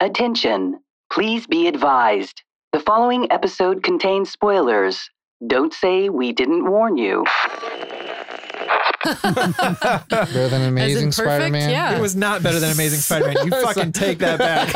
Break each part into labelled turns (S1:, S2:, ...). S1: Attention! Please be advised. The following episode contains spoilers. Don't say we didn't warn you.
S2: Better than
S3: As
S2: Amazing
S3: in perfect?
S2: Spider-Man.
S3: Yeah.
S4: It was not better than Amazing Spider-Man. You fucking take that back.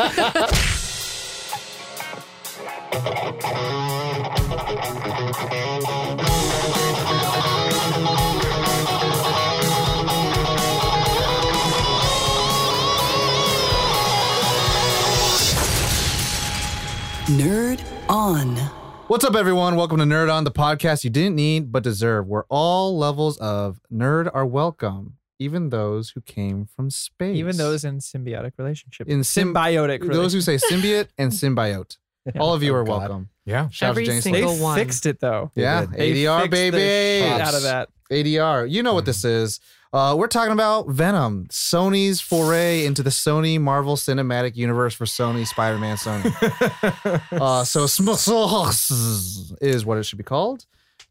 S1: Nerd on.
S2: What's up, everyone? Welcome to Nerd On, the podcast you didn't need but deserve, where all levels of nerd are welcome, even those who came from space.
S4: Even those in symbiotic relationship.
S2: In sym-
S4: symbiotic
S2: those who say symbiote and symbiote. All
S4: Oh,
S2: of you are welcome.
S5: Yeah.
S2: Shout out to
S3: Every
S2: James
S4: They
S3: single-
S2: Slade.
S3: one.
S4: fixed it though.
S2: Yeah,
S4: They
S2: ADR,
S4: fixed the
S2: baby.
S4: shit
S2: Props.
S4: out of that.
S2: ADR. You know what this
S5: Mm-hmm.
S2: is. Uh, we're talking about Venom, Sony's foray into the Sony Marvel Cinematic Universe for Sony Spider Man Sony. uh, so, Smussels is what it should be called.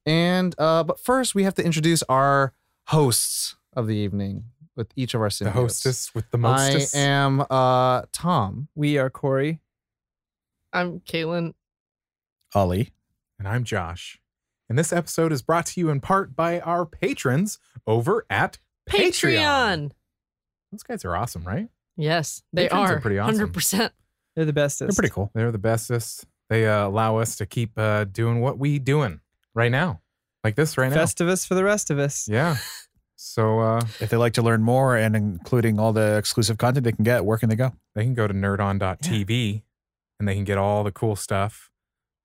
S2: And uh, but first, we have to introduce our hosts of the evening with each of our symbiotes.
S5: The hostess with the
S2: I
S5: mostest.
S2: am uh, Tom.
S4: We are Corey.
S3: I'm Caitlin.
S6: Ollie.
S5: and I'm Josh. And this episode is brought to you in part by our patrons over at Patreon.
S3: Patreon.
S5: Those guys are awesome, right?
S3: Yes, they
S5: Patrons
S3: are.
S5: are pretty awesome.
S3: 100%.
S4: They're the bestest.
S5: They're pretty cool. They're the bestest. They uh, allow us to keep uh, doing what we doing right now, like this right
S4: Festivus for the rest of us.
S5: now. Yeah. So uh,
S6: If they like to learn more and including all the exclusive content they can get, where can they go?
S5: they can go to nerdon.tv and they can get all the cool stuff,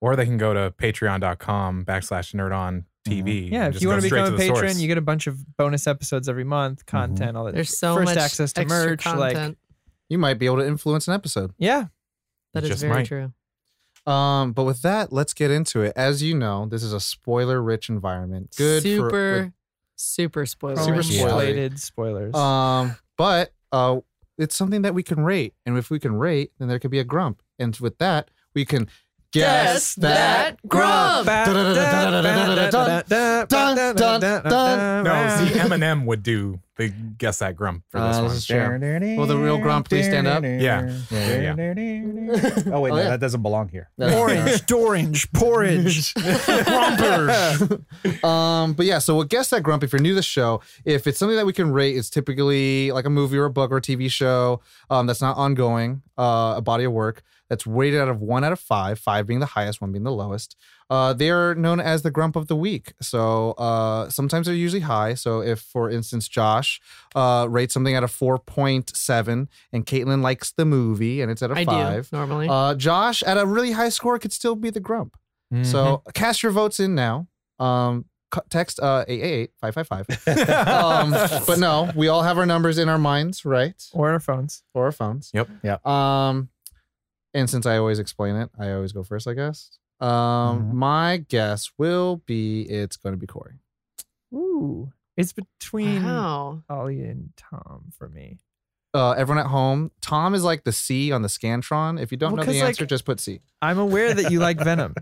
S5: or they can go to patreon.com backslash nerdon TV.
S4: Yeah, if you want to become a patron, you get a bunch of bonus episodes every month, content, all that.
S3: There's so
S4: First
S3: much
S4: access to
S3: extra
S4: merch,
S3: Content.
S4: like
S2: You might be able to influence an episode.
S4: yeah,
S3: that
S5: You
S3: is
S5: just
S3: very
S5: might.
S3: true.
S2: Um, but with that, let's get into it. As you know, this is a spoiler-rich environment. Good for-
S3: super, super spoiler.
S2: Super
S4: Orange
S2: spoilery.
S4: plated spoilers.
S2: Um, but uh, it's something that we can rate, and if we can rate, then there could be a grump, and with that, we can guess,
S3: Guess
S2: that,
S3: that
S2: grump.
S3: grump.
S2: dun, dun, dun, dun.
S5: No, see, Eminem would do the guess that grump for this
S2: Uh,
S5: one.
S2: this is true. Will the real Grump please stand up?
S5: Yeah. Yeah,
S6: Oh, wait,
S2: Oh,
S6: no,
S2: yeah.
S6: that doesn't belong here.
S4: Orange, orange, porridge.
S2: um, but yeah, so we'll guess that grump if you're new to the show. If it's something that we can rate, it's typically like a movie or a book or a TV show um, that's not ongoing, uh, a body of work that's rated out of one out of five, five being the highest, one being the lowest. Uh, they are known as the grump of the week. So uh, sometimes they're usually high. So if, for instance, Josh uh, rates something out of 4.7 and Caitlin likes the movie and it's at a
S3: I
S2: five,
S3: do normally.
S2: uh, Josh at a really high score could still be the grump. So
S4: Mm-hmm.
S2: cast your votes in now. Um, c- text uh, 888-555. um, but no, we all have our numbers in our minds, right?
S4: or on our phones.
S2: Or our phones.
S5: Yep.
S6: Yep.
S2: Um, and since I always explain it, I always go first, I guess. Um,
S6: Mhm.
S2: my guess will be it's going to be Corey.
S4: Ooh, it's between
S3: wow.
S4: Ollie and Tom for me.
S2: Uh, everyone at home, Tom is like the C on the Scantron. If you don't
S4: Well,
S2: know the
S4: 'cause, like,
S2: answer, just put C.
S4: I'm aware that you like Venom,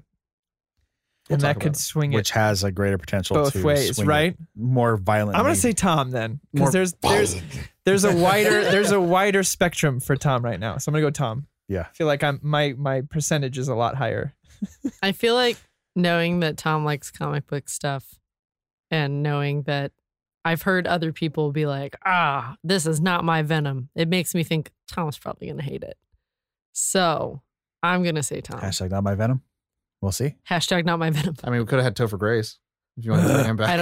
S2: We'll
S4: and
S2: talk
S4: that
S2: about
S4: could
S2: it.
S4: swing it
S6: Which has a greater potential
S4: both
S6: to
S4: ways,
S6: swing it
S4: right?
S6: More violently.
S4: I'm gonna say Tom then,
S2: More
S4: because there's there's there's a wider there's a wider spectrum for Tom right now. So I'm gonna go Tom.
S6: Yeah.
S4: I feel like I'm my my percentage is a lot higher.
S3: I feel like knowing that Tom likes comic book stuff and knowing that I've heard other people be like, ah, this is not my venom. It makes me think Tom's probably going to hate it. So I'm going to say Tom.
S6: hashtag not my venom. We'll see.
S3: Hashtag not my venom.
S2: I mean, we could have had Topher Grace if you want to bring him back.
S3: I e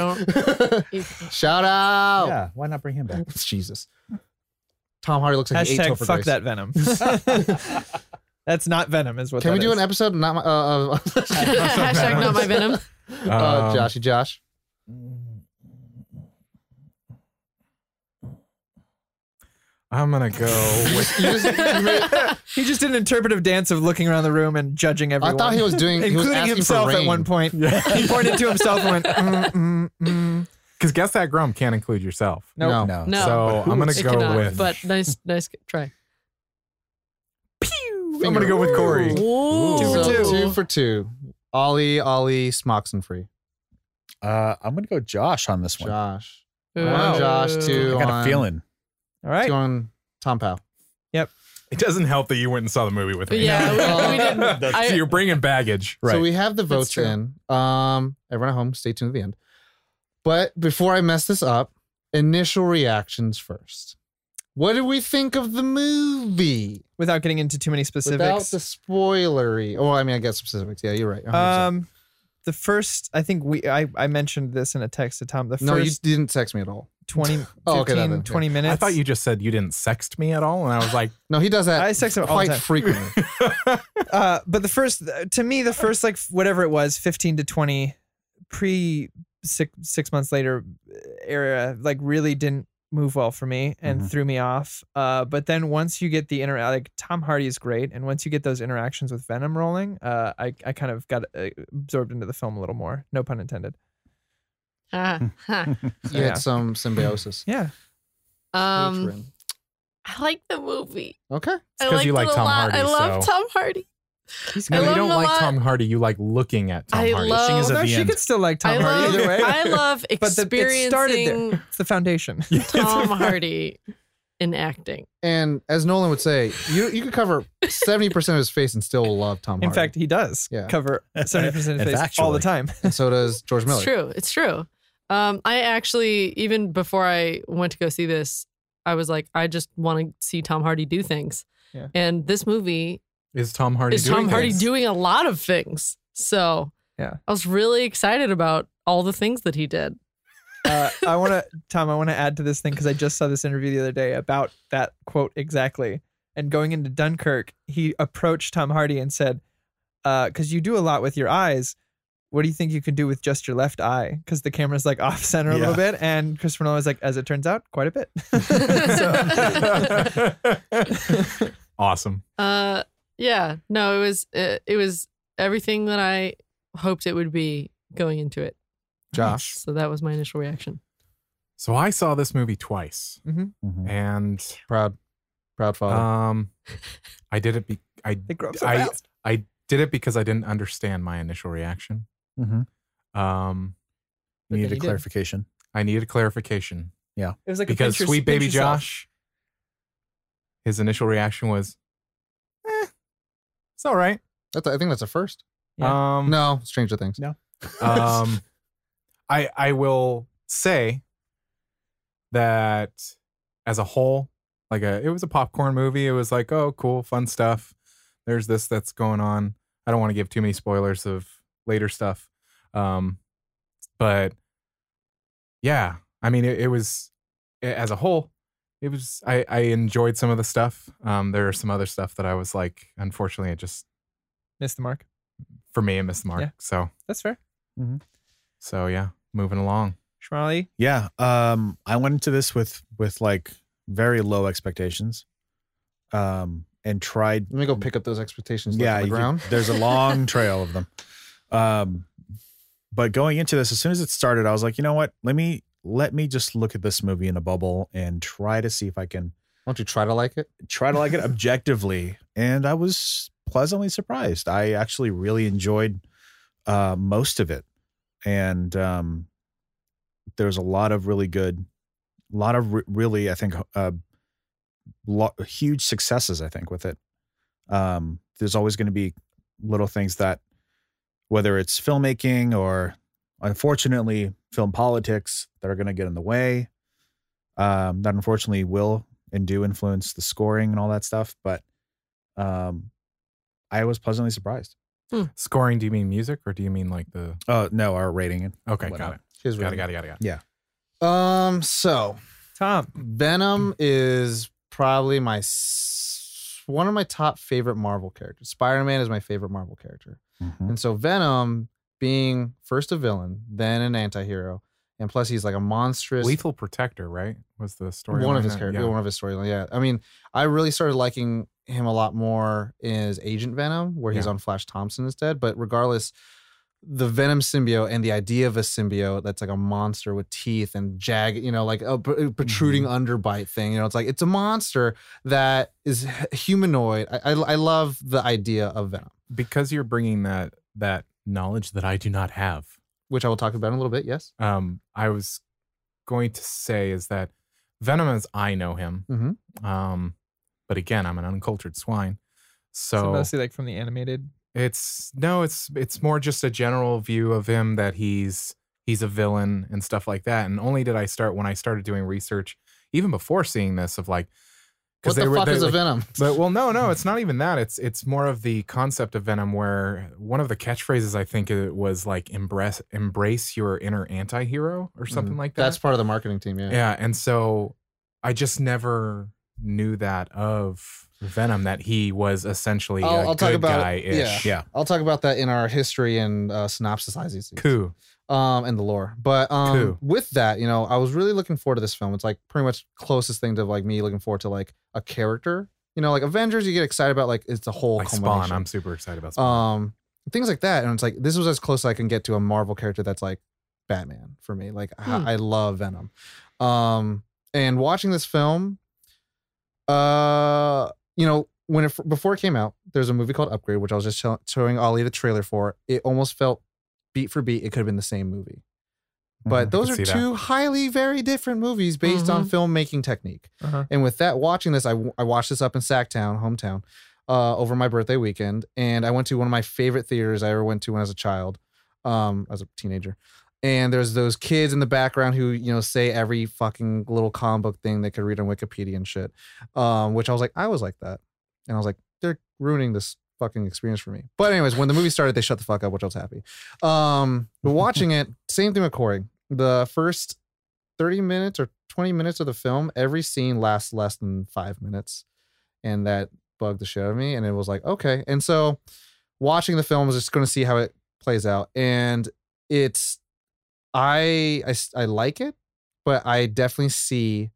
S2: don't. Shout out.
S6: Yeah, why not bring him back?
S2: Jesus. Tom Hardy looks like he ate
S4: Hashtag
S2: Topher
S4: fuck
S2: Grace.
S4: that Venom. That's not Venom, is what.
S2: Can we
S4: that
S2: do an
S4: is.
S2: episode? Not my, uh, uh,
S3: Hashtag not my venom.
S5: Um,
S2: uh, Joshy Josh.
S5: I'm gonna go with
S2: You just- you made-
S4: He just did an interpretive dance of looking around the room and judging
S2: I
S4: everyone.
S2: thought he was doing, he was
S4: including
S2: asking
S4: himself
S2: for rain.
S4: at one point. He pointed to himself and went, mm, mm, mm.
S5: because guess that grump can't include yourself.
S4: Nope.
S2: No.
S6: No.
S3: No.
S5: So I'm gonna
S3: It
S5: go
S3: cannot,
S5: with.
S3: But nice, nice try.
S5: I'm gonna go with Corey.
S3: Ooh.
S2: So, two for two. Ollie, Ollie, Smoxen free.
S6: Uh, I'm gonna go Josh on this one.
S2: Josh.
S3: Ooh.
S2: Wow. Josh, two.
S6: I got
S2: on-
S6: a feeling.
S4: All right.
S2: Two on Tom Powell.
S4: Yep.
S5: It doesn't help that you went and saw the movie with me.
S3: Yeah, we- we didn't- I-
S5: so you're bringing baggage.
S2: So
S6: Right.
S2: we have the votes
S3: true.
S2: in. Um, everyone at home, stay tuned to the end. But before I mess this up, initial reactions first. What did we think of the movie?
S4: without getting into too many
S2: Without
S4: specifics.
S2: the spoilery. Oh, I mean, I guess specifics. Yeah, you're right. 100%.
S4: um, the first, I think we, I, I mentioned this in a text to Tom. The
S2: no, you
S4: first
S2: didn't text me at all.
S4: 20, 15,
S2: Oh, okay, that then, yeah.
S4: 20 minutes.
S5: I thought you just said you didn't sext me at all, and I was like,
S2: No, he does that
S4: I text him all the
S2: quite
S4: time.
S2: frequently.
S4: Uh, but the first, to me, the first like whatever it was, fifteen to twenty, pre six six months later uh, era, like really didn't move well for me and
S6: Mhm.
S4: threw me off. Uh, but then once you get the inter, like Tom Hardy is great, and once you get those interactions with Venom rolling, uh, I I kind of got uh, absorbed into the film a little more. No pun intended.
S3: Ha, ha.
S2: you
S4: Yeah.
S2: had some symbiosis.
S4: Yeah,
S3: um,
S2: Patron.
S3: I like the movie.
S2: okay.
S3: I
S5: 'cause
S3: liked
S5: you like
S3: it a
S5: Tom
S3: lot. I
S5: Hardy,
S3: love
S5: so-
S3: Tom Hardy.
S5: "No,
S3: I
S5: you
S3: love
S5: don't
S3: him a
S5: like
S3: lot.
S5: Tom Hardy. You like looking at Tom
S3: I
S5: Hardy."
S3: love-
S6: She is
S3: Oh,
S6: at
S4: no,
S6: the
S4: she
S6: end.
S4: could still like Tom
S3: I
S4: Hardy
S3: love,
S4: either way.
S3: I love
S4: but the, it started
S3: experiencing
S4: there. It's the foundation.
S3: Tom Hardy in acting.
S2: And as Nolan would say, you you could cover seventy percent of his face and still love Tom.
S4: In
S2: Hardy.
S4: fact, he does
S2: Yeah.
S4: cover seventy percent of
S6: It's
S4: face all the
S6: actually-
S4: time.
S2: and so does George Miller.
S3: It's true. It's true. Um, I actually, even before I went to go see this, I was like, I just want to see Tom Hardy do things.
S4: Yeah.
S3: And this movie
S5: Is Tom Hardy
S3: is
S5: doing
S3: Tom Hardy
S5: this?
S3: doing a lot of things. So
S4: Yeah.
S3: I was really excited about all the things that he did.
S4: uh, I want to, Tom, I want to add to this thing because I just saw this interview the other day about that quote exactly. And going into Dunkirk, he approached Tom Hardy and said, "Because you do a lot with your eyes, what do you think you can do with just your left eye? Because the camera's like off center a little bit." And Christopher Nolan was like, "As it turns out, quite a bit." So-
S5: awesome.
S3: Uh, yeah. No, it was uh, it was everything that I hoped it would be going into it.
S2: Josh.
S3: So that was my initial reaction.
S5: So I saw this movie twice,
S3: Mm-hmm.
S6: Mhm.
S5: and
S2: Proud. Proud father.
S5: um, I did it. Be- I
S4: they grow up so
S5: I-
S4: fast.
S5: I did it because I didn't understand my initial reaction.
S6: Mhm.
S5: Um,
S4: But
S6: You
S4: then
S6: needed
S4: you did.
S6: clarification.
S5: I needed clarification
S4: It was like a
S5: because
S4: pinch your-
S5: Sweet Baby
S4: pinch yourself.
S5: Josh, his initial reaction was, eh, "It's all right."
S2: That's, I think that's a first.
S5: Um,
S2: No, Stranger Things.
S6: No.
S5: um, I I will say that as a whole, like a it was a popcorn movie. It was like, oh, cool, fun stuff. There's this that's going on. I don't want to give too many spoilers of later stuff, um, but yeah, I mean, it, it was a- as a whole. It was I, I enjoyed some of the stuff. Um, there are some other stuff that I was like, unfortunately, it just
S4: missed the mark.
S5: for me it missed the mark.
S4: Yeah.
S5: So
S4: That's fair.
S5: so yeah, moving along.
S4: Shmali,
S6: Yeah. Um, I went into this with with like very low expectations. Um, and tried
S2: Let me go pick up those expectations yeah,
S6: yeah,
S2: on the
S6: you could-
S2: ground.
S6: there's a long trail of them. Um, but going into this, as soon as it started, I was like, you know what? Let me let me just look at this movie in a bubble and try to see if I can
S2: Why don't you try to like it?
S6: try to like it objectively. And I was pleasantly surprised. I actually really enjoyed uh, most of it, and um, there's a lot of really good, a lot of re- really, I think, uh, lo- huge successes. I think with it, um, there's always going to be little things that, whether it's filmmaking or unfortunately film politics, that are going to get in the way. Um, that unfortunately will and do influence the scoring and all that stuff. But um, I was pleasantly surprised.
S5: Scoring, do you mean music or do you mean like the
S6: Oh no, our rating. and
S5: Okay, got
S6: whatnot.
S5: it.
S2: His
S5: Got it,
S2: rating.
S5: got it, got it, got it.
S2: Um, so
S4: Tom,
S2: Venom is probably my s- one of my top favorite Marvel characters. Spider Man is my favorite Marvel character.
S6: Mhm.
S2: And so Venom being first a villain, then an anti hero, and plus he's like a monstrous
S5: Lethal Protector, right? Was the story.
S2: one
S5: line
S2: of his
S5: that-
S2: characters,
S5: yeah.
S2: one of his storyline. Yeah, I mean, I really started liking him a lot more as Agent Venom, where he's
S5: Yeah.
S2: on Flash Thompson instead. But regardless, the Venom symbiote and the idea of a symbiote that's like a monster with teeth and jag, you know, like a pr- protruding
S5: Mm-hmm.
S2: underbite thing. You know, it's like it's a monster that is humanoid. I, I, I love the idea of Venom,
S5: Because you're bringing that that knowledge that I do not have.
S2: which I will talk about in a little bit. Yes,
S5: Um, I was going to say is that Venom, as I know him,
S2: Mhm.
S5: um, But again, I'm an uncultured swine.
S4: So,
S5: So
S4: mostly like from the animated.
S5: it's no, it's it's more just a general view of him that he's he's a villain and stuff like that. And only did I start when I started doing research, even before seeing this, of like
S2: What the fuck
S5: they-
S2: is a
S5: like-
S2: venom?
S5: But well, no, no, it's not even that. It's it's more of the concept of Venom, where one of the catchphrases I think it was like embrace embrace your inner anti-hero or something like that.
S2: Mm-hmm. That's part of the marketing team, yeah.
S5: yeah, and so I just never knew that of Venom that he was essentially
S2: I'll-
S5: a
S2: I'll
S5: good
S2: talk about it.
S5: guy ish.
S6: Yeah.
S2: I'll talk about that in our history and uh, synopsis, I see.
S5: Coup.
S2: um, and the lore. But um,
S5: Cool.
S2: with that, you know, I was really looking forward to this film. It's like pretty much closest thing to like me looking forward to like a character. You know, like Avengers, you get excited about like it's a whole
S5: Like Spawn.
S2: culmination.
S5: I'm super excited about Spawn.
S2: um, things like that, and it's like this was as close as I can get to a Marvel character that's like Batman for me. Like I-
S3: Hmm.
S2: I, love Venom, um, and watching this film, uh, you know. When it, before it came out, there was a movie called Upgrade, which I was just show- showing Ali the trailer for. It almost felt beat for beat, it could have been the same movie but
S5: Hmm, I
S2: those
S5: could
S2: are
S5: see that. Mm-hmm.
S2: two highly very different movies based on filmmaking technique
S4: Uh-huh.
S2: and with that watching this I w- I watched this up in sacktown hometown uh, over my birthday weekend and i went to one of my favorite theaters i ever went to when i was a child um, as a teenager and there's those kids in the background who you know say every fucking little comic book thing they could read on wikipedia and shit um, which i was like i was like that and i was like they're ruining this fucking experience for me but anyways when the movie started they shut the fuck up which i was happy um, but watching it same thing with corey the first 30 minutes or 20 minutes of the film, every scene lasts less than five minutes. And that bugged the shit out of me. And it was like, okay. And so watching the film is just going to see how it plays out. And it's, I, I, s- I like it, but I definitely see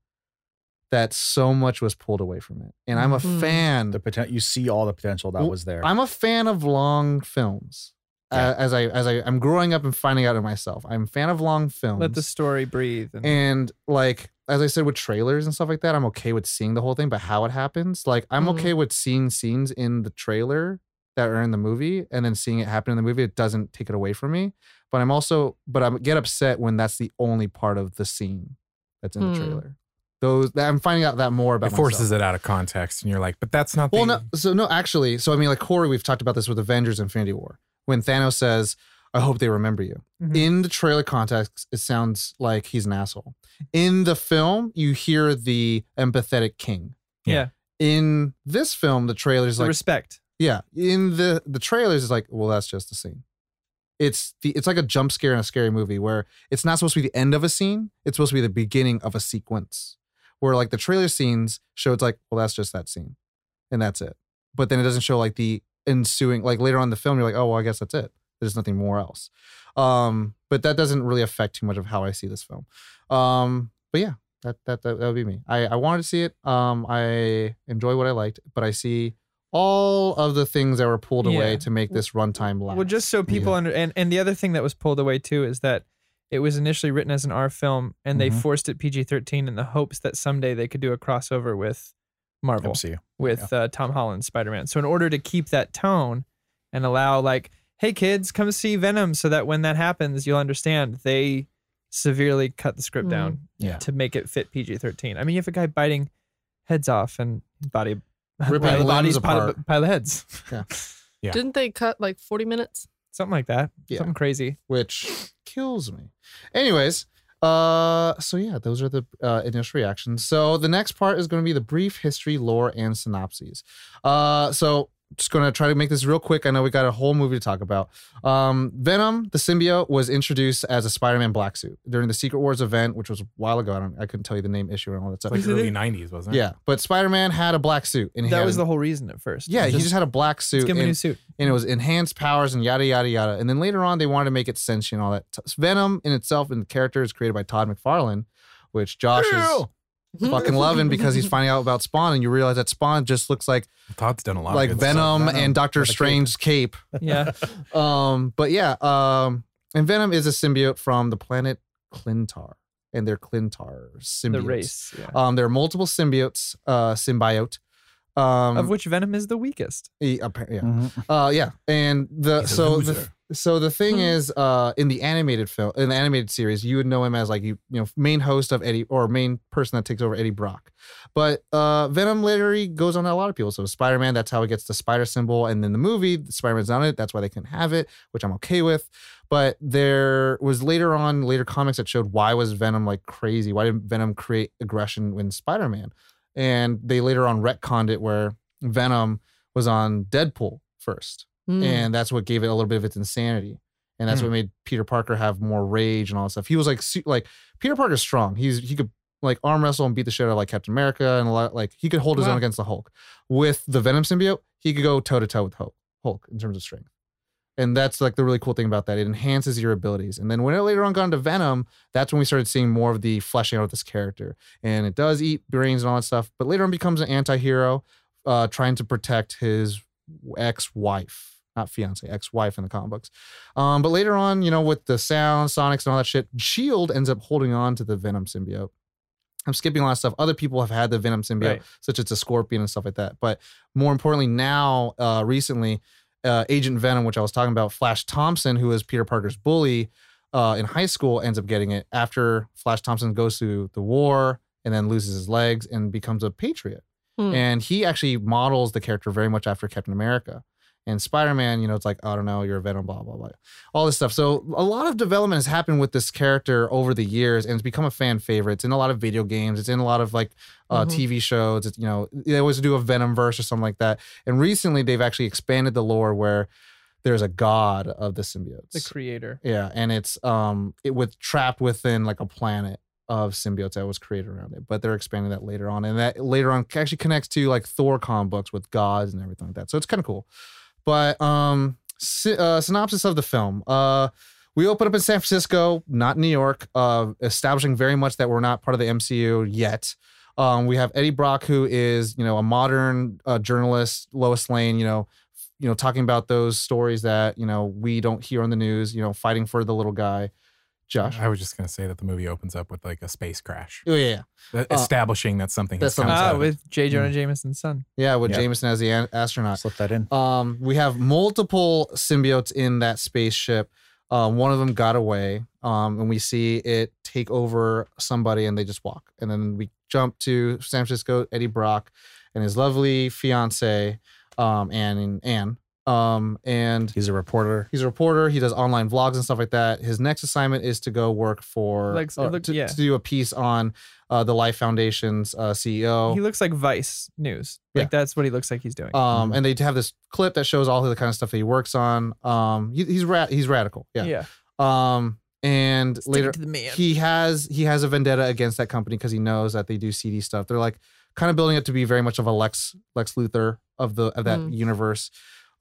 S2: that so much was pulled away from it. And I'm a
S3: Mhm.
S2: fan.
S6: The potential you see all the potential that
S2: Well,
S6: was there.
S2: I'm a fan of long films.
S6: Yeah.
S2: Uh, as I as I I'm growing up and finding out of myself, I'm a fan of long films.
S4: Let the story breathe. And,
S2: And like as I said with trailers and stuff like that, I'm okay with seeing the whole thing, but how it happens, like I'm
S3: Mhm.
S2: okay with seeing scenes in the trailer that are in the movie and then seeing it happen in the movie. It doesn't take it away from me. But I'm also but I get upset when that's the only part of the scene that's in the
S3: Hmm.
S2: trailer. Those I'm finding out that more about
S5: it
S2: myself.
S5: forces it out of context, and you're like, but that's not.
S2: Well,
S5: the,
S2: no, so no, actually, so I mean, like Corey, we've talked about this with Avengers: Infinity War when Thanos says, "I hope they remember you."
S4: Mhm.
S2: In the trailer context, it sounds like he's an asshole. In the film, you hear the empathetic king.
S4: yeah.
S2: In this film, the trailers
S4: The
S2: like,
S4: respect.
S2: yeah. In the the trailers, it's like, well, that's just a scene. It's the it's like a jump scare in a scary movie where it's not supposed to be the end of a scene. It's supposed to be the beginning of a sequence. Where like the trailer scenes show it's like, well, that's just that scene, and that's it. But then it doesn't show like the ensuing like later on in the film. You're like, oh, well, I guess that's it. There's nothing more else. Um, but that doesn't really affect too much of how I see this film. Um, but yeah, that that that, that would be me. I I wanted to see it. Um, I enjoy what I liked, but I see all of the things that were pulled away
S4: Yeah.
S2: to make this runtime last.
S4: Well, just so people
S2: Yeah.
S4: under and, and the other thing that was pulled away too is that it was initially written as an R film and they
S2: Mm-hmm.
S6: Mhm.
S4: forced it PG thirteen in the hopes that someday they could do a crossover with Marvel
S6: MCU.
S4: with uh, Tom Holland Spider Man. So in order to keep that tone and allow like, hey kids, come see Venom, so that when that happens, you'll understand. They severely cut the script
S3: Mm.
S4: down
S2: Mm-hmm.
S6: Yeah.
S4: to make it fit PG thirteen. I mean, you have a guy biting heads off and body
S2: Ripping
S4: pile
S2: limbs
S4: of bodies, pile,
S2: apart.
S4: pile of heads,
S5: Yeah.
S3: Didn't they cut like 40 minutes?
S4: something like that,
S2: Yeah.
S4: something crazy.
S2: which kills me. Anyways, uh, so yeah, those are the uh, initial reactions. So the next part is going to be the brief history, lore, and synopses. Uh, so just going to try to make this real quick. I know we got a whole movie to talk about. Um, Venom, the symbiote, was introduced as a Spider-Man black suit during the Secret Wars event, which was a while ago. I, don't, I couldn't tell you the name, issue, and all that stuff.
S5: it's like
S4: Isn't
S5: early
S4: it?
S5: '90s, wasn't it?
S2: yeah, but Spider-Man had a black suit, and he
S4: That
S2: had
S4: was
S2: an-
S4: the whole reason at first.
S2: yeah. he
S4: Just-
S2: just had a black
S4: Let's
S2: suit.
S4: give him a
S2: and-
S4: new suit.
S2: and it was enhanced powers and yada yada yada. And then later on, they wanted to make it sentient and all that. T- Venom in itself and the character is created by Todd McFarlane, which Josh
S5: Ew.
S2: is fucking loving because he's finding out about Spawn, and you realize that Spawn just looks like
S5: Todd's done a lot.
S2: like
S5: of good stuff.
S2: Venom,
S6: Venom
S2: and Doctor
S6: with a cape.
S2: Strange's cape.
S4: Yeah.
S2: Um, but yeah, um, and Venom is a symbiote from the planet Clintar, and they're Clintar symbiotes.
S4: the race. Yeah.
S2: Um, there are multiple symbiotes, uh, symbiote. Um,
S4: of which Venom is the weakest.
S6: Mm-hmm.
S2: he- appa- yeah, uh, yeah, and the
S5: He's a
S2: so the
S5: loser.
S2: So the thing
S3: Hmm.
S2: is, uh, in the animated film, in the animated series, you would know him as like you, you know, main host of Eddie or main person that takes over Eddie Brock. But uh, Venom literally goes on a lot of people. So Spider Man, that's how it gets the spider symbol, and then the movie Spider Man's on it. That's why they couldn't have it, which I'm okay with. But there was later on later comics that showed why was Venom like crazy? Why did Venom create aggression when Spider Man? And they later on retconned it where Venom was on Deadpool first
S3: Mm.
S2: and that's what gave it a little bit of its insanity and that's what made peter parker have more rage and all that stuff he was like su- like peter parker's strong he's he could like arm wrestle and beat the shit out of like captain america and a lot like he could hold his own
S3: Wow.
S2: against the hulk with the venom symbiote he could go toe-to-toe with hulk, hulk in terms of strength and that's like the really cool thing about that it enhances your abilities and then when it later on got into venom that's when we started seeing more of the fleshing out of this character and it does eat brains and all that stuff but later on becomes an anti-hero uh, trying to protect his ex-wife, not fiance, ex-wife in the comic books. Um, but later on, you know, with the sound, sonics, and all that shit, Shield E ends up holding on to the Venom symbiote. I'm skipping a lot of stuff. Other people have had the Venom symbiote,
S4: Right.
S2: such as the Scorpion and stuff like that. But more importantly, now uh, recently, uh, Agent Venom, which I was talking about, Flash Thompson, who was Peter Parker's bully uh, in high school, ends up getting it after Flash Thompson goes to the war and then loses his legs and becomes a patriot.
S3: Hmm.
S2: And he actually models the character very much after Captain America. And Spider Man, you know, it's like, "Oh, I don't know, you're a Venom, blah, blah, blah. All this stuff. So, a lot of development has happened with this character over the years and it's become a fan favorite. It's in a lot of video games, it's in a lot of like uh,
S3: Mhm.
S2: TV shows. It's, you know, they always do a Venom verse or something like that. And recently, they've actually expanded the lore where there's a god of the symbiotes.
S4: the creator.
S2: Yeah, and it's um it was trapped within like a planet of symbiotes that was created around it. But they're expanding that later on, and that later on actually connects to like Thor comic books with gods and everything like that. So it's kind of cool. But um, sy- uh, synopsis of the film. Uh, we open up in San Francisco, not New York, uh, establishing very much that we're not part of the MCU yet. Um, we have Eddie Brock, who is you know a modern uh, journalist, Lois Lane, you know, f- you know talking about those stories that you know we don't hear on the news, you know, fighting for the little guy, Josh.
S5: I was just gonna say that the movie opens up with like a space crash,
S2: Oh yeah, yeah,
S5: that-
S2: Uh,
S5: establishing that something
S2: that's
S5: has come
S2: something-
S5: out
S4: Ah,
S5: of it.
S4: with J. Jonah Jameson's son.
S2: yeah, with
S6: Yeah.
S2: Jameson as the an- astronaut.
S6: Slip that in.
S2: Um, we have multiple symbiotes in that spaceship. Um, one of them got away, um, and we see it take over somebody, and they just walk. And then we jump to San Francisco. Eddie Brock and his lovely fiance, um, Anne. Anne. Um, and
S6: He's a reporter.
S2: he's a reporter. He does online vlogs and stuff like that. His next assignment is to go work for
S4: Like, it
S2: uh,
S4: looked-
S2: to,
S4: yeah.
S2: to do a piece on uh, the Life Foundation's uh, CEO.
S4: He looks like Vice News.
S2: Yeah.
S4: Like that's what he looks like mm-hmm. he's doing.
S2: Um, and they have this clip that shows all of the kind of stuff that he works on. Um, he, he's ra- he's radical, yeah. Um, and later
S4: the man.
S2: he has he has a vendetta against that company because he knows that they do CD stuff. They're like kind of building it to be very much of a Lex Lex Luthor of the of that
S4: Mm-hmm.
S3: Mm.
S2: universe.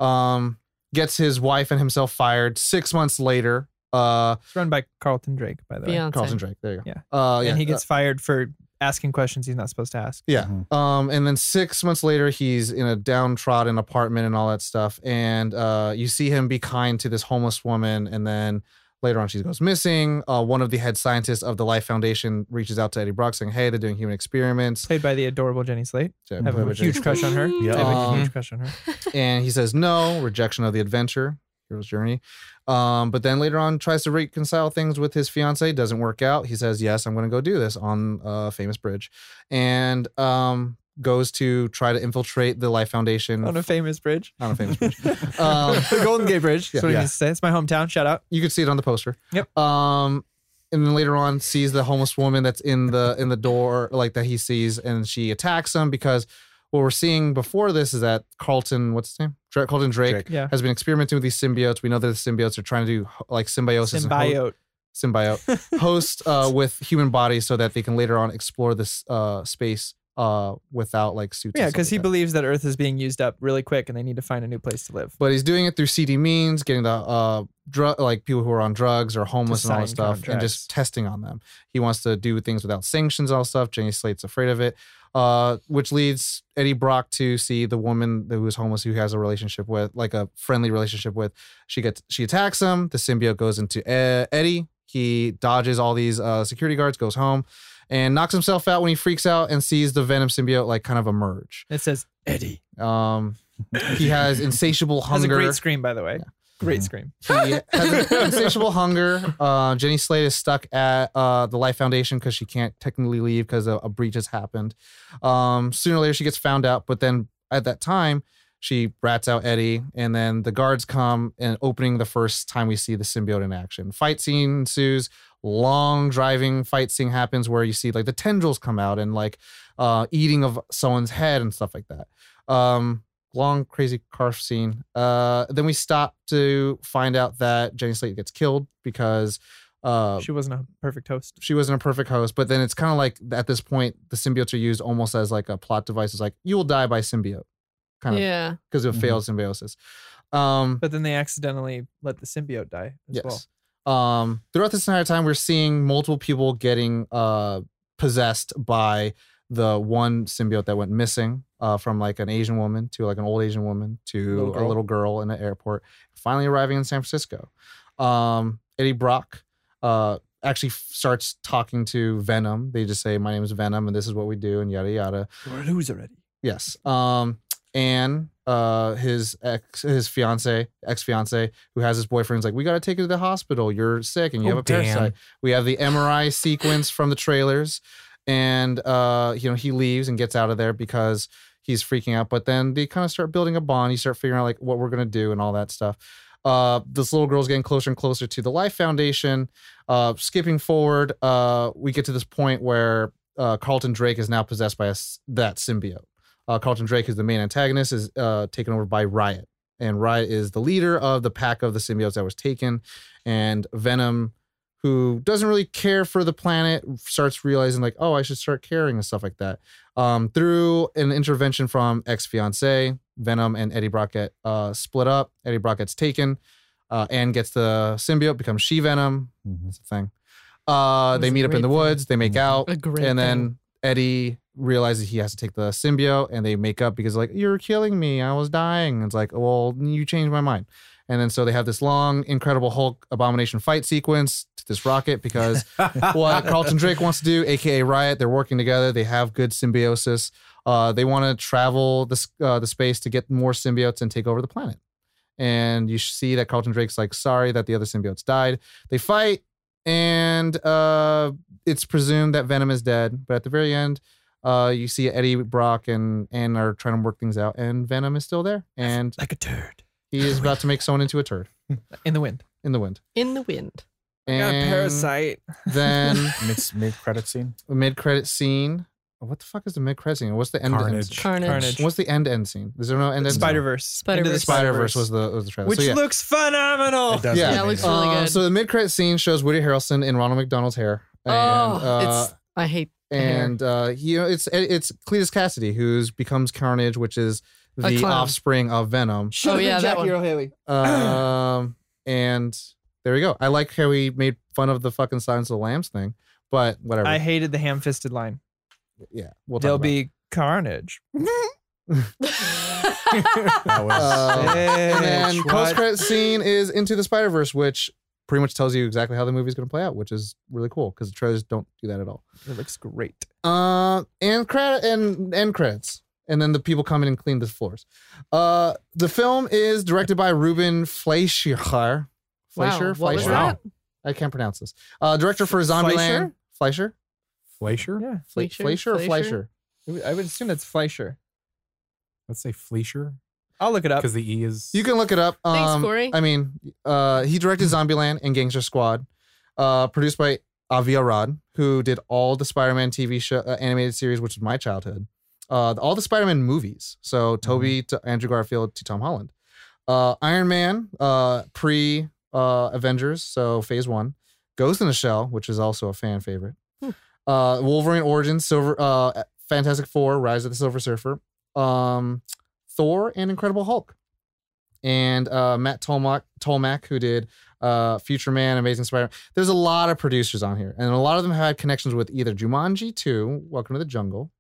S2: Um, gets his wife and himself fired six months later. Uh,
S4: it's run by Carlton Drake, by the way.
S3: Beyonce.
S2: Carlson Drake, there you go.
S4: Yeah.
S2: uh, yeah.
S4: And he
S2: uh,
S4: gets fired for asking questions he's not supposed to ask.
S2: Yeah.
S6: Mhm.
S2: Um, and then six months later, he's in a downtrodden apartment and all that stuff. And uh, you see him be kind to this homeless woman. And then later on, she goes missing. Uh, one of the head scientists of the Life Foundation reaches out to Eddie Brock saying, Hey, they're doing human experiments.
S4: Played by the adorable Jenny Slate.
S2: So-
S4: I have a huge crush on her.
S3: Yeah.
S4: I have a
S2: Um,
S4: huge crush on her.
S2: and he says no rejection of the adventure hero's journey um, but then later on tries to reconcile things with his fiance doesn't work out he says yes i'm going to go do this on a famous bridge and um, goes to try to infiltrate the life foundation
S4: On a famous bridge.
S2: on a famous bridge um,
S4: the Golden Gate Bridge. That's what
S6: Yeah.
S4: I used to say. It's my hometown. Shout out.
S2: you could see it on the poster
S4: Yep.
S2: um, and then later on sees the homeless woman that's in the in the door like that he sees and she attacks him because what we're seeing before this is that carlton what's his name Dra- carlton drake
S6: Drake.
S4: Yeah.
S2: has been experimenting with these symbiotes. We know that the symbiotes are trying to do like symbiosis and ho-
S4: Symbiote.
S2: symbiote host uh, with human bodies so that they can later on explore this uh, space uh, without like suits. and
S4: Yeah,
S2: stuff
S4: because he
S2: like that.
S4: believes that Earth is being used up really quick and they need to find a new place to live.
S2: But he's doing it through CD means, getting the uh, drug like people who are on drugs or homeless and all
S4: sign
S2: that stuff, and just
S4: contracts.
S2: testing on them. He wants to do things without sanctions, all stuff. Jenny Slate's afraid of it, uh, which leads Eddie Brock to see the woman who is homeless, who he has a relationship with, like a friendly relationship with. She gets she attacks him. The symbiote goes into E- Eddie. He dodges all these uh, security guards, goes home, and knocks himself out when he freaks out and sees the Venom symbiote like kind of emerge.
S4: It says Eddie.
S2: Um, he has insatiable
S4: Has a
S2: hunger. Mm-hmm.
S4: great scream, by the way. Great
S6: Mhm.
S4: scream.
S2: He has an insatiable hunger. Uh, Jenny Slate is stuck at uh, the Life Foundation because she can't technically leave because a, a breach has happened. Um, sooner or later, she gets found out, but then at that time, she rats out Eddie, and then the guards come and opening the first time we see the symbiote in action. Fight scene ensues. Long driving fight scene happens where you see like the tendrils come out and like uh, eating of someone's head and stuff like that. Um, long crazy car scene. Uh, then we stop to find out that Jenny Slate gets killed because uh,
S4: She wasn't a perfect host.
S2: she wasn't a perfect host. But then it's kind of like at this point, the symbiotes are used almost as like a plot device. It's like you will die by symbiote, kind of
S3: yeah.
S2: because of
S6: Mhm.
S2: failed symbiosis. Um,
S4: But then they accidentally let the symbiote die as well.
S2: yes. Um, throughout this entire time, we're seeing multiple people getting uh, possessed by the one symbiote that went missing uh, from like an Asian woman to like an old Asian woman to
S4: Little
S2: a
S4: girl.
S2: little girl in an airport, finally arriving in San Francisco. Um, Eddie Brock uh, actually f- starts talking to Venom. They just say, My name is Venom and this is what we do, and yada yada.
S4: We're a loser already.
S2: Yes. Um, and uh, his ex, his fiance, ex fiance, who has his boyfriend's like, we got to take you to the hospital. You're sick and you
S5: Oh,
S2: have a
S5: damn.
S2: parasite. We have the MRI sequence from the trailers, and uh, you know he leaves and gets out of there because he's freaking out. But then they kind of start building a bond. You start figuring out like what we're gonna do and all that stuff. Uh, this little girl's getting closer and closer to the Life Foundation. Uh, skipping forward, uh, we get to this point where uh, Carlton Drake is now possessed by a s that symbiote. Uh, Carlton Drake is the main antagonist, is uh, taken over by Riot, and Riot is the leader of the pack of the symbiotes that was taken. And Venom who doesn't really care for the planet starts realizing like oh i should start caring and stuff like that um, through an intervention from ex-fiance venom and eddie brock get uh, split up eddie brock gets taken uh, and gets the symbiote becomes she venom
S6: Mhm.
S2: that's a thing uh,
S3: That's
S2: they
S3: a
S2: meet up in
S3: great
S2: the
S3: thing.
S2: woods they make
S6: Mhm.
S2: out
S3: A great
S2: and
S3: thing.
S2: then Eddie realizes he has to take the symbiote and they make up because like you're killing me I was dying it's like well you changed my mind and then so they have this long incredible Hulk abomination fight sequence to this rocket because
S6: Mm-hmm.
S2: what Carlton Drake wants to do aka Riot they're working together they have good symbiosis uh, they want to travel the, s- uh, the space to get more symbiotes and take over the planet and you see that Carlton Drake's like sorry that the other symbiotes died they fight and uh it's presumed that Venom is dead, but at the very end, uh, you see Eddie Brock and and are trying to work things out, and Venom is still there, and
S4: Like a turd.
S2: he is about to make someone into a turd
S4: In the wind.
S2: in the wind.
S3: In the wind.
S2: And Then
S6: Mid credit scene.
S2: mid credit scene. What the fuck is the mid credit scene? What's the end? End
S5: Carnage.
S2: scene?
S3: Carnage.
S4: Carnage.
S2: What's the end end scene? Is there no end end?
S4: Spider Verse.
S3: Spider-Verse.
S2: Spider Verse was the was the trailer.
S4: Which
S2: so, yeah.
S4: looks phenomenal.
S6: It does
S2: Yeah,
S6: look
S2: it
S3: looks
S6: amazing.
S3: really
S2: Uh,
S3: good.
S2: so the mid credit scene shows Woody Harrelson in Ronald McDonald's hair.
S3: Oh,
S2: And, uh,
S3: it's I hate hair.
S2: and uh, you know it's it's Cletus Cassidy who's becomes Carnage, which is
S3: A
S2: the
S3: clown.
S2: offspring of Venom.
S3: Oh yeah, that one.
S4: O'Haley.
S2: Um, and there we go. I like how he made fun of the fucking Silence of the Lambs thing, but whatever.
S4: I hated the ham fisted line.
S2: yeah, we'll talk
S4: There'll
S2: about it.
S4: be carnage.
S6: That was-
S2: Uh, And then
S4: Bitch,
S2: post
S4: what?
S2: credit scene is Into the Spider Verse, which pretty much tells you exactly how the movie's going to play out, which is really cool because the trailers don't do that at all.
S4: It looks great.
S2: Uh, and credit and end credits, and then the people come in and clean the floors. Uh, the film is directed by Ruben Fleischer. Fleischer,
S3: Wow, what was
S2: Fleischer.
S3: that?
S2: I can't pronounce this. Uh, director for Zombieland. Fleischer,
S5: Fleischer?
S4: Yeah.
S2: Fle-
S3: Fleischer?
S2: Fleischer, or
S3: Fleischer?
S2: Fleischer.
S4: I would assume that's Fleischer.
S5: Let's say Fleischer
S4: I'll look it up.
S5: because the E is.
S2: You can look it up. Um,
S3: Thanks, Corey.
S2: I mean, uh, he directed Zombieland and Gangster Squad, uh, produced by Avi Arad, who did all the Spider-Man TV show uh, animated series, which was my childhood. Uh, all the Spider-Man movies, so
S3: Mm-hmm.
S2: Toby to Andrew Garfield to Tom Holland, uh, Iron Man, uh, pre uh, Avengers, so Phase One, Ghost in the Shell, which is also a fan favorite,
S3: Hmm.
S2: uh, Wolverine Origins, Silver, uh, Fantastic Four, Rise of the Silver Surfer, um, Thor, and Incredible Hulk and uh, Matt Tolmack, Tolmack, who did uh, Future Man, Amazing Spider. There's a lot of producers on here, and a lot of them had connections with either Jumanji 2, Welcome to the Jungle,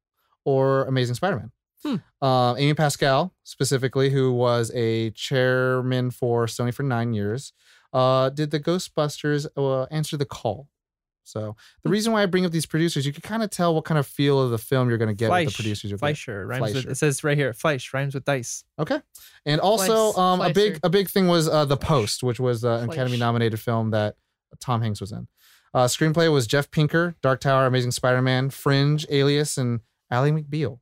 S2: or Amazing Spider Man.
S3: Hmm.
S2: Uh, Amy Pascal, specifically, who was a chairman for Sony for nine years, uh, did the Ghostbusters uh, Answer the Call, So the reason why I bring up these producers, you can kind of tell what kind of feel of the film you're going to get with
S4: Fleisch.
S2: the producers. You're getting.
S4: Fleischer rhymes
S2: Fleischer.
S4: with it says right here, Fleisch rhymes with dice.
S2: Okay, and also
S3: Fleiss-
S2: um, a big
S3: Fleischer.
S2: a big thing was uh, the Post, which was uh, an
S3: Fleisch.
S2: Academy nominated film that Tom Hanks was in. Uh, screenplay was Jeff Pinker, Dark Tower, Amazing Spider-Man, Fringe, Alias, and Ally McBeal.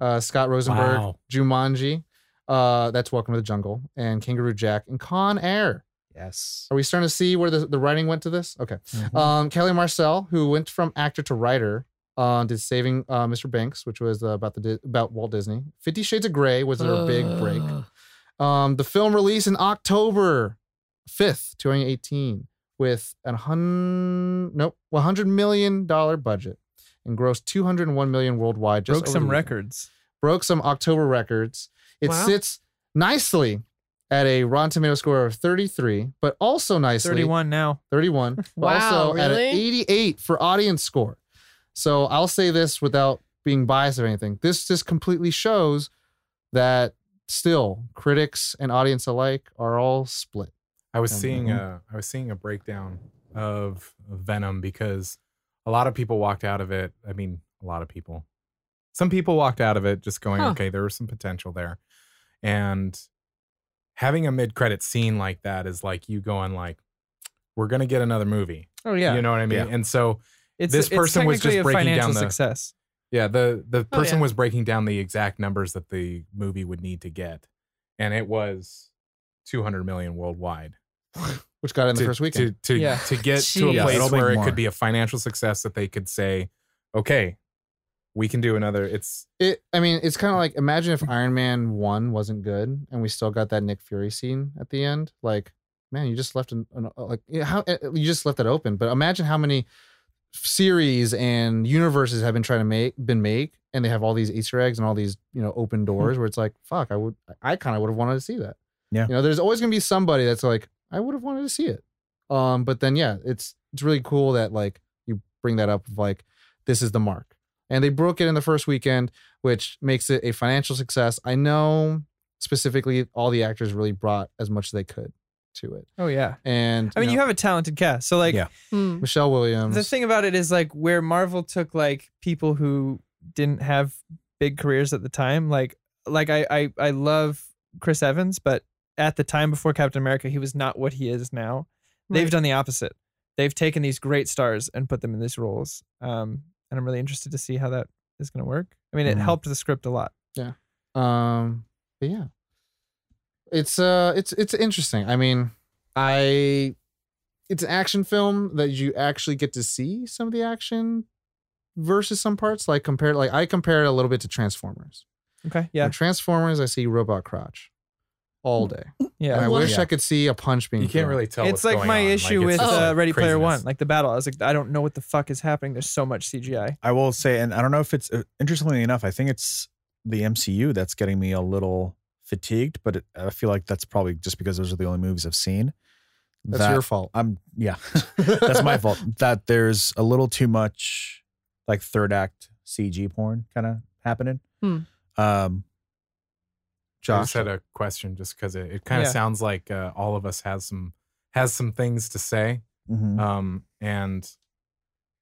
S2: Uh, Scott Rosenberg,
S5: Wow.
S2: Jumanji, uh, that's Welcome to the Jungle, and Kangaroo Jack, and Con Air.
S6: Yes.
S2: Are we starting to see where the, the writing went to this? Okay.
S6: Hmm. Mm-hmm.
S2: Um, Kelly Marcel, who went from actor to writer, uh, did Saving uh, Mr. Banks, which was uh, about the Di- about Walt Disney. Fifty Shades of Grey was her big break.
S3: Ugh.
S2: Um, the film released in October fifth, twenty eighteen, with an hun nope one hundred million dollar budget and grossed two hundred and one million worldwide. Just
S4: Broke
S2: over
S4: some
S2: the weekend.
S4: records.
S2: Broke some October records. It
S3: Wow.
S2: sits nicely at a Rotten Tomato score of thirty three, but also nicely
S4: 31 now.
S2: 31. but
S3: Wow,
S2: also at an
S3: really?
S2: 88 for audience score. So I'll say this without being biased or anything. This just completely shows that still critics and audience alike are all split.
S5: I was
S2: Um,
S5: seeing a I was seeing a breakdown of Venom because a lot of people walked out of it. I mean, a lot of people. Some people walked out of it just going,
S3: Huh.
S5: "Okay, there was some potential there," and having a mid credit scene like that is like you going, "Like, we're gonna get another movie."
S4: Oh yeah.
S5: You know what I mean?
S6: Yeah.
S5: And so
S4: it's,
S5: this
S4: it's
S5: person was
S4: technically
S5: just
S4: a
S5: breaking
S4: financial
S5: down the-
S4: success.
S5: Yeah, the the
S3: Oh,
S5: person
S3: yeah.
S5: was breaking down the exact numbers that the movie would need to get, and it was 200 million worldwide.
S2: Which got in the
S5: to,
S2: first weekend.
S5: to to,
S4: Yeah.
S5: to get to a
S3: Jeez.
S5: place
S6: It'll make
S5: where it
S6: more.
S5: could be a financial success that they could say, okay, we can do another. It's
S2: It, I mean, it's kind of like imagine if Iron Man 1 wasn't good and we still got that Nick Fury scene at the end. Like, man, you just left an, an uh, like yeah, how eh, you just left that open. But imagine how many series and universes have been trying to make been make and they have all these Easter eggs and all these, you know, open doors where it's like, fuck, I would I kind of would have wanted to see that.
S6: Yeah.
S2: You know, there's always gonna be somebody that's like, I would have wanted to see it. Um, but then yeah, it's it's really cool that like you bring that up of like this is the mark. And they broke it in the first weekend, which makes it a financial success. I know specifically all the actors really brought as much as they could to it.
S4: Oh yeah.
S2: And
S4: I mean, you have a talented cast. So like
S6: Yeah.
S3: Hmm.
S2: Michelle Williams.
S4: the thing about it is like where Marvel took like people who didn't have big careers at the time. Like like I I, I love Chris Evans, but at the time before Captain America, he was not what he is now. They've
S3: Right.
S4: done the opposite. They've taken these great stars and put them in these roles. Um, and I'm really interested to see how that is going to work. I mean, it
S6: Mhm.
S4: helped the script a lot.
S2: Um, but yeah, it's uh, it's it's interesting. I mean, I it's an action film that you actually get to see some of the action versus some parts. Like compared, like I compare it a little bit to Transformers.
S4: Okay.
S2: In
S4: Yeah. Mm,
S2: Transformers, I see robot crotch all day,
S4: Yeah.
S2: and I
S3: What?
S2: wish
S5: Yeah.
S2: I could see a punch being.
S5: you can't
S2: thrown.
S5: really tell.
S4: it's
S5: what's
S4: like
S5: going
S4: my
S5: on.
S4: issue
S5: it's
S4: with
S5: just
S4: uh,
S5: like
S4: Ready Player
S5: craziness.
S4: One, like the battle. I was like, I don't know what the fuck is happening. There's so much CGI.
S6: I will say, and I don't know if it's uh, interestingly enough, I think it's the MCU that's getting me a little fatigued, but it, I feel like that's probably just because those are the only movies I've seen.
S2: That's
S6: that
S2: your fault.
S6: I'm yeah, that's my fault. That there's a little too much like third act CG porn kind of happening.
S3: Hmm.
S6: Um,
S5: I
S2: Josh.
S5: just had a question just because it, it kind of
S4: Yeah.
S5: sounds like uh, all of us has some has some things to say.
S2: Mm-hmm.
S6: mhm.
S5: Um, and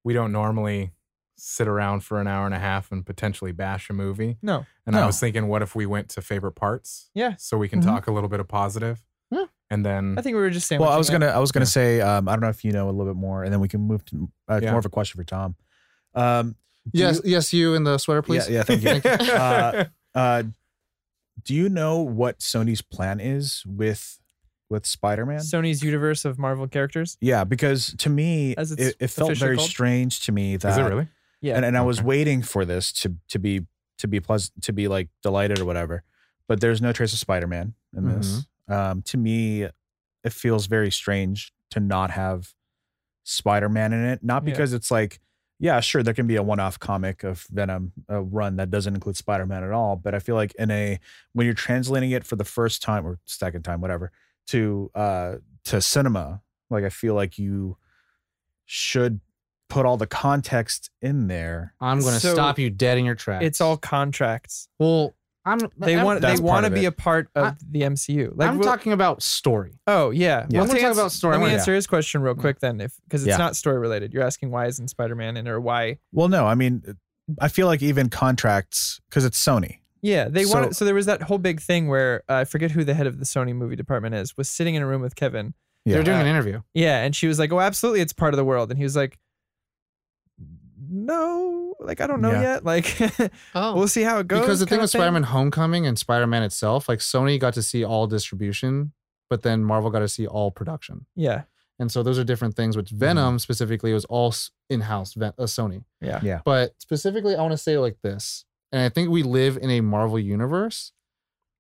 S5: we don't normally sit around for an hour and a half and potentially bash a movie.
S4: No.
S5: And I
S2: Oh.
S6: No.
S5: was thinking, what if we went to favorite parts?
S4: Yeah.
S5: So we can
S6: Mhm.
S5: talk a little bit of positive.
S2: Mm-hmm. Yeah.
S5: And then
S4: I think we were just saying.
S6: Well, I was gonna, I was gonna
S5: Yeah.
S6: say, um, I don't know if you know a little bit more, and then we can move to uh,
S5: Yeah.
S6: more of a question for Tom. Um, do
S2: yes,
S6: you-
S2: yes, you in the sweater, please.
S6: yeah, yeah, thank you.
S5: Uh,
S6: Uh, do you know what Sony's plan is with with Spider Man?
S4: Sony's universe of Marvel characters.
S6: yeah, because to me,
S4: As it's
S6: it, it felt
S4: officially
S6: very
S4: called?
S6: strange to me that
S5: is it really?
S4: Yeah.
S6: and, and I was
S5: Okay.
S6: waiting for this to to be to be pleasant to be like delighted or whatever. But there's no trace of Spider Man in this. Um, to me, it feels very strange to not have Spider Man in it. Not
S4: Yeah.
S6: because it's like, yeah, sure, there can be a one off comic of Venom a run that doesn't include Spider Man at all. But I feel like in a when you're translating it for the first time or second time, whatever, to uh to cinema, like I feel like you should put all the context in there.
S2: I'm going to
S4: So-
S2: stop you dead in your tracks.
S4: it's all contracts.
S2: well. I'm
S4: They
S2: I'm-
S4: want they
S6: That's part
S4: want to
S6: of
S4: be
S6: it.
S4: a part of
S2: I-
S4: the MCU. Like
S2: I'm
S4: we'll-
S2: talking about story.
S4: Oh yeah.
S6: Yeah.
S2: I wanna
S4: to
S2: talk
S4: ans-
S2: about story. I
S4: Let me
S2: wanna-
S4: answer his question real quick then, if because it's
S6: Yeah.
S4: not story related. You're asking why isn't Spider Man in or why?
S6: Well, no, I mean, I feel like even contracts because it's Sony.
S4: Yeah, they
S6: So-
S4: wanted. So there was that whole big thing where uh, I forget who the head of the Sony movie department is was sitting in a room with Kevin.
S6: Yeah.
S2: They're doing
S4: Uh,
S2: an interview.
S4: Yeah, and she was like, "Oh, absolutely, it's part of the world," and he was like. No, like I don't know
S6: Yeah.
S4: yet. Like
S3: Oh,
S4: we'll see how it goes.
S2: because the thing
S4: kinda
S2: with Spider-Man Homecoming and Spider-Man itself, like Sony got to see all distribution, but then Marvel got to see all production.
S4: Yeah,
S2: And so those are different things. Which
S4: Mm-hmm.
S2: Venom specifically was all s- in-house Ven- uh, Sony.
S4: yeah,
S6: Yeah.
S2: But specifically, I want to say it like this, and I think we live in a Marvel universe.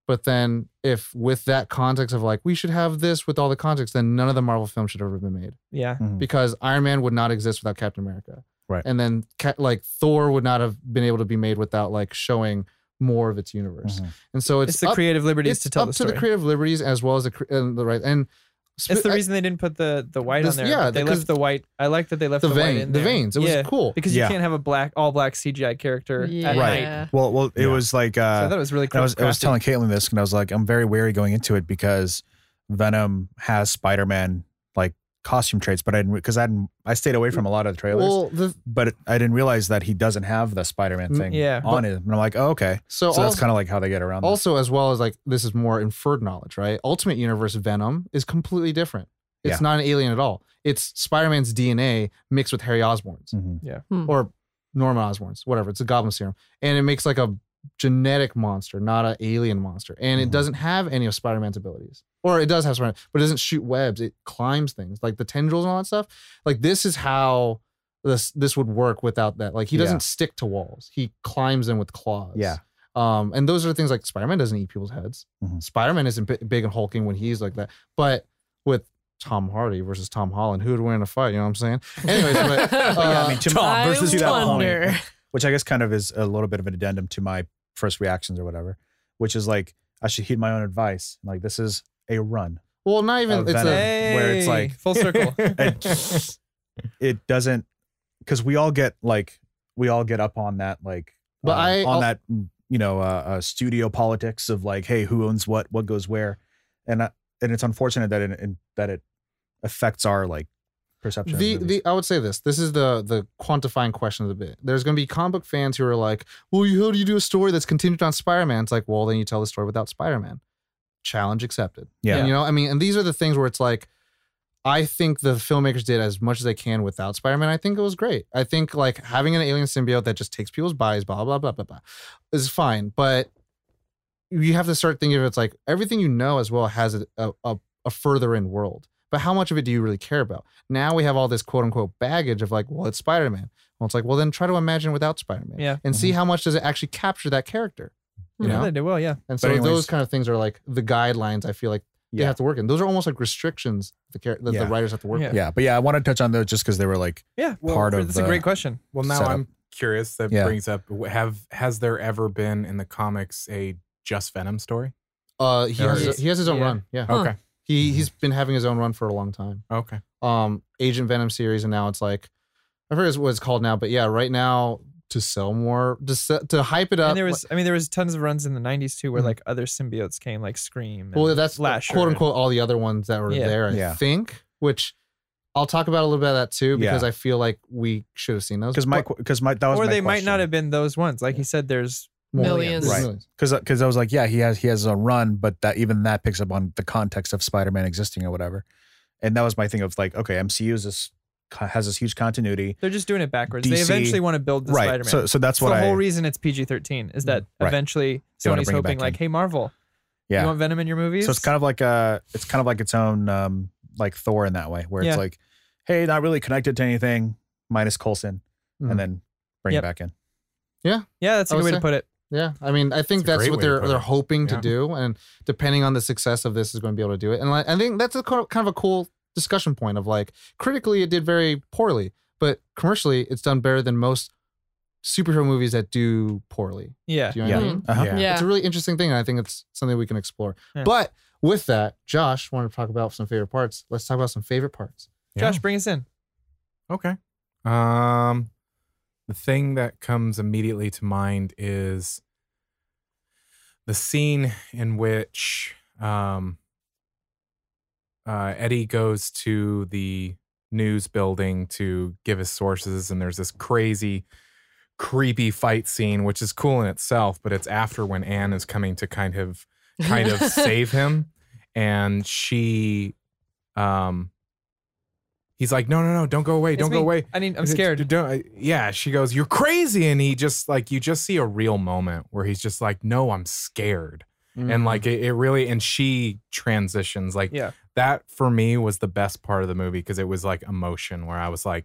S2: But then, if with that context of like we should have this with all the context, then none of the Marvel films should have ever been made
S4: yeah.
S2: because Iron Man would not exist without Captain America.
S6: Right.
S2: And then ca- like Thor would not have been able to be made without like showing more of its universe.
S6: Mhm.
S2: And so
S4: Mm-hmm. It's,
S2: it's,
S4: the
S2: up,
S4: creative liberties
S2: it's
S4: to tell
S2: up
S4: the
S2: to
S4: story.
S2: the creative liberties as well as the cre- and the right and sp-
S4: it's the
S2: I-
S4: reason they didn't put the the white
S2: This-
S4: on there.
S2: yeah,
S4: Yeah, they
S2: because-
S4: left the white. I like that they left
S2: the
S4: the, white
S2: vein,
S4: in
S2: the
S4: there.
S2: veins. It was
S4: yeah,
S2: cool.
S4: because you
S6: Yeah.
S4: can't have a black all black CGI character. at
S3: yeah.
S4: night.
S6: Right. Well, well, it
S5: Yeah.
S6: was like
S4: So
S6: uh,
S4: that was really cool.
S6: I was I was
S4: crafted.
S6: telling Caitlin this, and I was like, I'm very wary going into it because Venom has Spider Man like costume traits, but I didn't because I didn't, I stayed away from a lot of the trailers,
S2: Well, the,
S6: but it- I didn't realize that he doesn't have the Spider Man
S2: Mm,
S6: thing
S4: yeah.
S6: on him, and I'm like, oh okay,
S2: so,
S6: so that's
S2: also,
S6: kind of like how they get around. that.
S2: also as well as like this is more inferred knowledge, right? Ultimate Universe Venom is completely different. It's
S6: Yeah.
S2: not an alien at all. It's Spider-Man's DNA mixed with Harry Osborn's.
S6: Mhm.
S2: or Norman Osborn's, whatever. It's a goblin serum. And it makes like a genetic monster, not an alien monster. And it
S6: Mhm.
S2: doesn't have any of Spider Man's abilities. Or it does have Spider Man, but it doesn't shoot webs. It climbs things like the tendrils and all that stuff. Like this is how this this would work without that. Like he doesn't
S6: Yeah.
S2: stick to walls. He climbs them with claws.
S6: Yeah.
S2: Um, and those are things like Spider Man doesn't eat people's heads.
S6: Mhm.
S2: Spider Man isn't bi- big and hulking when he's like that. But with Tom Hardy versus Tom Holland, who would win in a fight? You know what I'm saying? Anyways, but,
S6: yeah, I mean,
S2: uh,
S6: Tom versus that
S3: wonder.
S6: opponent, which I guess kind of is a little bit of an addendum to my first reactions or whatever, which is like I should heed my own advice. Like this is a run.
S2: well, not even
S6: Of
S2: it's
S6: Venom.
S2: a
S4: Hey,
S6: where it's like-
S4: full circle.
S6: It- it doesn't because we all get like we all get up on that like
S2: But
S6: uh,
S2: I-
S6: on that you know uh, uh studio politics of like hey who owns what what goes where and I, and it's unfortunate that it and that it affects our like perception
S2: the
S6: of
S2: the I would say this. This is the the quantifying question of the bit. There's going to be comic book fans who are like, "Well, you, how do you do a story that's continued on Spider-Man?" It's like, well, then you tell the story without Spider-Man. Challenge accepted.
S6: Yeah.
S2: And, you know, I mean, and these are the things where it's like, I think the filmmakers did as much as they can without Spider-Man. I think it was great. I think like having an alien symbiote that just takes people's bodies, blah blah blah blah blah, is fine. But you have to start thinking of it's like everything you know as well has a a, a, a further in world. But how much of it do you really care about? Now we have all this quote unquote baggage of like, well, it's Spider Man. Well, it's like, well, then try to imagine without Spider Man
S4: Yeah. Mm-hmm.
S2: and see how much does it actually capture that character. You
S4: yeah,
S2: know?
S4: they did well. Yeah,
S2: And so
S6: anyways-
S2: those kind of things are like the guidelines I feel like they
S6: Yeah.
S2: have to work in. Those are almost like restrictions the char- that the
S6: Yeah.
S2: writers have to work
S4: Yeah.
S2: with.
S6: yeah but yeah I want to touch on those just because they were like
S4: yeah.
S5: Well,
S6: part of
S4: That's a
S6: the-
S4: great question.
S5: Well, now
S6: setup.
S5: I'm curious. That
S6: Yeah.
S5: brings up wh- have has there ever been in the comics a just Venom story?
S2: Uh, he,
S5: There it
S2: has,
S5: is.
S2: he has his own
S4: Yeah.
S2: run. Yeah.
S6: Oh.
S3: Huh.
S5: Okay,
S6: Mm-hmm.
S2: He, he's been having his own run for a long time.
S5: okay.
S2: Um, Agent Venom series. And now it's like, I forget what it's called now, but yeah, right now to sell more, to, se- to hype it up.
S4: And there was, I mean, there was tons of runs in the '90s too,
S6: Mm-hmm.
S4: where like other symbiotes came, like Scream.
S2: Well,
S4: and
S2: that's
S4: Slasher
S2: quote unquote all the other ones that were
S4: Yeah.
S2: there, I
S6: Yeah.
S2: think, which I'll talk about a little bit of that too, because
S6: Yeah.
S2: I feel like we should have seen those.
S6: because my because my that was
S4: or
S6: my
S4: they might not
S6: question.
S4: have been those ones. Like he said, there's
S2: More.
S3: Millions.
S6: Right.
S2: Millions.
S6: because because I was like, yeah, he has he has a run, but that even that picks up on the context of Spider Man existing or whatever, and that was my thing of like, okay, MCU is this has this huge continuity,
S4: they're just doing it backwards. They
S6: DC
S4: eventually want to build the
S6: right?
S4: Spider-Man.
S6: So so that's
S4: It's
S6: what
S4: the
S6: I
S4: whole reason it's PG-13 is that
S6: Right.
S4: eventually
S6: They wanna
S4: Sony's
S6: bring it
S4: hoping
S6: back
S4: like,
S6: in.
S4: hey Marvel,
S6: yeah.
S4: you want Venom in your movies?
S6: So it's kind of like a it's kind of like its own um like Thor in that way, where
S4: Yeah.
S6: it's like, hey, not really connected to anything minus Colson,
S2: Mhm.
S6: and then bring
S4: Hmm. Yep.
S6: it back in.
S4: yeah, that's a
S2: I would
S4: good way to
S2: say-
S4: put it.
S2: Yeah, I mean, I think
S5: It's a
S2: that's
S5: great
S2: what
S5: way to
S2: they're
S5: put
S2: they're
S5: it.
S2: hoping to
S5: Yeah.
S2: do, and depending on the success of this, is going to be able to do it. And like, I think that's a co- kind of a cool discussion point of like critically, it did very poorly, but commercially, it's done better than most superhero movies that do poorly.
S4: Yeah.
S2: Do you know what I
S3: Yeah.
S2: mean?
S6: Uh-huh.
S5: Yeah.
S2: It's a really interesting thing, and I think it's something we can explore.
S4: Yeah.
S2: But with that, Josh wanted to talk about some favorite parts. Let's talk about some favorite parts.
S4: Josh, bring us in.
S5: Okay. Um, the thing that comes immediately to mind is the scene in which um, uh, Eddie goes to the news building to give his sources, and there's this crazy, creepy fight scene, which is cool in itself, but it's after when Anne is coming to kind of kind of save him and she um he's like no no no don't go away
S4: It's
S5: don't go
S4: me.
S5: away
S4: I mean, I'm
S5: D- d-
S4: scared.
S5: Don't, uh, yeah, she goes, "You're crazy," and he just like you just see a real moment where he's just like, "No, I'm scared," and like it, it really and she transitions like
S4: Mm-hmm. Yeah.
S5: that for me was the best part of the movie because it was like emotion where I was like,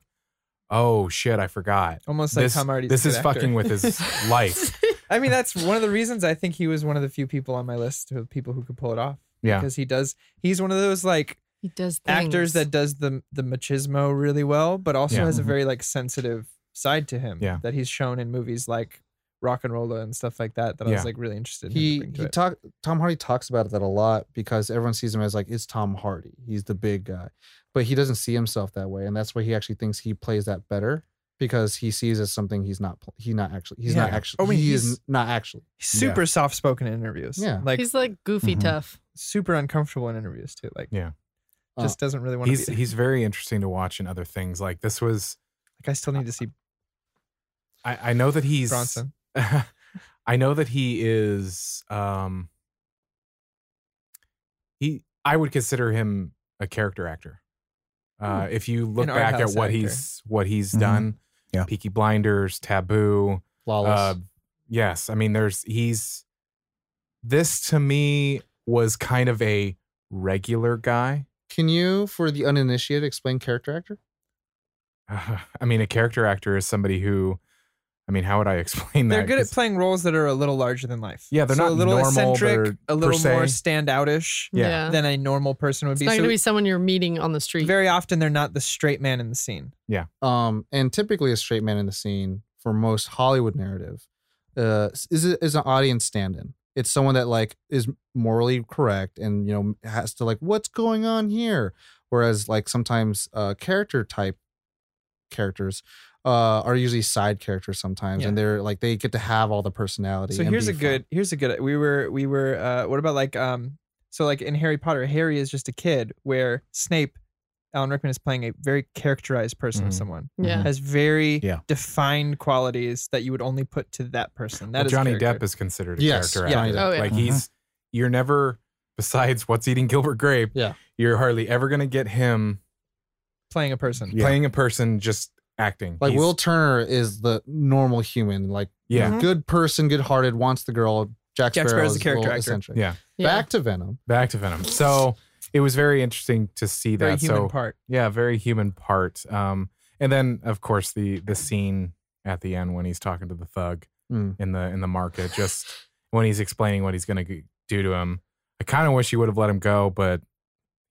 S5: "Oh shit, I forgot."
S4: Almost like
S5: this
S4: Tom Hardy's. a
S5: this
S4: good
S5: is
S4: actor.
S5: fucking with his life.
S4: I mean, that's one of the reasons I think he was one of the few people on my list of people who could pull it off
S5: Yeah,
S4: because he does. He's one of those like
S3: He does
S4: actors that does the the machismo really well, but also
S5: Yeah.
S4: has a
S2: Mhm.
S4: very like sensitive side to him
S5: Yeah.
S4: that he's shown in movies like Rock and Roller and stuff like that. That I
S5: Yeah.
S4: was like really interested. In him to
S2: he
S4: bring to
S2: he
S4: it.
S2: talk Tom Hardy talks about that a lot because everyone sees him as like it's Tom Hardy. He's the big guy. But he doesn't see himself that way and that's why he actually thinks he plays that better because he sees as something he's not pl- he not actually he's not
S5: Yeah.
S2: actually
S4: Oh, I mean,
S2: he
S4: he's- Uh,
S2: is not actually.
S4: super soft spoken in interviews.
S2: Yeah.
S4: like
S3: he's like goofy
S6: Mhm.
S3: tough.
S4: super uncomfortable in interviews too. Like
S5: Yeah.
S4: just doesn't really want to.
S5: he's
S4: Be,
S5: he's very interesting to watch in other things. Like this was,
S4: like I still need to see
S5: I, I know that he's
S4: Bronson.
S5: I know that he is um he I would consider him a character actor. Uh if you look
S4: Hmm. An art
S5: back at
S4: house
S5: what
S4: actor.
S5: he's what he's
S6: Mhm.
S5: done,
S6: Yeah.
S5: Peaky Blinders, Taboo,
S2: Flawless.
S5: uh, yes, I mean there's he's this to me was kind of a regular guy.
S2: Can you for the uninitiated explain character actor?
S5: I mean a character actor is somebody who I mean how would I explain
S4: They're
S5: that?
S4: good at
S5: 'Cause-
S4: playing roles that are a little larger than life.
S5: Yeah, they're
S4: So
S5: not
S4: a little
S5: normal,
S4: eccentric,
S5: they're
S4: a little
S5: per se-
S4: more standoutish
S5: Yeah.
S4: than a normal person would
S3: It's
S4: be.
S3: not
S4: So
S3: going to be someone you're meeting on the street.
S4: very often they're not the straight man in the scene.
S2: um, and typically a straight man in the scene for most Hollywood narrative, uh, is is an audience stand-in. It's someone that like is morally correct and you know has to like what's going on here. Whereas like sometimes uh, character type characters uh, are usually side characters sometimes, and they're like they get to have all the personality.
S4: So
S2: and
S4: here's
S2: be
S4: a good here's a good we were we were uh what about like um so like in Harry Potter, Harry is just a kid where Snape, Alan Rickman is playing a very characterized person
S5: Mhm.
S4: of someone.
S3: yeah.
S4: Has very
S6: Yeah.
S4: defined qualities that you would only put to that person. That
S5: Well,
S4: is
S5: Johnny
S4: character.
S5: Depp is considered a
S2: Yes,
S5: character
S2: Johnny
S5: actor.
S3: Depp. Oh, yeah.
S5: Like
S6: Mhm.
S5: he's you're never besides what's eating Gilbert Grape.
S2: Yeah.
S5: you're hardly ever gonna get him
S4: playing a person.
S6: Yeah.
S5: playing a person just acting.
S2: Like
S5: He's-
S2: Will Mm-hmm. Turner is the normal human, like
S5: Yeah,
S4: Mhm.
S2: good person, good-hearted, wants the girl. Jack,
S4: Jack
S2: Sparrow
S4: Sparrow's
S2: is
S4: a
S2: a little
S4: character actor.
S2: eccentric.
S5: Yeah.
S3: Yeah.
S2: Back to Venom.
S5: back to Venom. So it was very interesting to see
S4: Very
S5: that.
S4: human
S5: so
S4: part.
S5: yeah, very human part. Um, and then of course the the scene at the end when he's talking to the thug
S2: Mm.
S5: in the in the market, just when he's explaining what he's gonna g- do to him. I kind of wish he would have let him go, but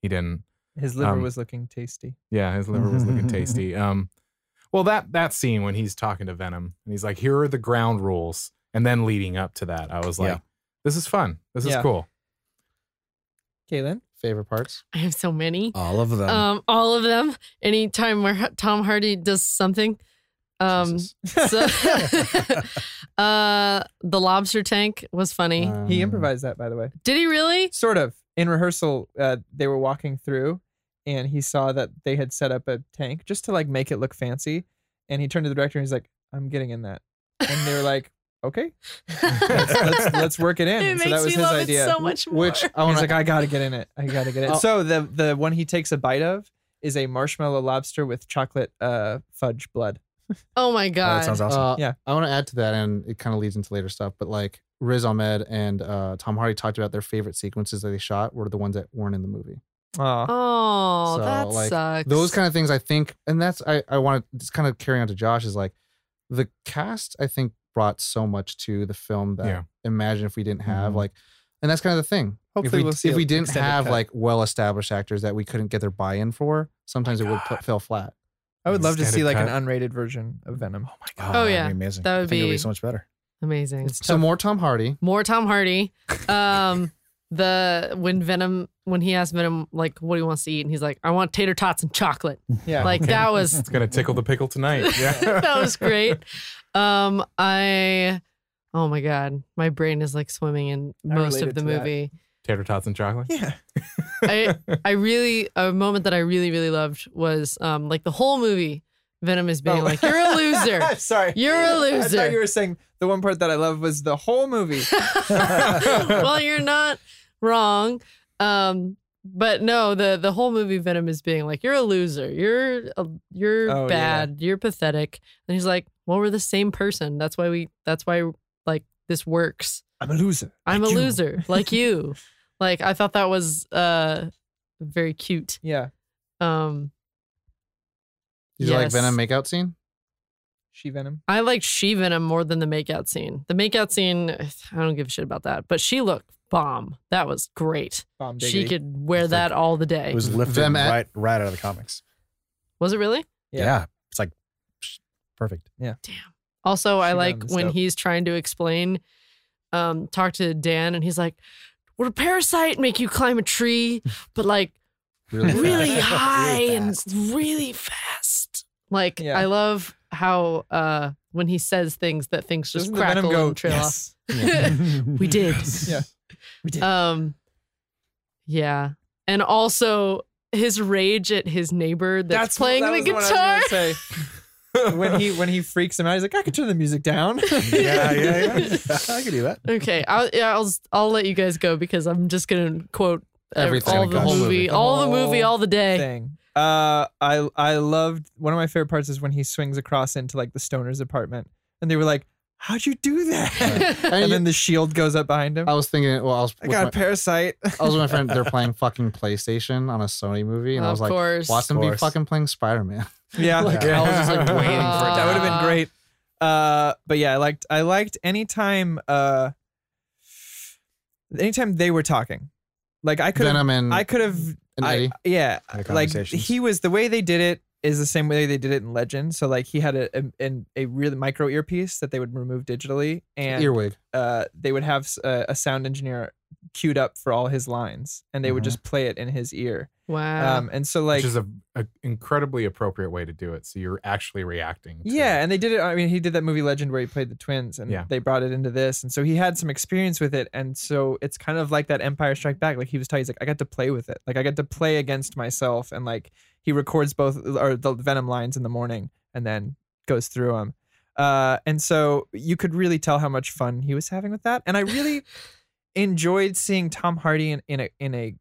S5: he didn't.
S4: His liver
S5: Um,
S4: was looking tasty.
S5: Yeah, his liver was looking tasty. Um, well, that that scene when he's talking to Venom and he's like, "Here are the ground rules," and then leading up to that, I was like,
S6: Yeah.
S5: "This is fun. This is
S4: Yeah.
S5: cool."
S4: Caitlin?
S2: Favorite parts.
S3: I have so many.
S6: All of them.
S3: um, all of them. Anytime where H- Tom Hardy does something. Um,
S2: Jesus.
S3: so, uh, the lobster tank was funny.
S4: He
S2: Um,
S4: improvised that, by the way.
S3: Did he really?
S4: Sort of. In rehearsal, uh, they were walking through and he saw that they had set up a tank just to like make it look fancy. And he turned to the director and he's like, I'm getting in that. And they were like, okay, let's, let's, let's work it in.
S3: it
S4: And
S3: makes
S4: so that was
S3: me
S4: his
S3: love
S4: idea.
S3: it so much more.
S2: Which I
S4: He's
S2: want
S4: like, I gotta get in it. I gotta get it.
S2: Oh.
S4: So the the one he takes a bite of is a marshmallow lobster with chocolate uh, fudge blood.
S3: oh my god!
S6: that sounds awesome.
S2: Uh,
S4: Yeah.
S2: I want to add to that, and it kind of leads into later stuff. But like Riz Ahmed and uh, Tom Hardy talked about their favorite sequences that they shot were the ones that weren't in the movie.
S4: Aw.
S3: oh,
S2: So,
S3: that
S2: like,
S3: sucks.
S2: Those kind of things, I think, and that's I I want to just kind of carry on to Josh is like the cast. I think brought so much to the film that
S5: Yeah.
S2: imagine if we didn't have
S6: Mhm.
S2: like, and that's kind of the thing.
S4: Hopefully
S2: if we,
S4: we'll see
S2: if we
S4: an
S2: didn't
S4: extended
S2: have
S4: cut.
S2: like well established actors that we couldn't get their buy in for, sometimes it would pl- fell flat.
S4: I would love to
S5: Extended
S4: see like
S5: cut.
S4: an unrated version of Venom.
S6: oh my
S3: Oh,
S6: that'd be
S3: yeah.
S6: amazing.
S3: That
S6: I
S3: would
S6: think it'll
S3: be-
S6: be so much better.
S3: amazing.
S4: It's
S2: So more Tom Hardy.
S3: More Tom Hardy. Um, the when Venom when he asked Venom like what he wants to eat, and he's like, I want tater tots and chocolate.
S4: Yeah.
S3: Like that was
S5: It's gonna tickle the pickle tonight. Yeah,
S3: that was great. Um, I Oh my god, my brain is like swimming in
S4: I
S3: most of
S4: related
S3: the
S4: to that.
S3: movie.
S5: Tater tots and chocolate.
S4: Yeah.
S3: I I really a moment that I really really loved was um like the whole movie Venom is being
S4: Oh.
S3: like you're a loser.
S4: Sorry.
S3: You're a
S4: I thought you
S3: loser.
S4: were saying the one part that I love was the whole movie.
S3: well, you're not wrong. Um but no, the the whole movie Venom is being like you're a loser. You're a, you're
S4: Oh, yeah.
S3: bad. You're pathetic. And he's like, "Well, we're the same person. That's why we that's why like this works."
S4: I'm a loser.
S3: I'm
S4: Like
S3: a
S4: you.
S3: loser like you. Like I thought that was uh very cute.
S4: Yeah.
S3: Um
S2: Did you like
S3: yes.
S2: Venom makeout scene?
S4: She Venom.
S3: I liked She Venom more than the makeout scene. The makeout scene, I don't give a shit about that, but she looked bomb. That was great.
S4: Bomb
S3: She
S4: diggity.
S3: could wear
S6: It's
S3: that all the day.
S6: It
S3: Was,
S6: was lifted
S2: Them at-
S6: right right out of the comics.
S3: it really?
S4: Yeah.
S6: Yeah. It's like psh, perfect.
S3: Also, I
S4: She
S3: like
S4: Venom's
S3: when
S4: dope.
S3: he's trying to explain um talk to Dan and he's like, "Would a parasite make you climb a tree, but like
S2: Really?
S3: really
S2: fast.
S3: high
S6: Really
S3: and
S6: fast.
S3: really fast. Like
S4: Yeah.
S3: I love how uh when he says things that things just
S4: Doesn't the
S3: crackle
S4: Venom go?
S3: and trail
S4: Yes.
S3: off. we did.
S4: Yeah. We did.
S3: Um yeah. And also his rage at his neighbor that's, playing
S4: that
S3: the
S4: was what
S3: guitar.
S4: I was gonna say. when he when he freaks him out, he's like, I could turn the music down.
S6: yeah, yeah, yeah. I could do that.
S3: okay, I'll yeah, I'll I'll let you guys go because I'm just going to quote ev-
S2: Everything,
S3: all the
S2: the whole
S3: movie,
S2: movie.
S4: The
S3: all the
S4: whole
S3: movie, all the day.
S4: Thing. Uh, I I loved one of my favorite parts is when he swings across into like the stoner's apartment, and they were like, "How'd you do that?"
S2: And
S4: and
S2: you-
S4: then the shield goes up behind him.
S2: I was thinking, well, I was,
S4: I
S2: with
S4: got
S2: my,
S4: a parasite.
S2: I was with my friend. They're playing fucking PlayStation on a Sony movie, and I
S3: of
S2: was like,
S3: course.
S2: watch them be
S6: course.
S2: fucking playing Spider Man.
S4: yeah,
S2: like
S5: Yeah.
S2: I was just like waiting for it.
S4: that would have
S3: Uh,
S4: been great. Uh, but yeah, I liked I liked anytime uh, anytime they were talking, like I could
S2: Venom and,
S4: I could have
S2: and
S4: I-
S2: Eddie.
S4: Yeah,
S6: Kind of
S4: like
S6: conversations.
S4: he was the way they did it is the same way they did it in Legend. So like he had a a, an- a really micro earpiece that they would remove digitally, and
S2: Earwig.
S4: uh, they would have s- a, a sound engineer queued up for all his lines, and they would
S6: Mhm.
S4: just play it in his ear.
S3: Wow.
S4: Um, and so like
S5: Which is a, a incredibly appropriate way to do it. So you're actually reacting. to-
S4: Yeah, and they did it. I mean, he did that movie Legend where he played the twins, and
S5: Yeah.
S4: they brought it into this, and so he had some experience with it, and so it's kind of like that Empire Strike Back. Like he was telling, he's like, I got to play with it. Like I got to play against myself, and like he records both or the Venom lines in the morning, and then goes through them. Uh, and so you could really tell how much fun he was having with that, and I really enjoyed seeing Tom Hardy in, in a in a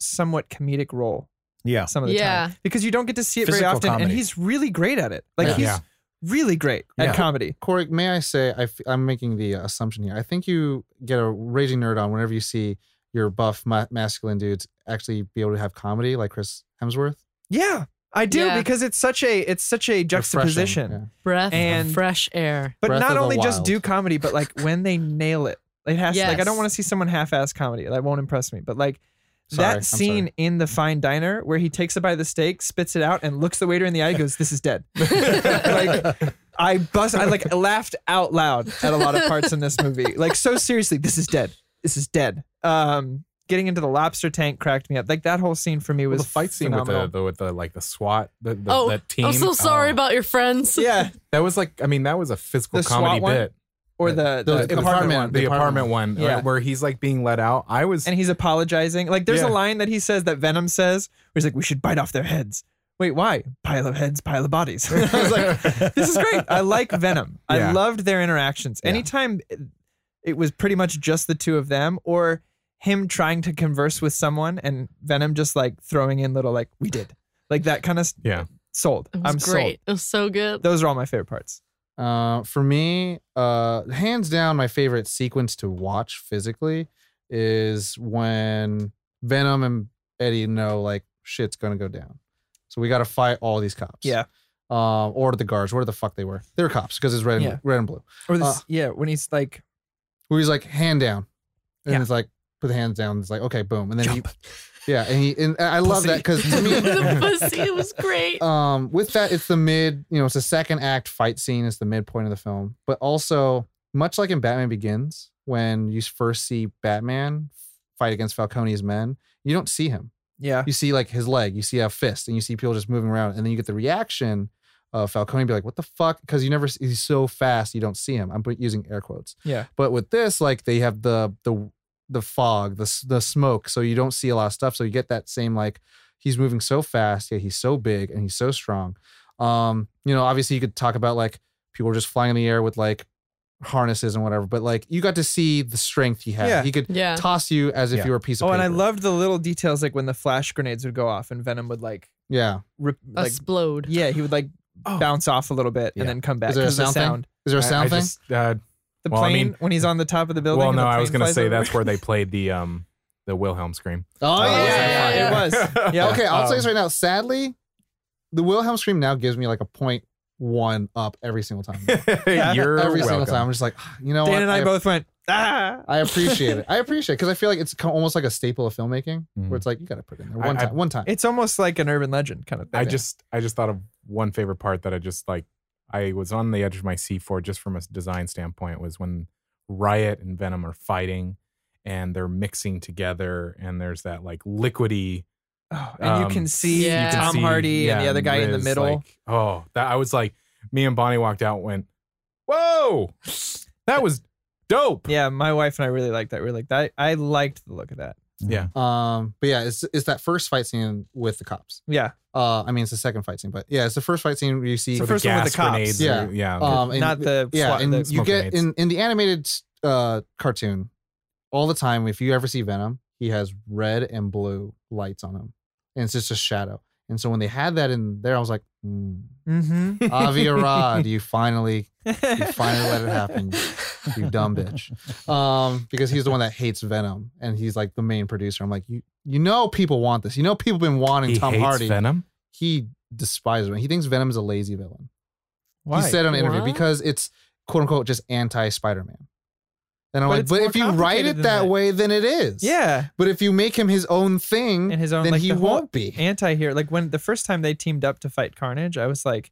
S4: somewhat comedic role
S6: Yeah.
S4: some of the
S3: Yeah.
S4: time because you don't get to see it very
S6: Physical
S4: often, and
S6: comedy.
S4: he's really great at it. Like
S2: Yeah.
S4: he's
S5: Yeah.
S4: really great at
S5: Yeah.
S4: comedy.
S2: Corey, may I say, I f- I'm making the uh, assumption here. I think you get a raging nerd on whenever you see your buff ma- masculine dudes actually be able to have comedy like Chris Hemsworth.
S4: Yeah, I do
S3: Yeah.
S4: because it's such a it's such a
S2: Refreshing,
S4: juxtaposition.
S2: yeah.
S3: Breath and
S4: and-
S3: fresh air.
S4: But
S2: Breath of
S4: not
S2: the
S4: only just
S2: Wild.
S4: do comedy, but like when they nail it, it has like I don't
S3: Yes.
S4: want to see someone half-ass comedy. That won't impress me. But like
S2: Sorry, I'm
S4: that scene
S2: sorry.
S4: in the fine diner where he takes a bite of the steak, spits it out, and looks the waiter in the eye, and goes, "This is dead." like I bust, I like laughed out loud at a lot of parts in this movie. Like so seriously, this is dead. This is dead. Um, getting into the lobster tank cracked me up. Like that whole scene for me
S5: Well,
S4: was
S5: the fight scene with
S4: phenomenal.
S5: the, the with the like the SWAT the, the
S3: oh,
S5: that team.
S3: I'm so sorry
S5: Oh.
S3: about your friends.
S4: yeah,
S5: that was like I mean that was a physical
S4: The SWAT
S5: comedy
S4: one?
S5: bit.
S4: or the, the,
S2: The
S5: The
S2: apartment
S5: apartment,
S2: one.
S5: the
S2: The
S5: apartment
S2: apartment
S5: one,
S4: Yeah.
S5: right, where he's like being let out. I was
S4: and he's apologizing. Like there's
S5: Yeah.
S4: a line that he says that Venom says where he's like, "We should bite off their heads." Wait, why? Pile of heads, pile of bodies. I was like, this is great. I like Venom. I
S5: Yeah.
S4: loved their interactions. Anytime it was pretty much just the two of them or him trying to converse with someone and Venom just like throwing in little like we did. Like that kind of
S5: Yeah.
S4: sold.
S3: It was
S4: I'm
S3: great.
S4: sold.
S3: It was so good.
S4: Those are all my favorite parts.
S2: Uh, for me, uh, hands down, my favorite sequence to watch physically is when Venom and Eddie know like shit's gonna go down. So we got to fight all these cops.
S4: Yeah.
S2: Um, or the guards, where the fuck they were. They're cops because it's red and
S4: Yeah.
S2: red and blue.
S4: Or this
S2: Uh,
S4: yeah, when he's like
S2: Where he's like hand down, and
S4: Yeah.
S2: it's like put the hands down. It's like okay, boom, and then he, yeah, and he and I love that because to me,
S3: the pussy it was great.
S2: um with that it's the mid you know it's the second act fight scene is the midpoint of the film but also much like in batman begins when you first see batman fight against falcone's men you don't see him
S4: yeah.
S2: you see like his leg you see a fist and you see people just moving around and then you get the reaction uh, Falcone be like, "What the fuck?" Because you never he's so fast, you don't see him. I'm put- using air quotes.
S4: Yeah.
S2: But with this, like they have the the the fog, the s- the smoke, so you don't see a lot of stuff. So you get that same like he's moving so fast, yet he's so big and he's so strong. Um, you know, obviously you could talk about like people are just flying in the air with like harnesses and whatever, but like you got to see the strength he had.
S4: Yeah.
S2: He could
S3: Yeah.
S2: toss you as if
S6: Yeah.
S2: you were a piece of
S4: Oh, and I
S2: paper.
S4: loved the little details like when the flash grenades would go off and Venom would like
S2: Yeah.
S4: rip, like
S3: Explode.
S4: yeah, he would like
S5: Oh.
S4: bounce off a little bit
S6: Yeah.
S4: and then come back.
S2: Is there a
S4: 'cause of the
S2: sound thing? Is there a
S5: I-
S2: sound
S5: I
S2: thing?
S5: just, uh,
S4: The
S5: Well, I
S4: plane
S5: mean-
S4: when he's on the top of the building.
S5: well,
S4: and
S5: no,
S4: the
S5: I
S4: plane
S5: was gonna
S4: flies
S5: say
S4: over.
S5: that's where they played the um the Wilhelm scream.
S2: oh,
S4: Oh,
S3: yeah, yeah,
S4: it
S3: yeah.
S4: was. Yeah.
S2: Okay, I'll
S5: Um,
S2: say this right now. Sadly, the Wilhelm scream now gives me like a point one up every single time.
S5: Um, You're
S2: every
S5: welcome.
S2: single time. I'm just like, "Ah, you know
S4: Dan
S2: what?
S4: and I,
S2: I,
S4: both went ah.
S2: I appreciate it. I appreciate it because I feel like it's co- almost like a staple of filmmaking
S5: Mhm.
S2: where it's like you got to put it in there
S5: I-
S2: one
S5: I-
S2: time. One time.
S4: It's almost like an urban legend kind of thing.
S5: I just I just thought of one favorite part that I just like I was on the edge of my seat for just from a design standpoint was when Riot and Venom are fighting and they're mixing together and there's that like liquidy
S4: Oh, and
S5: um,
S4: you can see
S3: Yeah.
S5: can
S4: Tom
S5: see-
S4: Hardy and the
S5: yeah,
S4: other guy in the
S5: Riz,
S4: middle.
S5: like, oh, that I was like me and Bonnie walked out and went, "Whoa! That was dope."
S4: yeah, my wife and I really liked that. We were like that. I liked the look of that.
S5: Yeah.
S2: um, but yeah, it's it's that first fight scene with the cops.
S4: Yeah,
S2: Uh, I mean, it's the second fight scene, but yeah, it's the first fight scene where you see.
S4: It's the first one with the cops. Oh,
S5: grenades.
S2: Yeah.
S5: or- yeah.
S2: um, and-
S4: not the
S2: yeah,
S4: SWAT-
S2: and
S4: the-
S2: you
S5: smoke
S2: get
S5: grenades.
S2: in in the animated uh cartoon all the time. If you ever see Venom, he has red and blue lights on him, and it's just a shadow. And so when they had that in there, I was like, mm,
S4: Mhm.
S2: Avi Arad, you finally, you finally let it happen, you dumb bitch. Um, because he's the one that hates Venom, and he's like the main producer. I'm like, you, you know, people want this. You know, people been wanting
S5: he
S2: Tom
S5: hates
S2: Hardy.
S5: Venom.
S2: He despises him. He thinks Venom is a lazy villain.
S4: Why?
S2: He said on an interview
S3: What?
S2: because it's quote unquote just anti Spider Man. And I'm
S4: But
S2: like,
S4: it's
S2: but
S4: more
S2: if you write
S4: complicated
S2: it
S4: than
S2: that,
S4: that."
S2: way, then it is.
S4: yeah,
S2: But if you make him his own thing,
S4: and his own
S2: then
S4: like
S2: he
S4: the whole
S2: won't be.
S4: anti-hero. Like when the first time they teamed up to fight Carnage, I was like,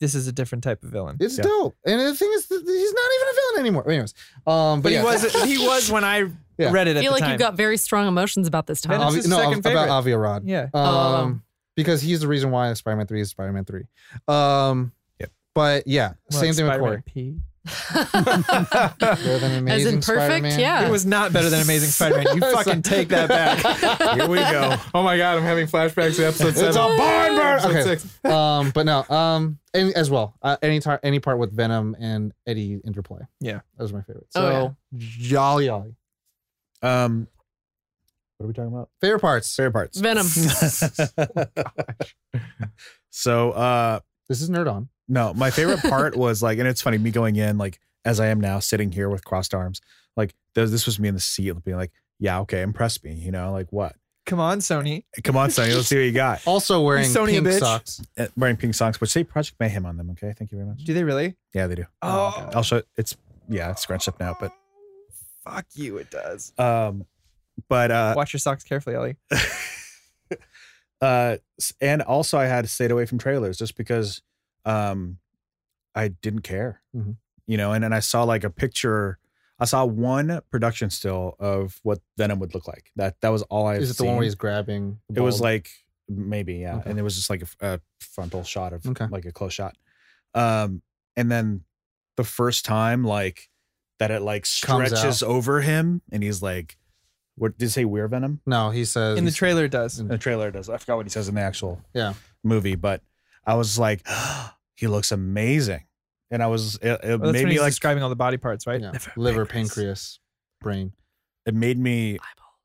S4: this is a different type of villain.
S2: it's
S6: Yeah.
S2: dope. And the thing is, th- he's not even a villain anymore. Anyways, um, but,
S4: But
S2: yeah.
S4: he was he was when I
S2: Yeah.
S4: read it
S3: I
S4: at
S3: feel
S4: the
S3: like
S4: time.
S3: you got very strong emotions about this, Tom.
S4: Venom-
S2: Avi-
S4: his
S2: no,
S4: second
S2: Av-
S4: favorite.
S2: about Avi Arad.
S4: yeah.
S2: Um, because he's the reason why Spider Man Three is Spider Man Three. Um,
S6: Yep.
S2: But yeah,
S4: Well,
S2: same thing with
S4: Spider-Man
S2: Corey.
S4: P.
S2: Better than
S3: As
S2: Amazing
S3: in perfect,
S2: Spider-Man.
S3: yeah.
S4: It was not better than Amazing Spider-Man. You fucking take that back.
S5: Here we go. Oh my god, I'm having flashbacks to episode seven.
S2: It's a barn burn.
S5: Episode
S2: Okay.
S5: six.
S2: um, but no, um, and as well, uh, any tar- any part with Venom and Eddie interplay.
S4: Yeah.
S2: that was my favorite. So
S3: Oh,
S2: jolly jolly
S6: Um, what are we talking about?
S2: favorite parts.
S6: Spare parts.
S3: Venom.
S6: so, uh,
S2: This is nerd on.
S6: no, my favorite part was like, and it's funny, me going in, like, as I am now sitting here with crossed arms, like, th- this was me in the seat being like, yeah, okay, impress me, you know, like, what?
S4: Come on, Sony.
S6: Come on, Sonny, let's see what you got.
S2: Also wearing
S4: Sony a
S2: pink
S4: bitch.
S2: socks.
S6: Uh, Wearing pink socks, which say Project Mayhem on them, okay? Thank you very much.
S4: Do they really?
S6: Yeah, they do.
S4: Oh,
S6: I'll show it's, yeah, it's scrunched up now, but,
S4: fuck you, it does.
S6: um, but, uh,
S4: Watch your socks carefully, Ellie.
S6: uh s- and also i had stayed away from trailers just because um i didn't care
S2: Mhm.
S6: you know and then i saw like a picture i saw one production still of what venom would look like that that was all i
S2: Is it the one where he's
S6: it
S2: grabbing? the
S6: was
S2: bulb?
S6: like maybe yeah
S2: Okay.
S6: and it was just like a, f- a frontal shot of
S2: Okay.
S6: like a close shot um and then the first time like that it like
S2: Comes out.
S6: stretches over him and he's like what did it say we're venom
S2: no, he says
S4: In the trailer, it does.
S2: Mm.
S6: the trailer does. I forgot what he says in the actual
S2: Yeah.
S6: movie, but I was like, he looks amazing, and I was it, it
S4: Well, that's
S6: made
S4: when
S6: me
S4: he's
S6: like
S4: describing all the body parts, right?
S2: yeah, liver, pancreas, brain.
S6: it made me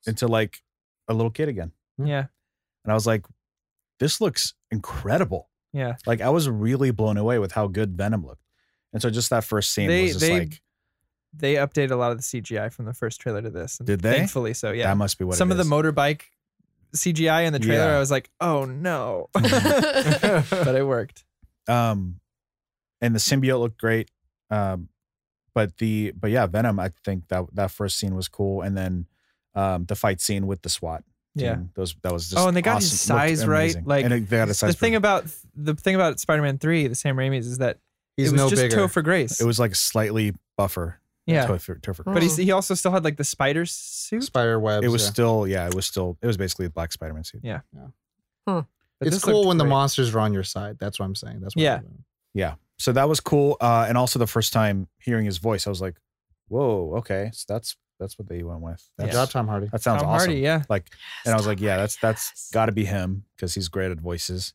S6: into like a little kid again,
S4: Yeah.
S6: and I was like, this looks incredible.
S4: Yeah.
S6: Like I was really blown away with how good Venom looked, and so just that first scene
S4: They-
S6: was just
S4: they-
S6: like
S4: They update a lot of the CGI from the first trailer to this. and
S6: Did they?
S4: Thankfully, so yeah.
S6: that must be what
S4: Some
S6: it
S4: of the
S6: is.
S4: motorbike CGI in the trailer,
S6: Yeah. Mm-hmm.
S4: I was like, oh no,
S5: But
S4: but it worked.
S6: um, and the symbiote looked great, um, but the but yeah, Venom. I think that that first scene was cool, and then um the fight scene with the SWAT.
S4: Yeah.
S6: team. those that was just
S4: Oh, and they got his
S6: awesome. Looked
S4: size right,
S6: amazing.
S4: like,
S6: and it- they got his size
S4: the thing
S6: right.
S4: about the thing about Spider-Man Three, the Sam Raimi's, is that
S2: He's
S4: it was
S2: no
S4: just
S2: bigger.
S4: Topher Grace.
S6: it was like slightly buffer.
S4: yeah,
S6: Topher, Topher
S3: Oh.
S6: Grace.
S4: but he's, he also still had like the spider suit.
S2: Spider webs.
S6: It was
S2: Mm-hmm. yeah.
S6: still yeah, it was still it was basically the black Spider Man suit.
S4: Yeah.
S2: it's cool when the monsters are on your side. That's what I'm saying. That's what
S4: Yeah.
S2: I'm doing.
S6: so that was cool. Uh, and also the first time hearing his voice, I was like, "Whoa, okay, so that's that's what they went with.
S2: Good
S6: That's,
S2: job, Tom Hardy.
S6: That sounds
S4: Tom
S6: awesome."
S4: Hardy, yeah.
S6: Like, and I was like, "Yeah, that's
S3: Yes.
S6: that's got to be him because he's great at voices."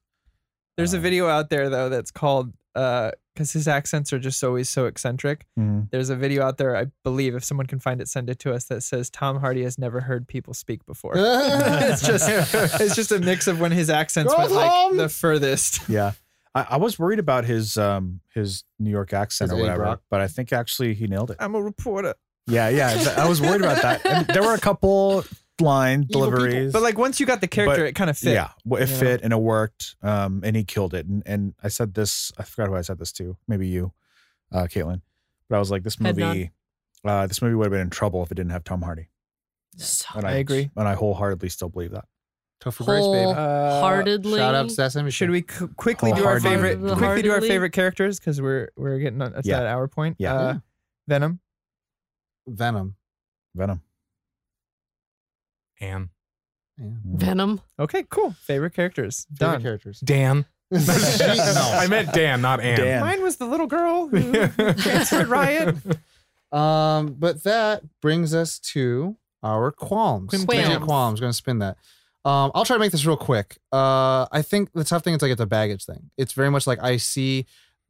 S4: There's a
S6: Uh,
S4: video out there though that's called uh because his accents are just always so eccentric.
S2: Mm-hmm.
S6: mhm.
S4: There's a video out there, I believe, if someone can find it, send it to us that says Tom Hardy has never heard people speak before. it's just it's just a mix of when his accents
S2: Go
S4: went like
S2: home!
S4: the furthest.
S6: Yeah, I, I was worried about his um his New York accent
S2: His
S6: or whatever,
S2: A-Rock.
S6: but I think actually he nailed it.
S4: I'm a reporter.
S6: Yeah, yeah, th- I was worried about that. And there were a couple line
S4: Evil people.
S6: deliveries,
S4: But like once you got the character,
S6: But-
S4: it kind of fit.
S6: Yeah, well, it
S4: you know?
S6: fit and it worked, um, and he killed it. And and I said this, I forgot who I said this to, maybe you, uh, Caitlin, but I was like, this
S3: Head nod.
S6: movie, uh, this movie would have been in trouble if it didn't have Tom Hardy.
S3: So
S6: And
S4: I agree.
S6: and I wholeheartedly still believe that.
S2: Tough for grace,
S3: whole
S2: baby.
S4: Uh,
S3: heartedly.
S2: Shout out to that semi.
S4: Should we qu- quickly do our
S6: Wholeheartedly.
S4: favorite? Quickly do our
S3: Wholeheartedly.
S4: favorite characters because we're we're getting on, at
S6: Yeah.
S4: that hour point.
S6: Yeah.
S4: Uh, Venom.
S2: Venom?
S6: Venom.
S5: Anne.
S3: Venom.
S4: Okay, cool. Favorite characters
S2: Favorite
S4: done.
S2: characters.
S5: Dan. I
S2: Jeez.
S5: meant Dan, not Anne.
S6: Dan.
S4: Mine was the little girl who transferred Riot.
S2: Um, but that brings us to our qualms.
S4: Quim-
S2: Qualms.
S3: qualms.
S2: qualms. Going to spin that. Um, I'll try to make this real quick. Uh, I think the tough thing is like it's a baggage thing. It's very much like I see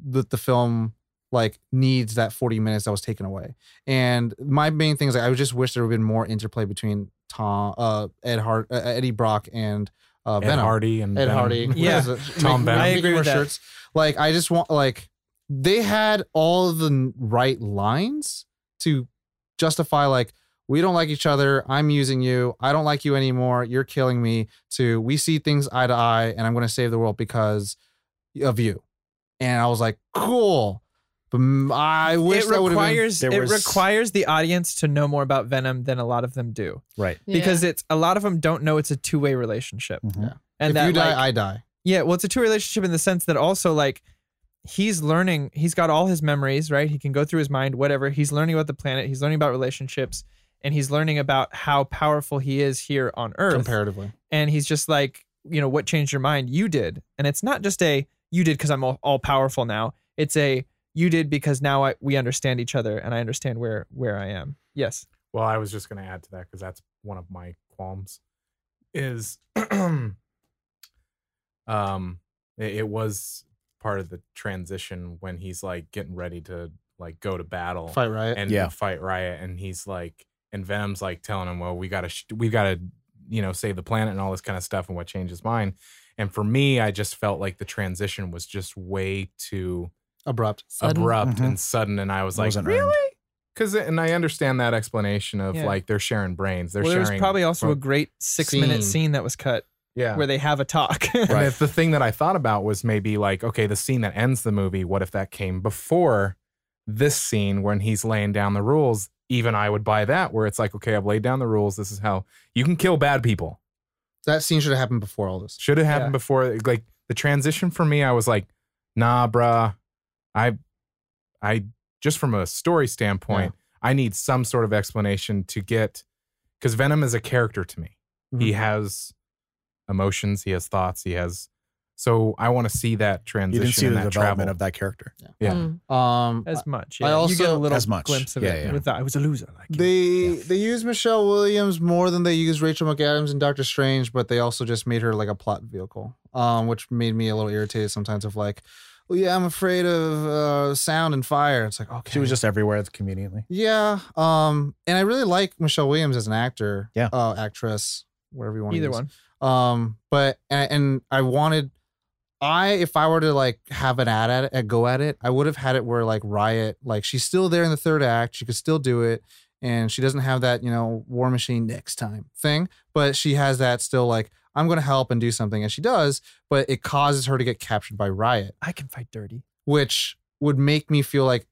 S2: that the film like needs that 40 minutes that was taken away. And my main thing is like I just wish there would have been more interplay between Tom, uh, Ed Hart, uh, Eddie Brock, and uh,
S5: Ed
S2: Venom.
S5: Hardy and
S2: Ed
S5: Venom.
S2: Hardy.
S4: Yeah.
S2: What is it? Make-
S5: Tom Venom.
S2: make
S4: I agree
S2: more
S4: with that.
S2: shirts. Like I just want like they had all the n- right lines to justify like we don't like each other. I'm using you. I don't like you anymore. You're killing me. To we see things eye to eye, and I'm going to save the world because of you. And I was like, cool. But mm, I wish
S4: it
S2: that would have been.
S4: requires
S6: there
S4: it
S6: was-
S4: requires the audience to know more about Venom than a lot of them do
S6: Right.
S4: because it's a lot of them don't know it's a two way relationship
S6: Mhm.
S2: Yeah.
S4: and
S2: if
S4: that
S2: you die,
S4: like-
S2: I die.
S4: yeah well it's a two relationship in the sense that also like he's learning he's got all his memories right he can go through his mind whatever he's learning about the planet he's learning about relationships and he's learning about how powerful he is here on Earth
S2: Comparatively,
S4: and he's just like you know what changed your mind you did and it's not just a you did because i'm all, all powerful now it's a you did because now I, we understand each other and i understand where where i am yes
S5: Well, I was just going to add to that because that's one of my qualms. Is um, it, it was part of the transition when he's like getting ready to like go to battle
S2: fight riot.
S5: and
S6: Yeah.
S5: fight riot, and he's like, and Venom's like telling him, well, we got to, sh- we got to, you know, save the planet and all this kind of stuff, and what changed his mind. And for me, I just felt like the transition was just way too
S2: Abrupt.
S3: Sudden.
S5: abrupt
S6: Mhm.
S5: and sudden, and I was like,
S6: Wasn't earned.
S5: really? Because and I understand that explanation of
S4: Yeah.
S5: like they're sharing brains. They're
S4: well, there
S5: sharing.
S4: was probably also a great six minute
S2: Scene.
S4: scene that was cut
S5: yeah.
S4: where they have a talk
S5: and
S6: Right.
S5: if the thing that I thought about was maybe like, okay, the scene that ends the movie. What if that came before this scene when he's laying down the rules? Even I would buy that, where it's like, okay, I've laid down the rules. This is how you can kill bad people.
S2: That scene should have happened before all this.
S5: Should have happened
S4: Yeah.
S5: before. Like the transition for me, I was like, nah, bruh. I, I just from a story standpoint, I need some sort of explanation to get, because Venom is a character to me. He
S6: Mm-hmm.
S2: Mhm.
S5: has emotions, he has thoughts, he has. So I want to see that
S6: You
S5: transition.
S6: didn't see the
S5: and that
S6: development
S5: travel.
S6: of that character.
S5: Yeah.
S3: Mm.
S2: Um,
S4: as much
S2: I
S4: yeah. you get a
S2: also-
S4: little
S6: As much.
S4: glimpse of
S6: Yeah,
S4: it
S6: yeah.
S4: with that i was a loser like you.
S2: They
S6: Yeah.
S2: they use Michelle Williams more than they use Rachel McAdams and Doctor Strange, but they also just made her like a plot vehicle, um, which made me a little irritated sometimes. Of like, well, yeah, I'm afraid of uh, sound and fire. It's like okay,
S6: She was just everywhere conveniently.
S2: yeah. Um, and I really like Michelle Williams as an actor,
S6: Yeah.
S2: uh, actress, whatever you want. to
S4: either
S2: use.
S4: one
S2: Um, but and, and I wanted, I if I were to like have an ad at it, a go at it, I would have had it where like Riot, like she's still there in the third act, she could still do it, and she doesn't have that you know War Machine next time thing, but she has that still like I'm gonna help and do something, and she does, but it causes her to get captured by Riot,
S4: i can fight dirty
S2: which would make me feel like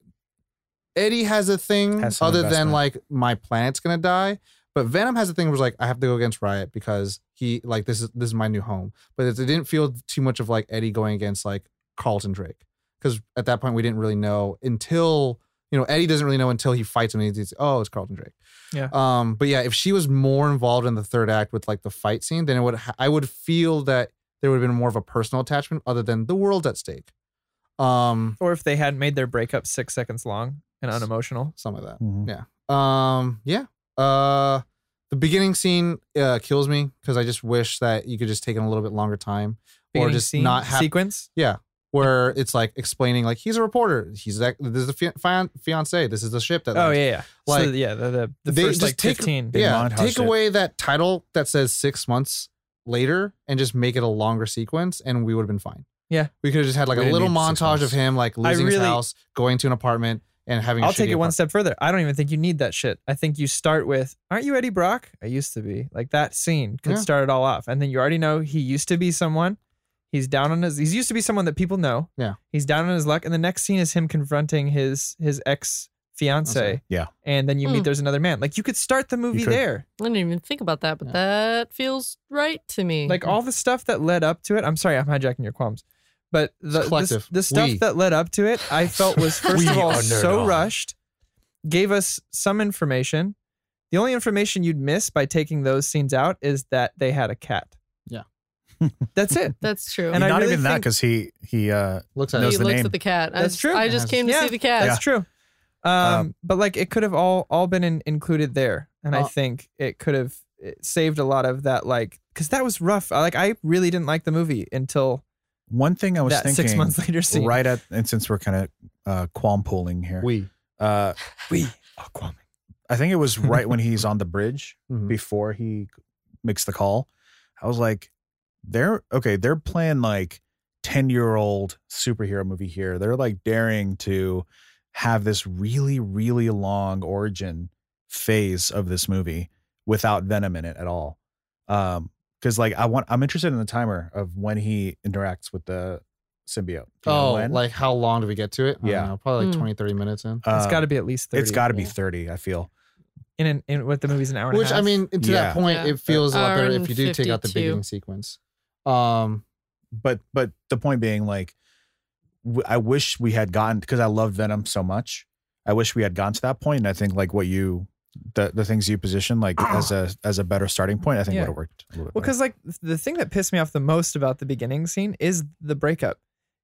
S2: Eddie has a thing
S6: Has some
S2: other than
S6: investment.
S2: like my planet's gonna die. But Venom has a thing where it's like I have to go against Riot because he like this is this is my new home. But it, it didn't feel too much of like Eddie going against like Carlton Drake because at that point we didn't really know until you know Eddie doesn't really know until he fights him and he's oh it's Carlton Drake.
S4: Yeah.
S2: Um. But yeah, if she was more involved in the third act with like the fight scene, then it would ha- I would feel that there would have been more of a personal attachment other than the world's at stake. Um,
S4: Or if they hadn't made their breakup six seconds long and unemotional.
S2: something like that.
S6: Mhm.
S2: Um, yeah. Uh, the beginning scene uh, kills me because I just wish that you could just take a little bit longer time,
S4: Beginning
S2: or just
S4: scene,
S2: not have
S4: sequence.
S2: where it's like explaining like he's a reporter, he's that this is the fi- fian- fiance, this is the ship that.
S4: Oh
S2: lands.
S4: yeah, yeah.
S2: Like,
S4: so, yeah, the the, the
S2: they
S4: first
S2: just
S4: like
S2: take-
S4: fifteen.
S6: They
S2: yeah.
S6: montage
S2: Take
S6: it.
S2: away that title that says six months later and just make it a longer sequence, and we would have been fine.
S4: Yeah.
S2: we could have just had like
S6: We
S2: a
S6: didn't
S2: little
S6: need six
S2: montage
S6: months.
S2: of him like losing his
S4: really-
S2: house, going to an apartment, and having. a
S4: I'll take
S2: shitty
S4: it one
S2: apartment.
S4: step further. I don't even think you need that shit. I think you start with, "Aren't you Eddie Brock?" I used to be. Like that scene could
S2: Yeah.
S4: start it all off, and then you already know he used to be someone. He's down on his. He's used to be someone that people know.
S2: Yeah.
S4: He's down on his luck, and the next scene is him confronting his his ex fiance.
S2: Fiancé,
S6: yeah.
S4: And then you meet
S3: Hmm.
S4: there's another man. Like you could start the movie
S6: could.
S4: there.
S3: I didn't even think about that, but
S2: Yeah.
S3: that feels right to me.
S4: Like all the stuff that led up to it. I'm sorry, I'm hijacking your qualms. But the, the,
S2: collective.
S4: the stuff
S2: We.
S4: that led up to it, I felt was first
S5: We
S4: of all
S5: are nerd
S4: so
S5: on.
S4: rushed, gave us some information. The only information you'd miss by taking those scenes out is that they had a cat.
S2: Yeah.
S4: That's it.
S3: that's true.
S4: And I
S6: not
S4: really
S6: even that
S4: think-
S6: because he he uh
S2: Looks
S3: he
S2: at
S6: knows
S3: looks
S2: it.
S6: the name.
S3: at the cat. I
S4: That's
S3: just,
S4: true.
S3: I just
S2: Has-
S3: came to
S4: Yeah.
S3: see the cat.
S4: That's true. Um,
S6: Um,
S4: but like it could have all all been in, included there, and I
S2: Uh,
S4: think it could have it saved a lot of that. Like, because that was rough. I- Like, I really didn't like the movie until
S6: one thing I was
S4: that
S6: thinking
S4: six months later scene.
S6: right at and since we're kind of uh qualm pooling here.
S2: We.
S6: uh
S4: We are Kwame.
S6: I think it was right when he's on the bridge
S2: Mhm.
S6: before he makes the call. I was like, they're okay, they're playing like 10 year old superhero movie here. They're like daring to have this really, really long origin phase of this movie without Venom in it at all. Um, because like I want I'm interested in the timer of when he interacts with the symbiote. Do you know
S2: Oh,
S6: when?
S2: like how long do we get to it? I don't
S6: Yeah.
S2: know, probably
S4: Hmm.
S2: like
S3: Mm.
S2: 20, 30 minutes in.
S6: Um,
S4: It's got to be at least 30.
S6: it's gotta be
S2: yeah.
S6: 30, I feel.
S4: in an, in what the movie's an hour. and a
S2: Which I
S4: half.
S2: mean, to
S6: Yeah.
S2: that point,
S3: Yeah.
S2: it feels a lot better
S3: Hour
S2: if you do take out the
S3: 52.
S2: beginning sequence. Um,
S6: but but the point being like w- i wish we had gotten because i love venom so much i wish we had gotten to that point and i think like what you the, the things you position like as a as a better starting point i think
S4: Yeah.
S6: would have worked a little bit
S4: Well,
S6: better.
S4: because like the thing that pissed me off the most about the beginning scene is the breakup.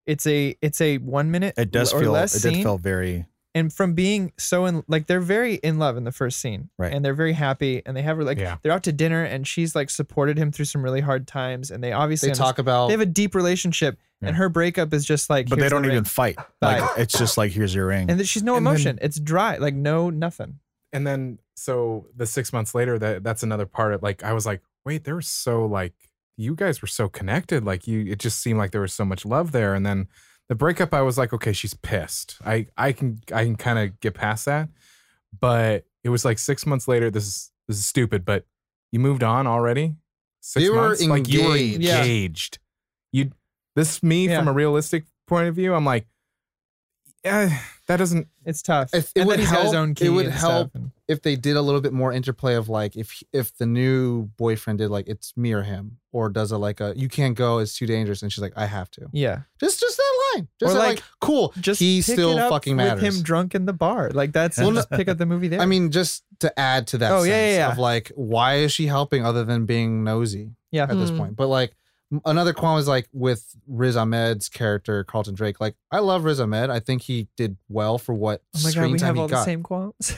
S4: It's a it's a one minute
S6: it does
S4: or
S6: feel it
S4: less
S6: did
S4: scene,
S6: feel very
S4: and from being so in like they're very in love in the first scene,
S6: Right.
S4: And they're very happy, and they have like
S5: Yeah.
S4: they're out to dinner, and she's like supported him through some really hard times, and they obviously
S2: they
S4: understand-
S2: talk about
S4: they have a deep relationship,
S6: Yeah.
S4: and her breakup is just like
S6: but they
S4: here's the
S6: don't
S4: ring.
S6: even fight
S4: Bye.
S6: like it's just like here's your ring
S4: and that she's no
S5: And then-
S4: emotion. it's dry, like no nothing.
S5: and then so the six months later that that's another part of like i was like wait they were so like you guys were so connected like you it just seemed like there was so much love there and then the breakup i was like okay she's pissed i i can i can kind of get past that but it was like six months later this is this is stupid but you moved on already six
S2: They were
S5: months like you were
S2: engaged.
S4: Yeah.
S5: engaged you this me
S4: Yeah.
S5: from a realistic point of view i'm like yeah that doesn't
S4: It's tough.
S2: If it
S4: and
S2: would
S4: then he's got his
S2: help-
S4: own
S2: it
S4: key
S2: would
S4: and stuff,
S2: help
S4: and-
S2: if they did a little bit more interplay of like if if the new boyfriend did like it's me or him or does a like a you can't go it's too dangerous and she's like I have to
S4: yeah.
S2: just just that line just
S4: Or,
S2: that,
S4: like,
S2: like, cool
S4: just
S2: he
S4: pick
S2: still
S4: it up
S2: fucking matters
S4: With him drunk in the bar, like that's
S6: Well,
S4: just pick up the movie there.
S2: I mean just to add to that
S4: Oh, yeah,
S2: sense
S4: yeah, yeah.
S2: of like why is she helping other than being nosy
S4: yeah, Oh
S2: at this
S3: Hmm.
S2: point. But like m- another qualm is like with Riz Ahmed's character Carlton Drake. Like I love Riz Ahmed. I think he did well for what
S4: oh my god,
S2: screen
S4: we
S2: time
S4: have
S2: he
S4: all the
S2: got.
S4: same qualms.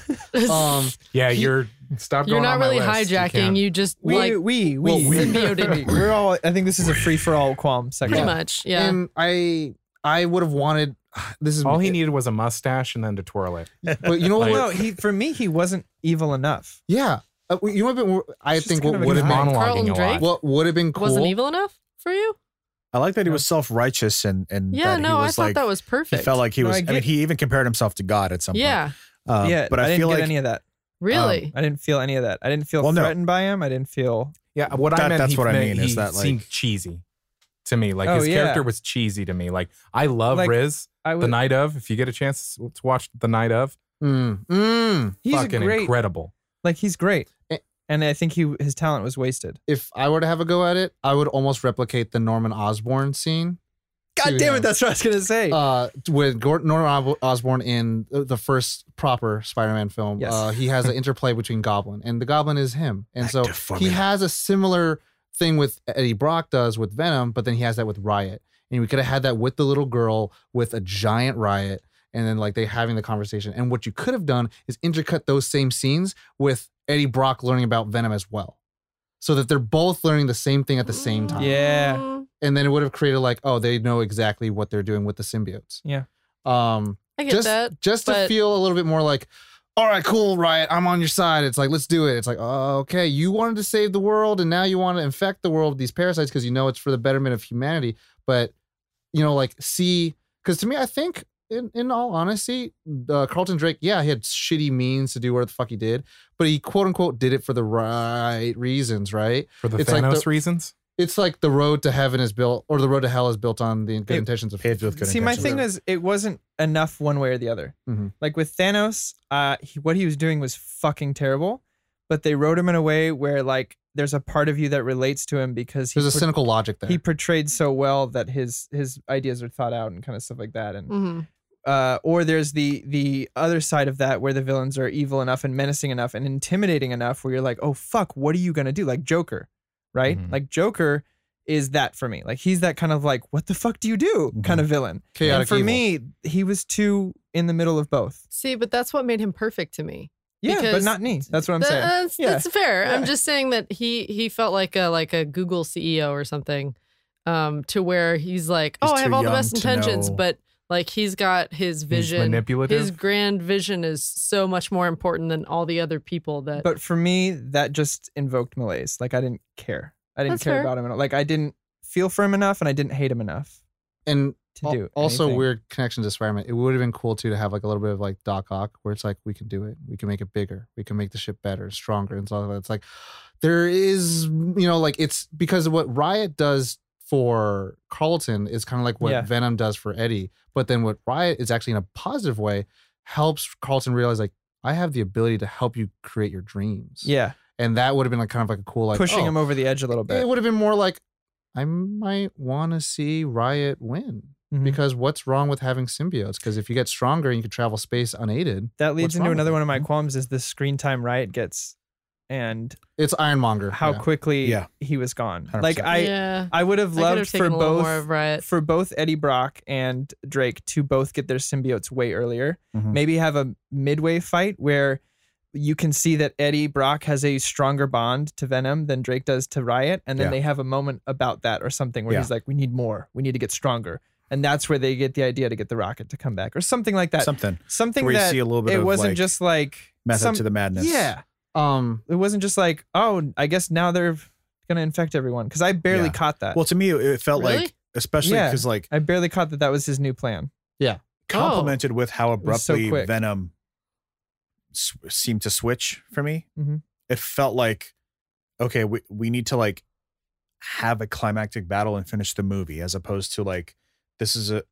S2: um,
S5: yeah
S2: He-
S5: you're stop
S3: You're
S5: going
S3: not
S5: on my
S3: really
S5: list. You
S3: hijacking.
S5: can't.
S3: You, just
S4: we,
S3: like
S4: we, we,
S2: well, we-
S3: symbioted.
S4: We're all. I think this is a free for all qualm
S3: pretty
S4: section.
S3: much. Yeah.
S2: and I I would have wanted this is
S5: All he needed was a mustache and then to twirl it.
S2: But you know what?
S5: Like-
S4: no, he for me he wasn't evil enough.
S2: yeah, Uh, you know what? been- I
S4: It's just
S2: think
S4: kind
S2: what
S4: of a
S2: would
S5: He's
S2: have
S3: guy.
S2: been
S3: Carlton
S5: monologuing a
S3: Drake?
S5: lot.
S2: what would have been cool.
S3: Wasn't evil enough for you?
S6: i like that he
S4: Yeah.
S6: was self-righteous and and
S3: Yeah.
S6: that
S3: No,
S6: he
S3: I
S6: was
S3: thought
S6: like
S3: that was
S6: he
S3: perfect.
S6: felt like he
S4: No,
S6: was
S4: I
S6: I, mean
S4: get-
S6: he even compared himself to god at some point
S3: yeah.
S6: Uh,
S4: yeah,
S6: but i,
S4: didn't
S6: feel
S4: get
S6: like
S4: any of that.
S3: Really.
S4: I didn't feel any of that. I didn't feel
S6: Well, no.
S4: threatened by him. I didn't feel.
S5: Yeah, what
S6: That-
S5: I meant.
S6: that's
S5: he
S6: what I
S5: meant-
S6: mean, is
S5: he
S6: that, like-
S5: seemed cheesy to me? Like
S4: Oh,
S5: his
S4: yeah.
S5: character was cheesy to me. Like I love
S4: Like,
S5: Riz.
S4: I
S5: The
S4: was.
S5: night of, if you get a chance to watch the night of,
S2: Mm, mm.
S4: He's a
S5: fucking
S4: great.
S5: incredible.
S4: Like he's great,
S2: Eh.
S4: and I think he his talent was wasted.
S2: If I were to have a go at it, I would almost replicate the Norman Osborn scene.
S4: God
S2: To
S4: damn it!
S2: him.
S4: That's what I was gonna say.
S2: uh, with Gordon, Norman Ob- Osborn in uh, the- the first proper Spider-Man film,
S4: Yes.
S2: uh, he has an interplay between Goblin, and the Goblin is him, and so
S6: Active
S2: he
S6: formula.
S2: has a similar thing with Eddie Brock does with Venom, but then he has that with Riot, and we could have had that with the little girl with a giant riot and then like they having the conversation. And what you could have done is intercut those same scenes with Eddie Brock learning about Venom as well. So that they're both learning the same thing at the same time.
S4: Yeah.
S3: Mm,
S2: And then it would have created like, oh, they know exactly what they're doing with the symbiotes.
S4: Yeah.
S2: Um
S3: I get
S2: just
S3: that.
S2: just to
S3: but-
S2: feel a little bit more like all right cool riot i'm on your side it's like let's do it it's like oh, okay you wanted to save the world and now you want to infect the world with these parasites because you know it's for the betterment of humanity but you know like see because to me i think in, in all honesty uh, carlton drake yeah he had shitty means to do what the fuck he did but he quote unquote did it for the right reasons right
S5: for the
S2: It's like
S5: Thanos
S2: the-
S5: reasons.
S2: it's like the road to heaven is built or the road to hell is built on the good
S4: It-
S2: intentions of
S6: Paved with good
S4: See, my thing was it wasn't enough one way or the other.
S2: Mhm.
S4: Like with Thanos, uh, he, what he was doing was fucking terrible, but they wrote him in a way where like there's a part of you that relates to him because he
S2: there's a
S4: por-
S2: cynical logic there
S4: he portrayed so well that his his ideas are thought out and kind of stuff like that. And
S3: Mhm.
S4: uh, or there's the the other side of that where the villains are evil enough and menacing enough and intimidating enough where you're like, oh fuck, what are you gonna do? Like Joker, right?
S2: Mm-hmm.
S5: Mhm.
S4: Like Joker is that for me. Like he's that kind of like, what the fuck do you do?
S2: Mm-hmm.
S4: Kind of villain.
S2: chaotic
S4: And for
S2: evil.
S4: me, he was too in the middle of both.
S3: See, but that's what made him perfect to me.
S4: Yeah, but
S3: Because- uh,
S4: not me. That's what I'm
S3: That-
S4: saying.
S3: That's,
S4: Yeah.
S3: that's fair.
S4: Yeah.
S3: I'm just saying that he he felt like a like a Google CEO or something, um, to where he's like,
S5: He's
S3: oh, I have
S5: too
S3: all the
S5: young
S3: best
S5: to
S3: intentions,
S5: know.
S3: but like he's got his
S5: He's
S3: vision.
S5: manipulative.
S3: His grand vision is so much more important than all the other people that.
S4: But for me, that just invoked malaise. Like I didn't care. I didn't
S3: That's
S4: care
S3: fair.
S4: about him at all. Like I didn't feel for him enough, and I didn't hate him enough
S2: and
S4: to
S2: Al-
S4: do.
S2: Also,
S4: anything.
S2: weird connection to Spider-Man. It would have been cool too to have like a little bit of like Doc Ock, where it's like we can do it, we can make it bigger, we can make the ship better, stronger, and stuff like that. It's like there is, you know, like it's because what Riot does for Carlton is kind of like what
S4: Yeah.
S2: Venom does for Eddie, but then what Riot is actually in a positive way helps Carlton realize like I have the ability to help you create your dreams.
S4: Yeah,
S2: and that would have been like kind of like a cool like
S4: pushing
S2: oh,
S4: him over the edge a little bit.
S2: It would have been more like I might want to see Riot win
S4: Mhm.
S6: Mm-hmm.
S2: because what's wrong with having symbiotes? Because if you get stronger and you can travel space unaided,
S4: that
S2: what's
S4: leads
S2: wrong
S4: into
S2: with
S4: another
S2: it?
S4: one of my qualms: is the screen time Riot gets, and
S2: it's Ironmonger.
S4: how
S2: yeah.
S4: quickly
S6: Yeah.
S4: he was gone.
S6: 100%.
S4: Like I,
S3: yeah,
S4: I would have
S3: I could
S4: loved
S3: have
S4: for
S3: taken a little
S4: both
S3: more of Riot.
S4: for both Eddie Brock and Drake to both get their symbiotes way earlier.
S6: Mhm.
S4: Maybe have a midway fight where you can see that Eddie Brock has a stronger bond to Venom than Drake does to Riot, and then
S6: Yeah.
S4: they have a moment about that or something where
S6: Yeah.
S4: he's like, "We need more. We need to get stronger." And that's where they get the idea to get the rocket to come back or something like that.
S6: something
S4: something
S6: where you
S4: that
S6: see a little bit
S4: it
S6: of
S4: wasn't
S6: like,
S4: just like
S6: method
S4: some-
S6: to the madness.
S4: Yeah,
S2: Um,
S4: it wasn't just like, "Oh, I guess now they're gonna infect everyone." Because I barely
S6: Yeah.
S4: caught that.
S6: Well, to me, it- it felt
S3: Really?
S6: like, especially
S4: Yeah. Oh.
S6: because like
S4: I barely caught that that was his new plan.
S6: complemented with how
S4: was so
S6: abruptly
S4: quick.
S6: Venom s- seemed to switch for me.
S4: Mhm.
S6: It felt like okay, we we need to like have a climactic battle and finish the movie, as opposed to like this is a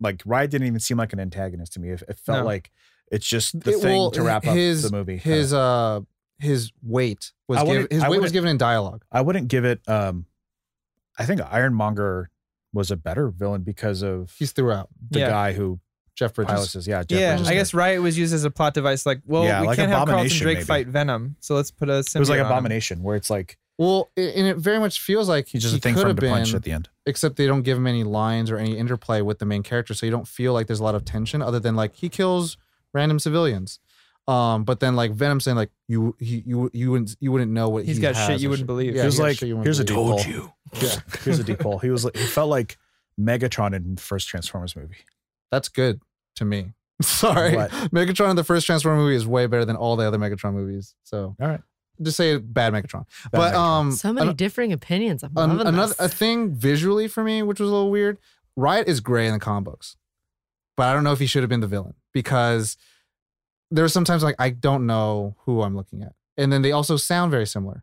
S6: like Ryan didn't even seem like an antagonist to me. It, it felt
S4: No.
S6: like it's just the
S2: It-
S6: thing
S2: well,
S6: to wrap up
S2: his-
S6: the movie. kinda.
S2: his uh, his weight was
S6: I
S2: giv
S6: wouldn't-
S2: his
S6: I
S2: weight was
S6: wouldn't-
S2: given in dialogue.
S6: I wouldn't give it. um I think Ironmonger was a better villain because of
S2: He's throughout
S6: the
S4: Yeah.
S6: guy who
S2: Jeff Bridges.
S6: pilots is. Yeah, Jeff
S4: yeah,
S6: Bridges.
S4: I guess Riot was used as a plot device. Like, well,
S6: Yeah,
S4: we
S6: like
S4: can't have Carlton
S6: Abomination,
S4: Drake
S6: maybe.
S4: fight Venom, so let's put a.
S6: it was like
S4: symbiote on him.
S6: abomination where it's like
S2: Well, i- and it very much feels like
S6: he's just
S2: he
S6: a thing
S2: could
S6: for him
S2: have
S6: to
S2: been,
S6: punch at the end.
S2: except they don't give him any lines or any interplay with the main character, so you don't feel like there's a lot of tension other than like he kills random civilians. Um, but then like Venom saying like you he, you you wouldn't you wouldn't know what
S4: He's
S2: he
S4: got
S2: has
S4: shit you
S2: or
S4: wouldn't believe.
S2: Yeah,
S6: He was
S2: he got
S6: like,
S2: shit you wouldn't
S6: "Here's a
S2: believe."
S6: Told
S5: you.
S2: Yeah.
S6: Here's a deep hole. He was like, he felt like Megatron in the first Transformers movie.
S2: That's good to me. Sorry.
S6: What?
S2: Megatron in the first Transformer movie is way better than all the other Megatron movies. So
S6: All right.
S2: just say bad Megatron.
S6: Bad
S2: but
S6: Megatron.
S2: um
S3: so many
S2: an-
S3: differing opinions. I'm
S2: an-
S3: loving
S2: another a
S3: this.
S2: thing visually for me, which was a little weird, Riot is gray in the comic books. But I don't know if he should have been the villain because there's sometimes like I don't know who I'm looking at. And then they also sound very similar.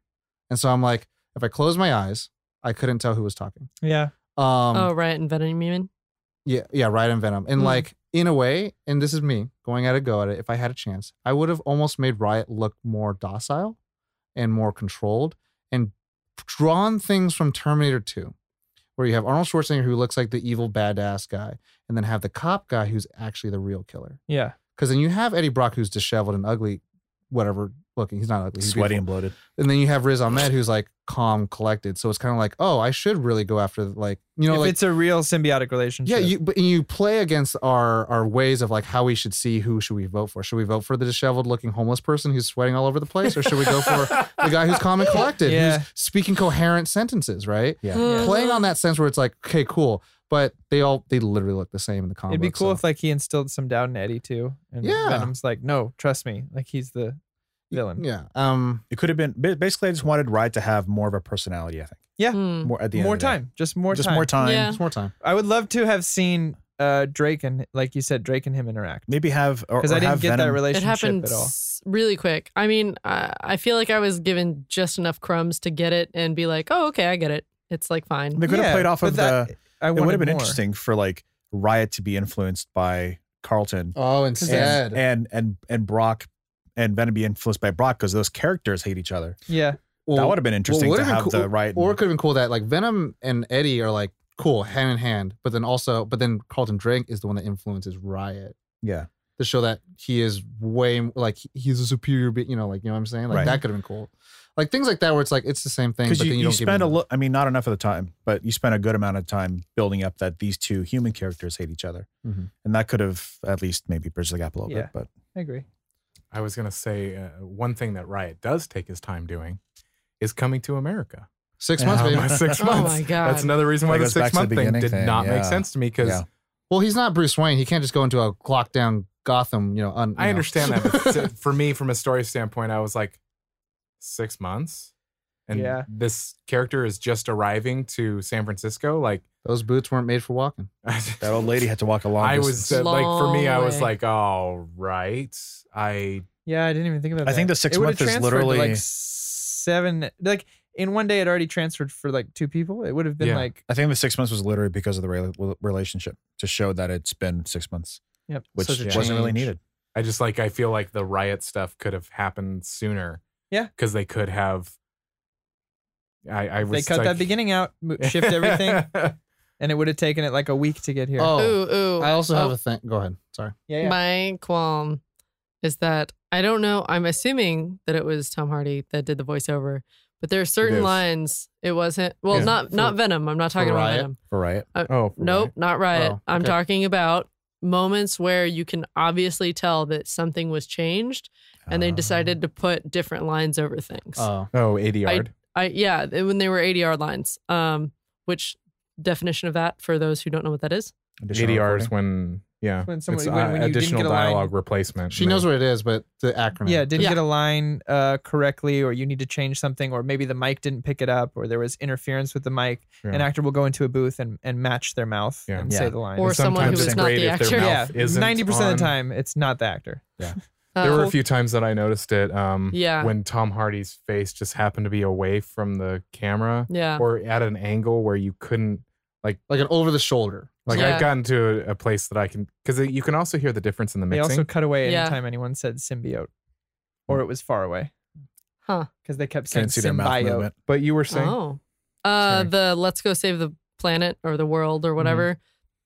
S2: And so I'm like, if I close my eyes, I couldn't tell who was talking.
S4: Yeah,
S2: Um
S3: oh, Riot and Venom, you mean?
S2: yeah, yeah, Riot and Venom. And
S3: Mm.
S2: like in a way, and this is me going at a go at it, if I had a chance, I would have almost made Riot look more docile and more controlled and drawn things from Terminator 2, where you have Arnold Schwarzenegger who looks like the evil badass guy, and then have the cop guy who's actually the real killer.
S4: yeah,
S2: Because then you have Eddie Brock who's disheveled and ugly, whatever, looking. He's not ugly. He's
S6: sweaty
S2: beautiful.
S6: and bloated.
S2: And then you have Riz Ahmed, who's like calm, collected. So it's kind of like, oh, I should really go after like you know
S4: if
S2: like
S4: it's a real symbiotic relationship.
S2: yeah, you but you play against our our ways of like how we should see who should we vote for. Should we vote for the disheveled looking homeless person who's sweating all over the place, or should we go for the guy who's calm and collected,
S4: Yeah.
S2: who's speaking coherent sentences, right?
S3: Yeah.
S2: Playing on that sense where it's like, okay, cool, but they all they literally look the same in the comic.
S4: It'd be
S2: book,
S4: cool
S2: so-
S4: if like he instilled some doubt in Eddie too. And
S2: Yeah.
S4: Venom's like, no, trust me. Like he's the villain.
S2: yeah, um,
S6: It could have been ba- basically. I just wanted Ride to have more of a personality. I think
S3: Hmm.
S6: more at the end.
S4: Mm. More
S6: of the day.
S4: time. Just more
S6: just
S4: time.
S6: more time.
S3: Yeah.
S2: it's more time.
S4: I would love to have seen uh Drake and like you said, Drake and him interact.
S6: Maybe have or,
S4: Because
S6: or
S4: I didn't
S6: have
S4: get that
S6: Venom-
S4: relationship
S3: It happened
S4: at all.
S3: s- really quick. I mean, I, I feel like I was given just enough crumbs to get it and be like, oh, okay, I get it. It's like fine.
S6: They could
S4: Yeah,
S6: have played off
S4: but
S6: of
S4: that-
S6: the.
S4: I
S6: It would
S4: wanted
S6: have been
S4: more.
S6: interesting for like Riot to be influenced by Carlton
S2: Oh,
S6: and, and and and Brock and Venom be influenced by Brock because those characters hate each other.
S4: Yeah.
S6: that would have been interesting
S2: would've
S6: to
S2: been
S6: have
S2: cool-
S6: the Riot.
S2: Or it
S6: and-
S2: could have been cool that like Venom and Eddie are like cool hand in hand, but then also, but then Carlton Drake is the one that influences Riot
S6: yeah,
S2: to show that he is way m- like he- he's a superior, be- you know, like you know what I'm saying. Like
S6: Right.
S2: that could have been cool, like things like that where it's like it's the same thing, but
S6: because you,
S2: then you,
S6: you,
S2: don't give
S6: spend a
S2: him the-
S6: lo- I mean, not enough of the time, but you spend a good amount of time building up that these two human characters hate each other,
S2: Mhm.
S6: and that could have at least maybe bridged the gap a little
S4: Yeah.
S6: bit. But
S4: I agree.
S5: I was going to say uh, one thing that Riot does take his time doing is coming to America.
S2: six
S6: Yeah.
S2: months,
S5: Um,
S2: baby.
S5: six
S3: Oh
S5: months.
S3: my God.
S5: That's another reason why
S6: That
S5: the
S6: goes back to
S5: six month
S6: the
S5: thing
S6: beginning
S5: did
S6: thing,
S5: not
S6: yeah.
S5: make sense to me because
S6: Yeah.
S2: Well, he's not Bruce Wayne. He can't just go into a lockdown Gotham. You know, un, you
S5: I
S2: know.
S5: understand that. But s- for me, from a story standpoint, I was like, six months? And
S4: Yeah.
S5: this character is just arriving to San Francisco. Like,
S2: Those boots weren't made for walking.
S6: that old lady had to walk a long.
S5: I
S6: distance.
S5: was uh, like, for me, I
S3: Long
S5: was
S3: way.
S5: like, all right. I
S4: Yeah, I didn't even think about that.
S6: I think the six
S4: It would've
S6: month is
S4: transferred to,
S6: literally-
S4: like seven like in one day it already transferred for like two people. It would have been
S5: Yeah.
S4: like
S6: I think the six months was literally because of the rela- relationship to show that it's been six months,
S4: Yep.
S6: which
S2: Such a
S6: wasn't really
S2: change.
S6: needed.
S5: I just like I feel like the riot stuff could have happened sooner.
S4: Yeah.
S5: because they could have. I, I
S4: they
S5: was
S4: cut
S5: like,
S4: that beginning out, mo- shift everything, and it would have taken it like a week to get here.
S2: Oh,
S3: ooh, ooh.
S2: I also have
S3: Oh.
S2: a thing. Go ahead. Sorry.
S4: yeah, yeah.
S3: My qualm is that I don't know. I'm assuming that it was Tom Hardy that did the voiceover, but there are certain
S5: is.
S3: lines it wasn't. Well,
S5: Yeah.
S3: not not Venom. I'm not talking about
S2: Riot?
S3: Venom.
S6: For Riot.
S5: oh
S3: Uh, Nope, not Riot.
S2: Oh,
S3: I'm
S2: okay.
S3: talking about moments where you can obviously tell that something was changed and they
S6: Uh,
S3: decided to put different lines over things.
S2: Oh,
S5: Ah. Oh, eighty yard.
S3: I yeah, th- when they were ADR lines. Um, which definition of that for those who don't know what that is?
S6: additional
S5: ADR is
S6: recording.
S5: when yeah.
S4: When someone-
S5: it's, uh,
S4: when- when you didn't
S5: additional
S4: get a line-
S5: dialogue replacement.
S2: she
S5: and
S2: knows
S5: they-
S2: what it is, but the acronym.
S4: Yeah, didn't
S3: Yeah.
S4: get a line uh, correctly, or you need to change something, or maybe the mic didn't pick it up, or there was interference with the mic. An
S5: Yeah.
S4: actor will go into a booth and, and match their mouth
S5: Yeah.
S4: and
S6: Yeah.
S4: say the line.
S3: Or
S5: And
S3: someone who
S5: sometimes
S3: is
S5: it's
S3: not
S5: great
S3: the
S5: if their
S3: actor.
S4: yeah,
S5: mouth isn't
S4: ninety percent of the
S5: on-
S4: time, it's not the actor.
S5: There were
S3: Uh,
S5: a few times that I noticed it. Um,
S3: Yeah.
S5: when Tom Hardy's face just happened to be away from the camera
S3: yeah.
S5: or at an angle where you couldn't
S2: like an over the shoulder.
S5: Like
S3: Yeah.
S5: I've gotten to a, a place that I can because you can also hear the difference in the
S4: They
S5: mixing.
S4: also cut away
S3: Yeah.
S4: anytime anyone said symbiote, or it was far away.
S3: Huh.
S4: Because they kept saying
S6: Couldn't see their mouth
S4: symbiote.
S6: movement.
S5: but you were saying,
S3: Oh. Uh,
S5: Sorry. Mm-hmm.
S3: the Let's Go Save the Planet or the World or whatever.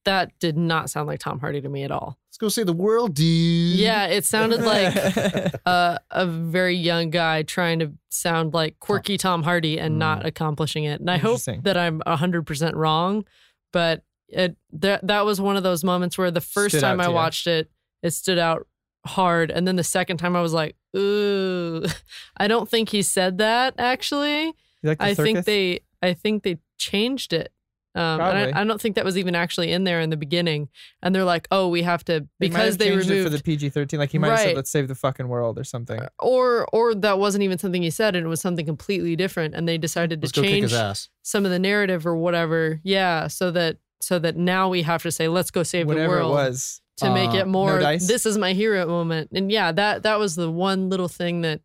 S3: That did not sound like Tom Hardy to me at all.
S2: Let's go see the world, dude.
S5: Mm.
S3: Yeah, it sounded like a, a very young guy trying to sound like quirky Tom Hardy and not accomplishing it. And I hope
S4: Mm. Interesting.
S3: that I'm 100% wrong, but it that that was one of those moments where the first
S4: Stood out
S3: time
S4: to
S3: I
S4: you.
S3: watched it, it stood out hard and then the second time I was like, "Ooh, I don't think he said that actually."
S4: You like the
S3: I think
S4: circus?
S3: they I think they changed it. Um,
S4: Probably.
S3: and I, I don't think that was even actually in there in the beginning. And they're like, oh, we have to
S4: They might
S3: because
S4: have
S3: they
S4: changed
S3: removed
S4: it for the PG thirteen. Like he might have said,
S3: Right.
S4: "Let's save the fucking world" or something.
S3: or or that wasn't even something he said, and it was something completely different. And they decided to
S2: Let's go kick
S3: change
S2: his ass.
S3: some of the narrative or whatever. Yeah, so that so that now we have to say, let's go save
S4: Whatever
S3: the world
S4: it was. Ah,
S3: to make
S2: Uh,
S3: it more
S4: no dice?
S3: this is my hero moment. And yeah, that that was the one little thing that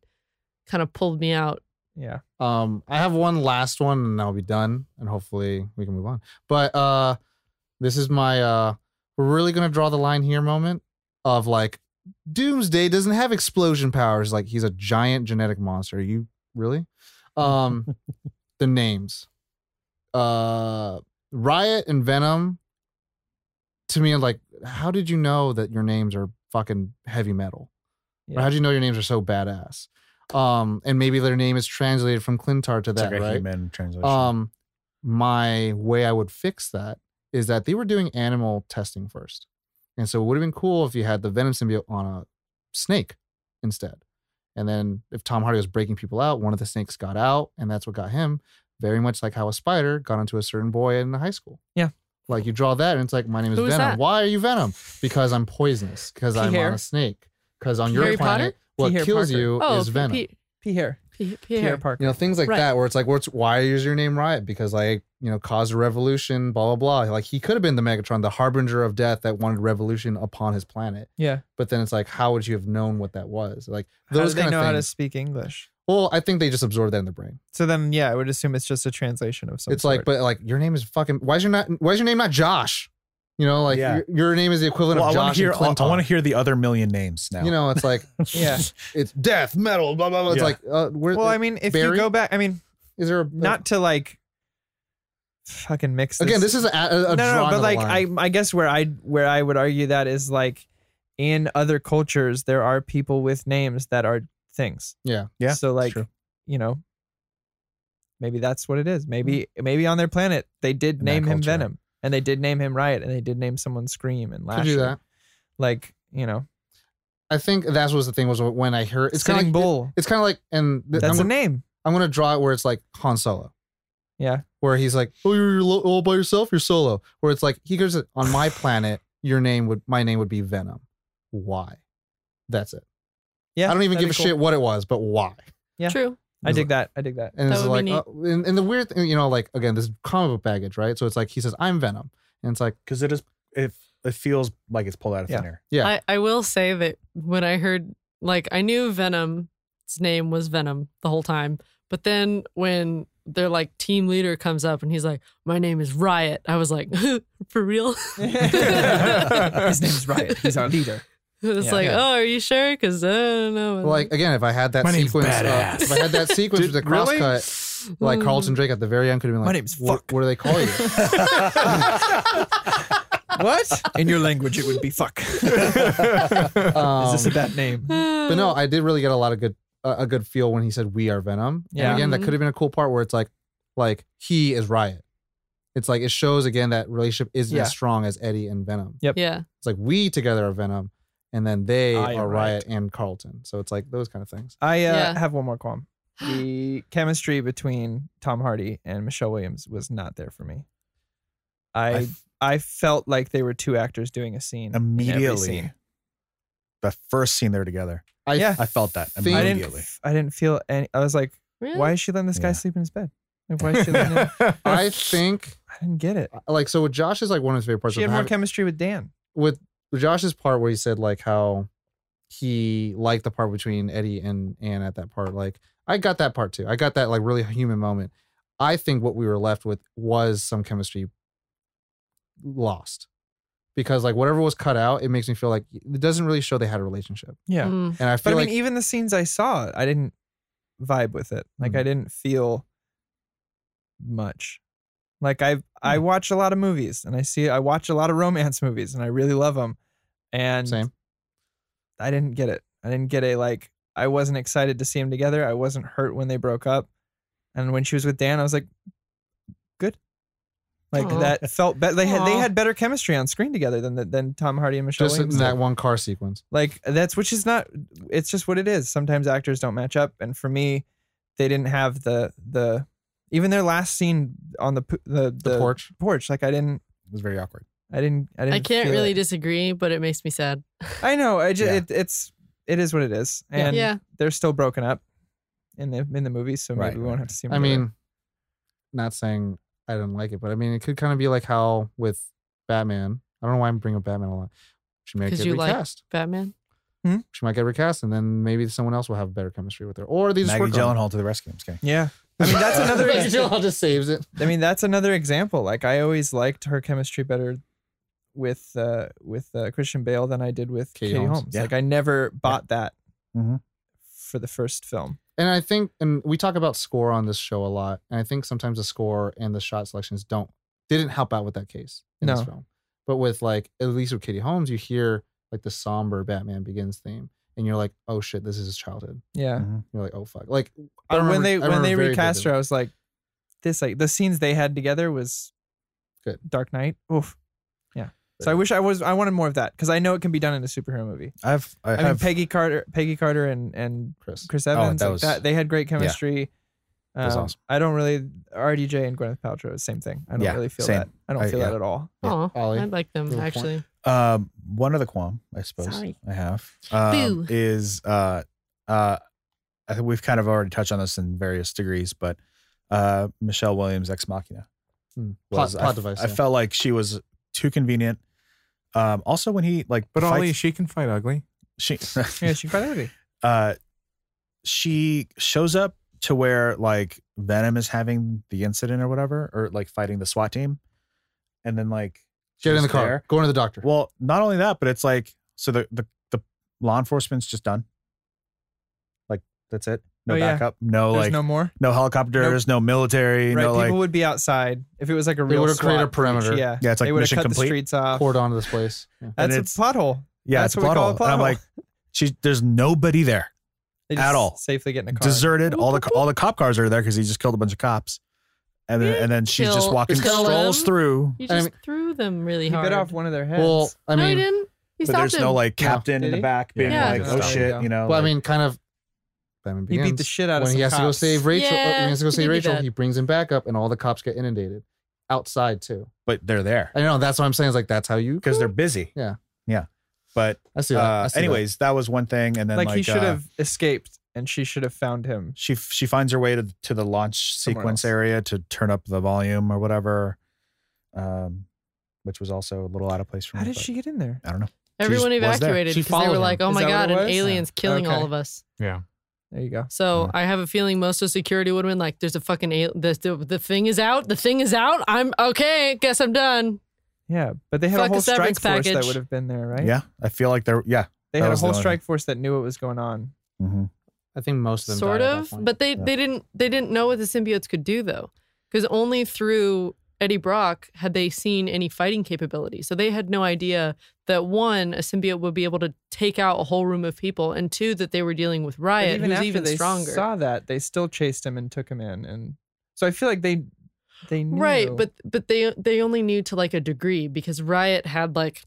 S3: kind of pulled me out.
S4: Yeah.
S2: Um, I have one last one, and I'll be done, and hopefully we can move on. But uh, this is my uh, we're really gonna draw the line here moment of like, Doomsday doesn't have explosion powers. Like he's a giant genetic monster. You really? Um, the names, uh, Riot and Venom. To me, I'm like, how did you know that your names are fucking heavy metal? Or
S4: Yeah.
S2: how do you know your names are so badass? Um, and maybe their name is translated from Clintar to
S6: It's
S2: that,
S6: like a
S2: right?
S6: human translation.
S2: Um, my way I would fix that is that they were doing animal testing first, and so it would have been cool if you had the venom symbiote on a snake instead, and then if Tom Hardy was breaking people out, one of the snakes got out, and that's what got him. Very much like how a spider got onto a certain boy in high school.
S4: Yeah.
S2: Like you draw that, and it's like my name is
S3: Who is
S2: Venom.
S3: that?
S2: Why are you Venom? Because I'm poisonous. Because I'm on
S4: Pierre?
S2: a snake. Because on your
S3: Harry
S2: planet,
S3: Potter?
S2: what
S4: Pierre
S2: kills
S4: Parker.
S2: you
S3: Oh,
S2: is venom
S3: P-
S4: Pierre.
S3: P-
S4: Pierre
S3: Pierre.
S4: Parker.
S2: you know things like
S3: Right.
S2: that where it's like what's why is your name riot because i you know caused a revolution blah blah blah like he could have been the megatron the harbinger of death that wanted revolution upon his planet
S4: yeah.
S2: but then it's like how would you have known what that was like
S4: How do
S2: those
S4: they
S2: kind
S4: know
S2: of
S4: how to
S2: things
S4: speak English?
S2: well i think they just absorb that in their brain
S4: So then, yeah, I would assume it's just a translation of something.
S2: it's like but like your name is fucking why is your not why is your name not josh you know like
S6: Yeah.
S2: your, your name is the equivalent
S6: well, I
S2: of
S6: want
S2: josh
S6: to hear.
S2: and
S6: I,
S2: Clinton.
S6: want to hear the other million names now.
S2: you know it's like
S4: yeah.
S2: it's death metal blah blah blah it's
S6: Yeah.
S2: like uh, where
S4: Well, I mean, if
S2: Barry?
S4: you go back, I mean,
S2: is there a,
S4: not to like fucking mix. This.
S2: again this is a, a, a
S4: no, no,
S2: drawing of
S4: but
S2: the
S4: like
S2: line.
S4: I, I guess where I where I would argue that is like in other cultures there are people with names that are things.
S2: yeah
S6: Yeah,
S4: So like, you know, maybe that's what it is. Maybe
S2: Mm.
S4: maybe on their planet they did
S6: In that
S4: name him
S6: culture.
S4: Venom, and they did name him Riot, and they did name someone Scream and
S2: could
S4: Lash.
S2: do that
S4: Like you know,
S2: I think that was the thing was when I heard it's kind of
S4: Sitting
S2: like,
S4: Bull.
S2: It's kind of like, and th- I'm,
S4: that's a
S2: gonna,
S4: name.
S2: I'm gonna draw it where it's like Han Solo,
S4: Yeah.
S2: where he's like, "Oh, you're lo- all by yourself. You're solo." Where it's like he goes, "On my planet, your name would my name would be Venom. Why? That's it.
S4: Yeah.
S2: I don't even
S4: that'd
S2: give a
S4: be cool.
S2: shit what it was, but why."
S4: Yeah.
S3: True.
S4: I dig that. I dig that.
S2: And
S3: That
S2: it's
S3: would
S2: like,
S3: be
S2: uh, and, and the weird thing, you know, like again, this comic book baggage, right? So it's like he says, "I'm Venom," and it's like,
S6: because it is. If it feels like it's pulled out of thin air.
S2: Yeah.
S3: I, I will say that when I heard, like, I knew Venom's name was Venom the whole time. But then when their like team leader comes up and he's like, "My name is Riot," I was like, "For real?"
S4: His name's Riot. He's our leader.
S3: It's
S4: Yeah.
S3: like,
S4: Yeah.
S3: "Oh, are you sure?" uh, Because I don't know.
S2: like again, if I had that
S5: My name's
S2: sequence, uh,
S5: badass.
S2: if I had that sequence
S5: Did-
S2: with the
S5: really?
S2: crosscut, like Carlton Drake at the very end could have been like,
S4: My name's
S2: "What-
S4: Fuck."
S2: What do they call you?
S4: What? In your language, it would be fuck.
S2: Um,
S4: Is this a bad name?
S2: but no, I did really get a lot of good uh, a good feel when he said we are Venom.
S4: Yeah.
S2: And again, that
S6: Mm-hmm.
S3: Mhm.
S2: could have been a cool part where it's like like he is Riot. It's like it shows again that relationship isn't
S4: Yeah.
S2: as strong as Eddie and Venom.
S3: yeah,
S2: It's like we together are Venom and then they
S4: I am
S2: are Riot and Carlton. So it's like those kind of things.
S4: I uh,
S3: Yeah.
S4: have one more qualm. The chemistry between Tom Hardy and Michelle Williams was not there for me.
S6: I
S4: I
S6: f-
S4: I felt like they were two actors doing a scene in every
S6: immediately.
S4: scene.
S6: The first scene they're together,
S2: I
S4: Yeah.
S6: I felt that
S2: Think-
S4: I
S6: immediately.
S4: didn't. I didn't feel any. I was like,
S3: really?
S4: why is she letting this guy
S6: Yeah.
S4: sleep in his bed? Like, why is she letting him?
S2: I think
S4: I didn't get it.
S2: like so with Josh is like one of his favorite parts
S4: She
S2: of
S4: had more
S2: having-
S4: chemistry with Dan.
S2: with Josh's part where he said like how he liked the part between Eddie and Anne at that part. Like I got that part too. I got that like really human moment. I think what we were left with was some chemistry lost because like whatever was cut out, it makes me feel like it doesn't really show they had a relationship.
S4: Yeah.
S3: Mm.
S2: And I
S4: But
S2: feel
S4: I mean,
S2: like
S4: even the scenes I saw, I didn't vibe with it. Like
S2: Mm-hmm.
S4: I didn't feel much. Like I I
S2: Mm.
S4: watch a lot of movies and I see I watch a lot of romance movies and I really love them. And
S2: same.
S4: I didn't get it. I didn't get a like I wasn't excited to see them together. I wasn't hurt when they broke up. And when she was with Dan, I was like good. Like
S3: Aw.
S4: that felt better. They had they
S3: Aw.
S4: had better chemistry on screen together than the, than Tom Hardy and Michelle
S2: Just in
S4: Williams. did.
S2: that one car sequence.
S4: Like that's which is not it's just what it is. Sometimes actors don't match up and for me they didn't have the the even their last scene on the p- the
S2: The,
S4: the,
S2: porch.
S4: porch like I didn't
S6: it was very awkward.
S4: I didn't I didn't
S3: I can't
S4: feel
S3: really
S4: it.
S3: disagree, but it makes me sad.
S4: I know I just
S6: Yeah.
S4: it, it's it is what it is
S2: Yeah.
S4: and
S3: Yeah.
S4: they're still broken up in the in the movie so maybe
S6: Right,
S4: we won't
S6: right,
S4: have to see them
S2: I
S4: together.
S2: mean, not saying I didn't like it, but I mean, it could kind of be like how with Batman. I don't know why I'm bringing up Batman a lot. She may
S3: 'Cause
S2: get
S3: you like-
S2: recast.
S3: Batman.
S2: she might get recast, and then maybe someone else will have better chemistry with her, or they just
S6: Maggie
S2: work on.
S6: Gyllenhaal to the rescue. I'm just kidding.
S4: yeah I mean that's another
S2: Maggie Gyllenhaal just saves it.
S4: I mean, that's another example. Like I always liked her chemistry better with uh, with uh, Christian Bale than I did with
S2: Katie
S4: Katie,
S2: Holmes. Mm-hmm.
S4: Holmes.
S6: Yeah.
S4: Like I never bought that
S6: Mhm.
S4: for the first film.
S2: And I think, and we talk about score on this show a lot, and I think sometimes the score and the shot selections don't didn't help out with that case in this
S4: No.
S2: film. But with like at least with Katie Holmes, you hear like the somber Batman Begins theme, and you're like, oh shit, this is his childhood.
S4: Yeah.
S2: You're like, oh fuck. Like I
S4: But when
S2: remember- I
S4: they when
S2: remember
S4: they
S2: very
S4: recast her,
S2: vividly.
S4: I was like, this like the scenes they had together was
S2: Good.
S4: Dark Knight. Oof. Yeah. So I wish I was I wanted more of that because I know it can be done in a superhero movie.
S6: I've I,
S4: I, mean
S6: have
S4: Peggy Carter Peggy Carter and and
S2: Chris.
S4: Chris Evans
S6: Oh, that
S4: like
S6: was-
S4: that they had great chemistry.
S6: That was
S4: Um,
S6: awesome.
S4: I don't really RDJ and Gwyneth Paltrow same thing. I don't
S6: Yeah,
S4: really feel
S6: same.
S4: that. I don't
S6: I-
S4: feel
S6: yeah.
S4: that at all.
S3: Oh,
S2: Ollie,
S3: I like them
S2: little point.
S3: actually.
S6: um one other qualm I suppose
S3: Sorry.
S6: I have um,
S3: Boo.
S6: is uh uh I think we've kind of already touched on this in various degrees, but uh Michelle Williams Ex Machina
S2: Hmm. Plot,
S6: was
S2: plot
S6: I,
S2: device.
S6: I
S2: yeah.
S6: felt like she was too convenient. Um also when he like
S5: But
S6: fights-
S5: Ollie, she can fight ugly.
S6: she
S4: Yeah, she quite ugly.
S6: uh, she shows up to where like Venom is having the incident or whatever, or like fighting the SWAT team, and then like
S2: Get in
S6: she's
S2: the car.
S6: there.
S2: Going to the doctor.
S6: Well, not only that, but it's like so the the, the law enforcement's just done. Like that's it. No
S4: Oh, yeah.
S6: backup. No
S4: There's
S6: like
S4: no
S6: no,
S4: more.
S6: helicopters. No military.
S4: right,
S6: no
S4: people
S6: like
S4: would be outside if it was like a
S2: They
S4: real.
S2: would've created a
S4: SWAT breach,
S2: perimeter.
S4: Yeah,
S6: yeah. It's like
S4: they would have
S6: mission
S4: cut
S6: complete.
S4: the streets off.
S2: Cord onto this place. Yeah.
S4: That's
S6: it's-
S4: a plot hole.
S6: yeah,
S4: That's
S6: it's a
S4: what we
S6: plot
S4: call
S6: hole.
S4: a plot
S6: And I'm
S4: hole.
S6: like, she there's nobody there.
S4: They
S6: At
S4: just
S6: all.
S4: Safely get in a car.
S6: deserted. All the all the cop cars are there because he just killed a bunch of cops, and then and then she's just
S3: Kill-
S6: walking
S3: kill
S6: strolls
S3: them.
S6: through.
S3: You
S2: I
S3: just threw them really
S4: he
S3: hard.
S4: bit off one of their heads.
S2: Well, I
S3: no, he
S2: mean,
S3: didn't. He
S6: but
S3: stopped
S6: there's
S3: him.
S6: no like captain
S4: Did
S6: in the
S4: he?
S6: back being
S3: Yeah.
S6: like,
S4: Yeah.
S6: oh
S4: Yeah.
S6: shit, you know.
S2: well, I
S6: like-
S2: mean, kind of. Batman
S4: he
S2: begins.
S4: beat the shit out of
S2: when
S4: some
S2: he has to go
S4: cops.
S2: save Rachel, uh,
S3: Yeah,
S2: when he has to go
S3: he
S2: save
S3: did do
S2: Rachel.
S3: that.
S2: He brings him back up, and all the cops get inundated outside too.
S6: but they're there
S2: I know that's what I'm saying. Is like that's how you
S6: because they're busy.
S2: Yeah.
S6: yeah. But
S2: I see that. I
S6: uh,
S2: see that.
S6: anyways, that. was one thing, and then like,
S4: like, he should
S6: uh,
S4: have escaped, and she should have found him.
S6: She she finds her way to to the launch
S4: Somewhere
S6: sequence
S4: else.
S6: area to turn up the volume or whatever, um, which was also a little out of place for me.
S4: How did
S6: but
S4: she get in there?
S6: I don't know.
S3: Everyone
S6: was there.
S3: evacuated
S2: She
S3: because they
S2: followed
S3: were
S2: him.
S3: like, "Oh
S4: Is
S3: my
S4: that what
S3: god,
S4: it
S3: an
S4: was?
S3: alien's killing
S4: Okay.
S3: all of us."
S5: Yeah.
S4: There you go.
S3: So I have a feeling most of security would have been like, "There's a fucking al- the, the the thing is out. The thing is out. I'm okay. Guess I'm done."
S4: Yeah, but they had
S3: Fuck
S4: a
S3: a
S4: whole strike
S3: severance
S4: force that
S3: package.
S4: would have been there, right?
S6: Yeah, I feel like there. Yeah.
S4: they
S6: that
S4: had a
S6: was the
S4: whole
S6: only-
S4: strike force that knew what was going
S3: Oh,
S4: on.
S6: hmm
S2: I think most of them
S3: sort
S2: died at that
S3: of
S2: point.
S3: but they
S6: Yeah.
S3: they didn't they didn't know what the symbiotes could do though because only through eddie brock had they seen any fighting capability so they had no idea that one a symbiote would be able to take out a whole room of people and two that they were dealing with
S4: But
S3: riot
S4: even
S3: who's
S4: after
S3: even
S4: they
S3: stronger
S4: saw that, they still chased him and took him in, and so I feel like they they knew.
S3: right but but they they only knew to like a degree because riot had like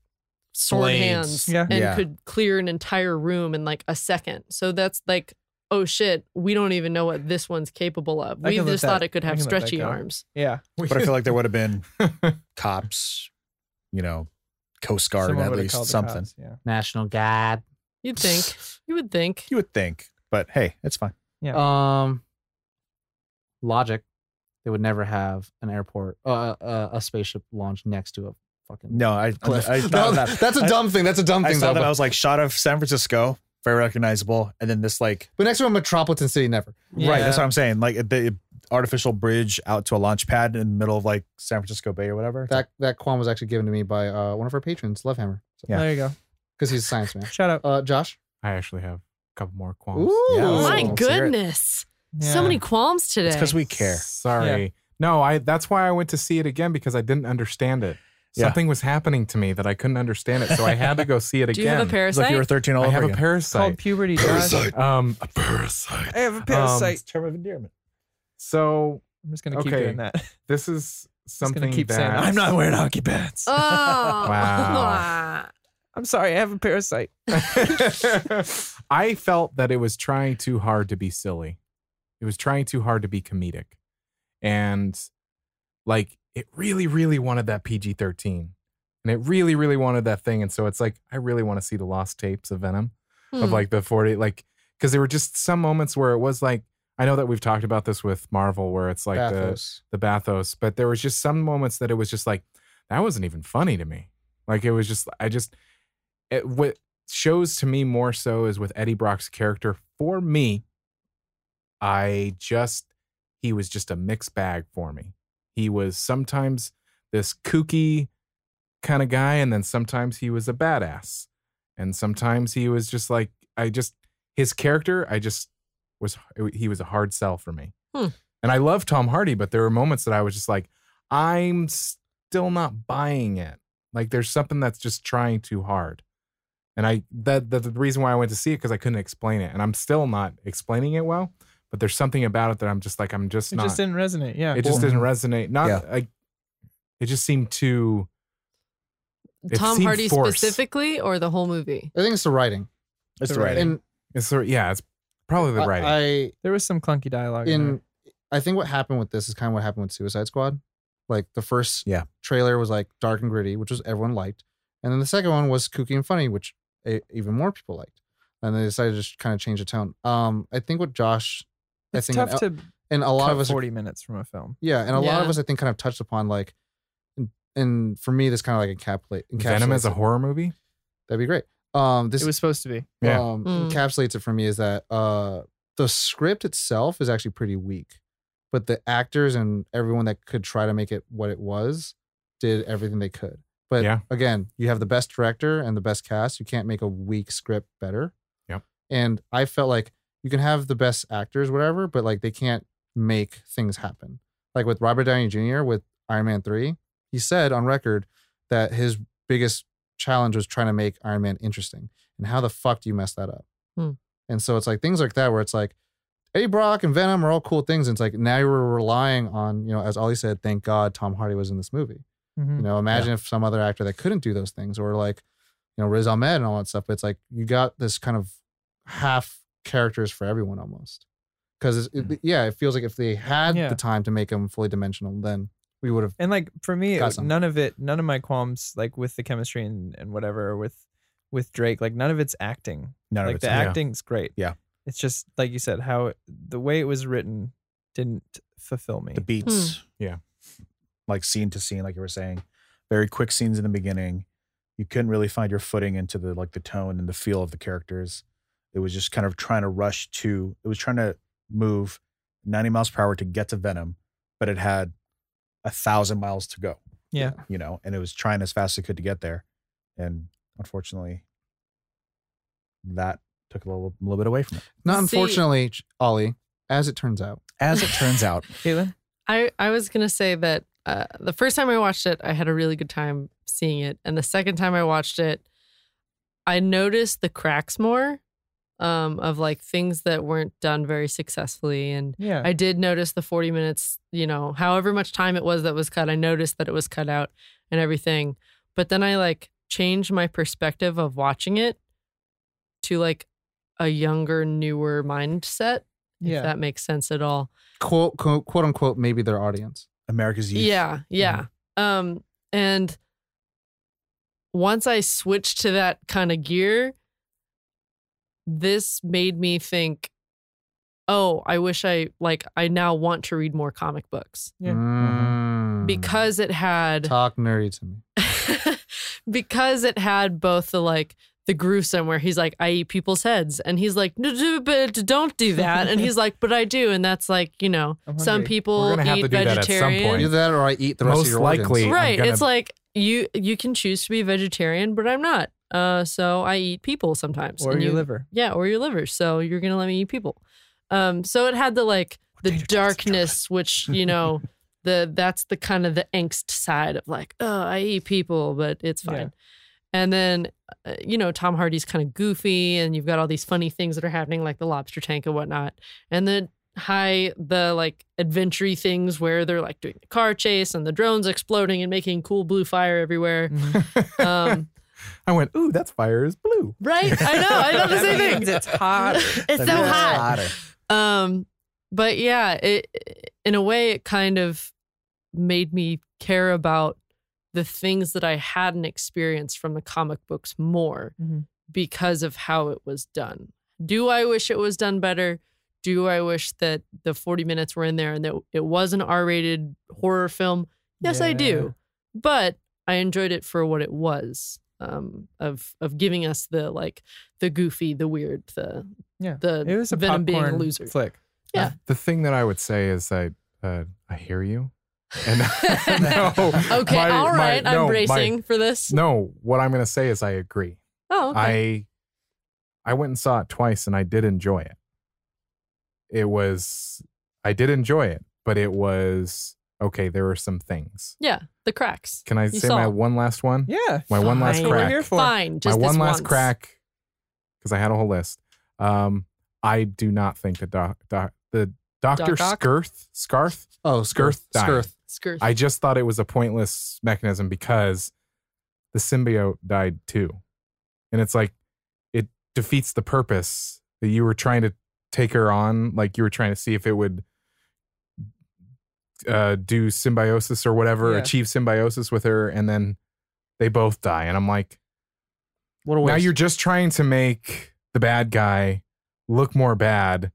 S3: sword
S2: Blades.
S3: hands
S4: Yeah.
S3: and
S6: Yeah.
S3: could clear an entire room in like a second so that's like oh shit we don't even know what this one's capable of
S4: I
S3: we
S4: can let
S3: just
S4: that-
S3: thought it could
S4: I
S3: have
S4: can let that
S3: stretchy
S4: go.
S3: arms
S4: yeah,
S6: But I feel like there would have been cops, you know, Coast Guard
S4: someone
S6: at
S4: would have
S6: least
S4: called the
S6: something.
S4: cops, Yeah,
S2: National Guard.
S3: You'd think. You would think.
S6: You would think, but hey, it's fine.
S2: Um, logic. They would never have an airport, uh, uh, a spaceship launch next to a fucking
S6: No, I, I,
S2: cliff.
S6: I thought
S2: No,
S6: that.
S2: that's a
S6: I-
S2: dumb thing. That's a dumb
S6: I
S2: thing.
S6: saw
S2: though,
S6: that.
S2: but-
S6: I was like, shot of San Francisco, very recognizable, and then this like,
S2: but next to a metropolitan city, never.
S6: right? That's
S4: Yeah.
S6: what I'm saying. Like the artificial bridge out to a launch pad in the middle of like San Francisco Bay or whatever. It's like,
S2: That that qualm was actually given to me by uh, one of our patrons, Lovehammer, because
S6: Yeah.
S4: There you go.
S2: he's a science man.
S4: Shut up.
S2: Uh, Josh.
S5: I actually have a couple more qualms.
S2: Ooh,
S6: Yeah,
S3: Oh,
S6: Oh,
S3: my
S6: let's hear it.
S3: goodness.
S4: Yeah.
S3: So many qualms today.
S6: it's because we care.
S5: Sorry. No, I that's why I went to see it again because I didn't understand it.
S6: Yeah.
S5: Something was happening to me that I couldn't understand it, so I had to go see it
S3: Do you have
S5: again.
S3: a
S6: It's like
S3: parasite?
S6: you were 13 all
S5: I
S6: over
S5: have a
S6: again.
S4: called
S5: parasite.
S4: puberty. Josh.
S5: Um, a parasite.
S4: I have a
S5: parasite.
S4: parasite.
S6: It's a term of endearment.
S5: So
S4: I'm just gonna keep
S5: Okay.
S4: doing that.
S5: this is
S4: Just
S5: something
S4: gonna keep
S5: that
S4: saying that. I'm not wearing hockey pants.
S3: oh.
S5: Wow.
S4: I'm sorry, I have a parasite.
S5: I felt that it was trying too hard to be silly. It was trying too hard to be comedic. And like it really, really wanted that PG 13. And it really, really wanted that thing. And so it's like, I really want to see the lost tapes of Venom of
S3: Hmm.
S5: like the 40, like, because there were just some moments where it was like, I know that we've talked about this with Marvel where it's like the,
S2: Bathos.
S5: the bathos but there was just some moments that it was just like that wasn't even funny to me like it was just i just it, what shows to me more so is with eddie brock's character for me i just he was just a mixed bag for me he was sometimes this kooky kind of guy and then sometimes he was a badass and sometimes he was just like i just his character i just was he was a hard sell for me
S3: Hmm.
S5: and i love tom hardy but there were moments that i was just like i'm still not buying it like there's something that's just trying too hard And I that that's the reason why I went to see it because I couldn't explain it, and I'm still not explaining it well. But there's something about it that I'm just like I'm just
S4: It
S5: not.
S4: just didn't resonate. Yeah.
S5: it just didn't resonate. Not
S6: Yeah.
S5: like it just seemed too. It
S3: Tom
S5: seemed
S3: Hardy
S5: forced.
S3: specifically or the whole movie?
S2: I think it's the writing.
S6: It's
S4: The
S6: the writing.
S2: And
S5: It's sort of, yeah, it's probably the
S2: I-
S5: writing.
S2: I
S4: there was some clunky dialogue. In,
S2: in I think what happened with this is kind of what happened with Suicide Squad. Like the first
S6: Yeah.
S2: trailer was like dark and gritty, which was everyone liked, and then the second one was kooky and funny, which e- even more people liked. And they decided to just kind of change the tone. Um, I think what Josh, I
S4: it's
S2: think,
S4: tough
S2: and,
S4: to
S2: and a lot
S4: cut
S2: of us,
S4: forty minutes from a film.
S2: yeah, and a lot of
S3: Yeah.
S2: us, I think, kind of touched upon like, and, and for me, this kind of like encapsulate.
S5: Venom
S2: encapsulates
S5: as a
S2: it.
S5: horror movie.
S2: That'd be great. Um, this
S4: It was supposed to be.
S5: Yeah.
S2: um,
S3: Mm.
S2: encapsulates it for me is that uh, the script itself is actually pretty weak, but the actors and everyone that could try to make it what it was did everything they could. But
S5: Yeah.
S2: again, you have the best director and the best cast. You can't make a weak script better.
S5: Yep.
S2: And I felt like you can have the best actors, whatever, but like they can't make things happen. Like with Robert Downey Jr. with Iron Man 3, he said on record that his biggest challenge was trying to make Iron Man interesting. And how the fuck do you mess that up?
S3: Hmm.
S2: And so it's like things like that where it's like Eddie Brock and Venom are all cool things. And it's like now you're relying on, you know, as Ollie said, thank God Tom Hardy was in this movie.
S4: Mhm.
S3: Hmm.
S2: You know, imagine if some other actor that couldn't do those things, or like, you know, Riz Ahmed and all that stuff. But it's like you got this kind of half characters for everyone almost. Because
S3: Hmm.
S2: it, yeah, it feels like if they had
S4: Yeah.
S2: the time to make them fully dimensional, then we would have.
S4: And like for me, it-
S2: Got some.
S4: none of it, none of my qualms, like with the chemistry and, and whatever, or with with Drake, like none of it's acting.
S6: None
S4: like
S6: of it's
S4: the
S5: yeah.
S4: acting's great.
S6: Yeah.
S4: It's just like you said, how it, the way it was written didn't fulfill me.
S6: the
S3: Hmm.
S6: beats.
S5: Yeah.
S6: Like scene to scene, like you were saying. Very quick scenes in the beginning. You couldn't really find your footing into the like the tone and the feel of the characters. It was just kind of trying to rush to it was trying to move 90 miles per hour to get to Venom, but it had a thousand miles to go.
S4: Yeah.
S6: You know, and it was trying as fast as it could to get there. And unfortunately, that took a little, little bit away from it.
S2: Not
S3: See-
S2: unfortunately, Ollie, as it turns out.
S6: As it turns out,
S4: Caitlin?
S3: I, I was going to say that uh, the first time I watched it, I had a really good time seeing it. And the second time I watched it, I noticed the cracks more um, of like things that weren't done very successfully. And
S4: Yeah.
S3: I did notice the 40 minutes, you know, however much time it was that was cut, I noticed that it was cut out and everything. But then I like changed my perspective of watching it to like a younger, newer mindset,
S4: yeah.
S3: if that makes sense at all.
S2: Quote, quote, quote unquote, maybe their audience.
S6: America's youth.
S3: Yeah, yeah. Um, and once I switched to that kind of gear, this made me think, oh, I wish I like I now want to read more comic books
S4: Yeah.
S2: Mm.
S3: because it had
S2: Talk nerdy to me.
S3: because it had both the like the gruesome where he's like I eat people's heads and he's like no, no, but don't do that and he's like but I do and that's like you know
S4: I'm
S3: some
S4: hungry.
S3: people
S5: We're gonna have
S3: eat
S5: to do that at some
S3: vegetarian
S5: point.
S2: Either that or I eat the rest
S5: Most
S2: of your
S5: likely-
S2: organs.
S5: I'm
S3: right
S5: gonna-
S3: it's like you you can choose to be vegetarian but i'm not uh so i eat people sometimes
S4: Or
S3: and
S4: your
S3: you-
S4: liver.
S3: yeah or your liver so you're gonna let me eat people um so it had the like the
S6: Potato chips,
S3: darkness which you know the that's the kind of the angst side of like oh i eat people but it's
S4: Yeah.
S3: fine and then uh, you know tom hardy's kind of goofy and you've got all these funny things that are happening like the lobster tank and whatnot and the high the like adventure things where they're like doing the car chase and the drones exploding and making cool blue fire
S4: Mm.
S3: everywhere um
S5: I went, ooh, that's fire is blue.
S3: right i know i know the
S4: That
S3: same thing
S4: means it's hot.
S3: it's so hot um but yeah it in a way it kind of made me care about the things that i hadn't experienced from the comic books more
S4: Mhm.
S3: because of how it was done do i wish it was done better do i wish that the 40 minutes were in there and that it was an r-rated horror film yes i
S4: Yeah.
S3: do but i enjoyed it for what it was um of of giving us the like the goofy the weird the
S4: Yeah.
S3: the
S4: It was a
S3: venom being a
S4: popcorn
S3: loser
S4: flick.
S3: Yeah.
S5: Uh, The thing that I would say is that uh, I hear you. And no,
S3: Okay,
S5: my-
S3: all
S5: my-
S3: right.
S5: no,
S3: I'm
S5: my-
S3: bracing for this.
S5: no, what I'm going to say is I agree.
S3: oh, okay.
S5: I I went and saw it twice and I did enjoy it. It was I did enjoy it, but it was okay, there are some things.
S3: Yeah, the cracks.
S5: Can I
S3: You
S5: say my
S3: saw.
S5: one last one?
S4: Yeah.
S5: My one last
S4: That's
S3: Fine.
S4: what we're
S5: crack.
S4: here for.
S3: Fine, just
S5: my one
S3: this
S5: last
S3: once.
S5: crack, because I had a whole list. Um, I do not think that doc, doc, the Doctor
S3: Doc Ock?
S5: Skirth Scarth.
S2: Oh, Skirth.
S5: Skirth died.
S2: Skirth.
S3: Screw.
S5: I just thought it was a pointless mechanism because the symbiote died too, and it's like it defeats the purpose that you were trying to take her on. Like you were trying to see if it would uh, do symbiosis or whatever,
S4: Yeah.
S5: achieve symbiosis with her, and then they both die. And I'm like.
S2: What a
S5: Now
S2: waste.
S5: you're just trying to make the bad guy look more bad.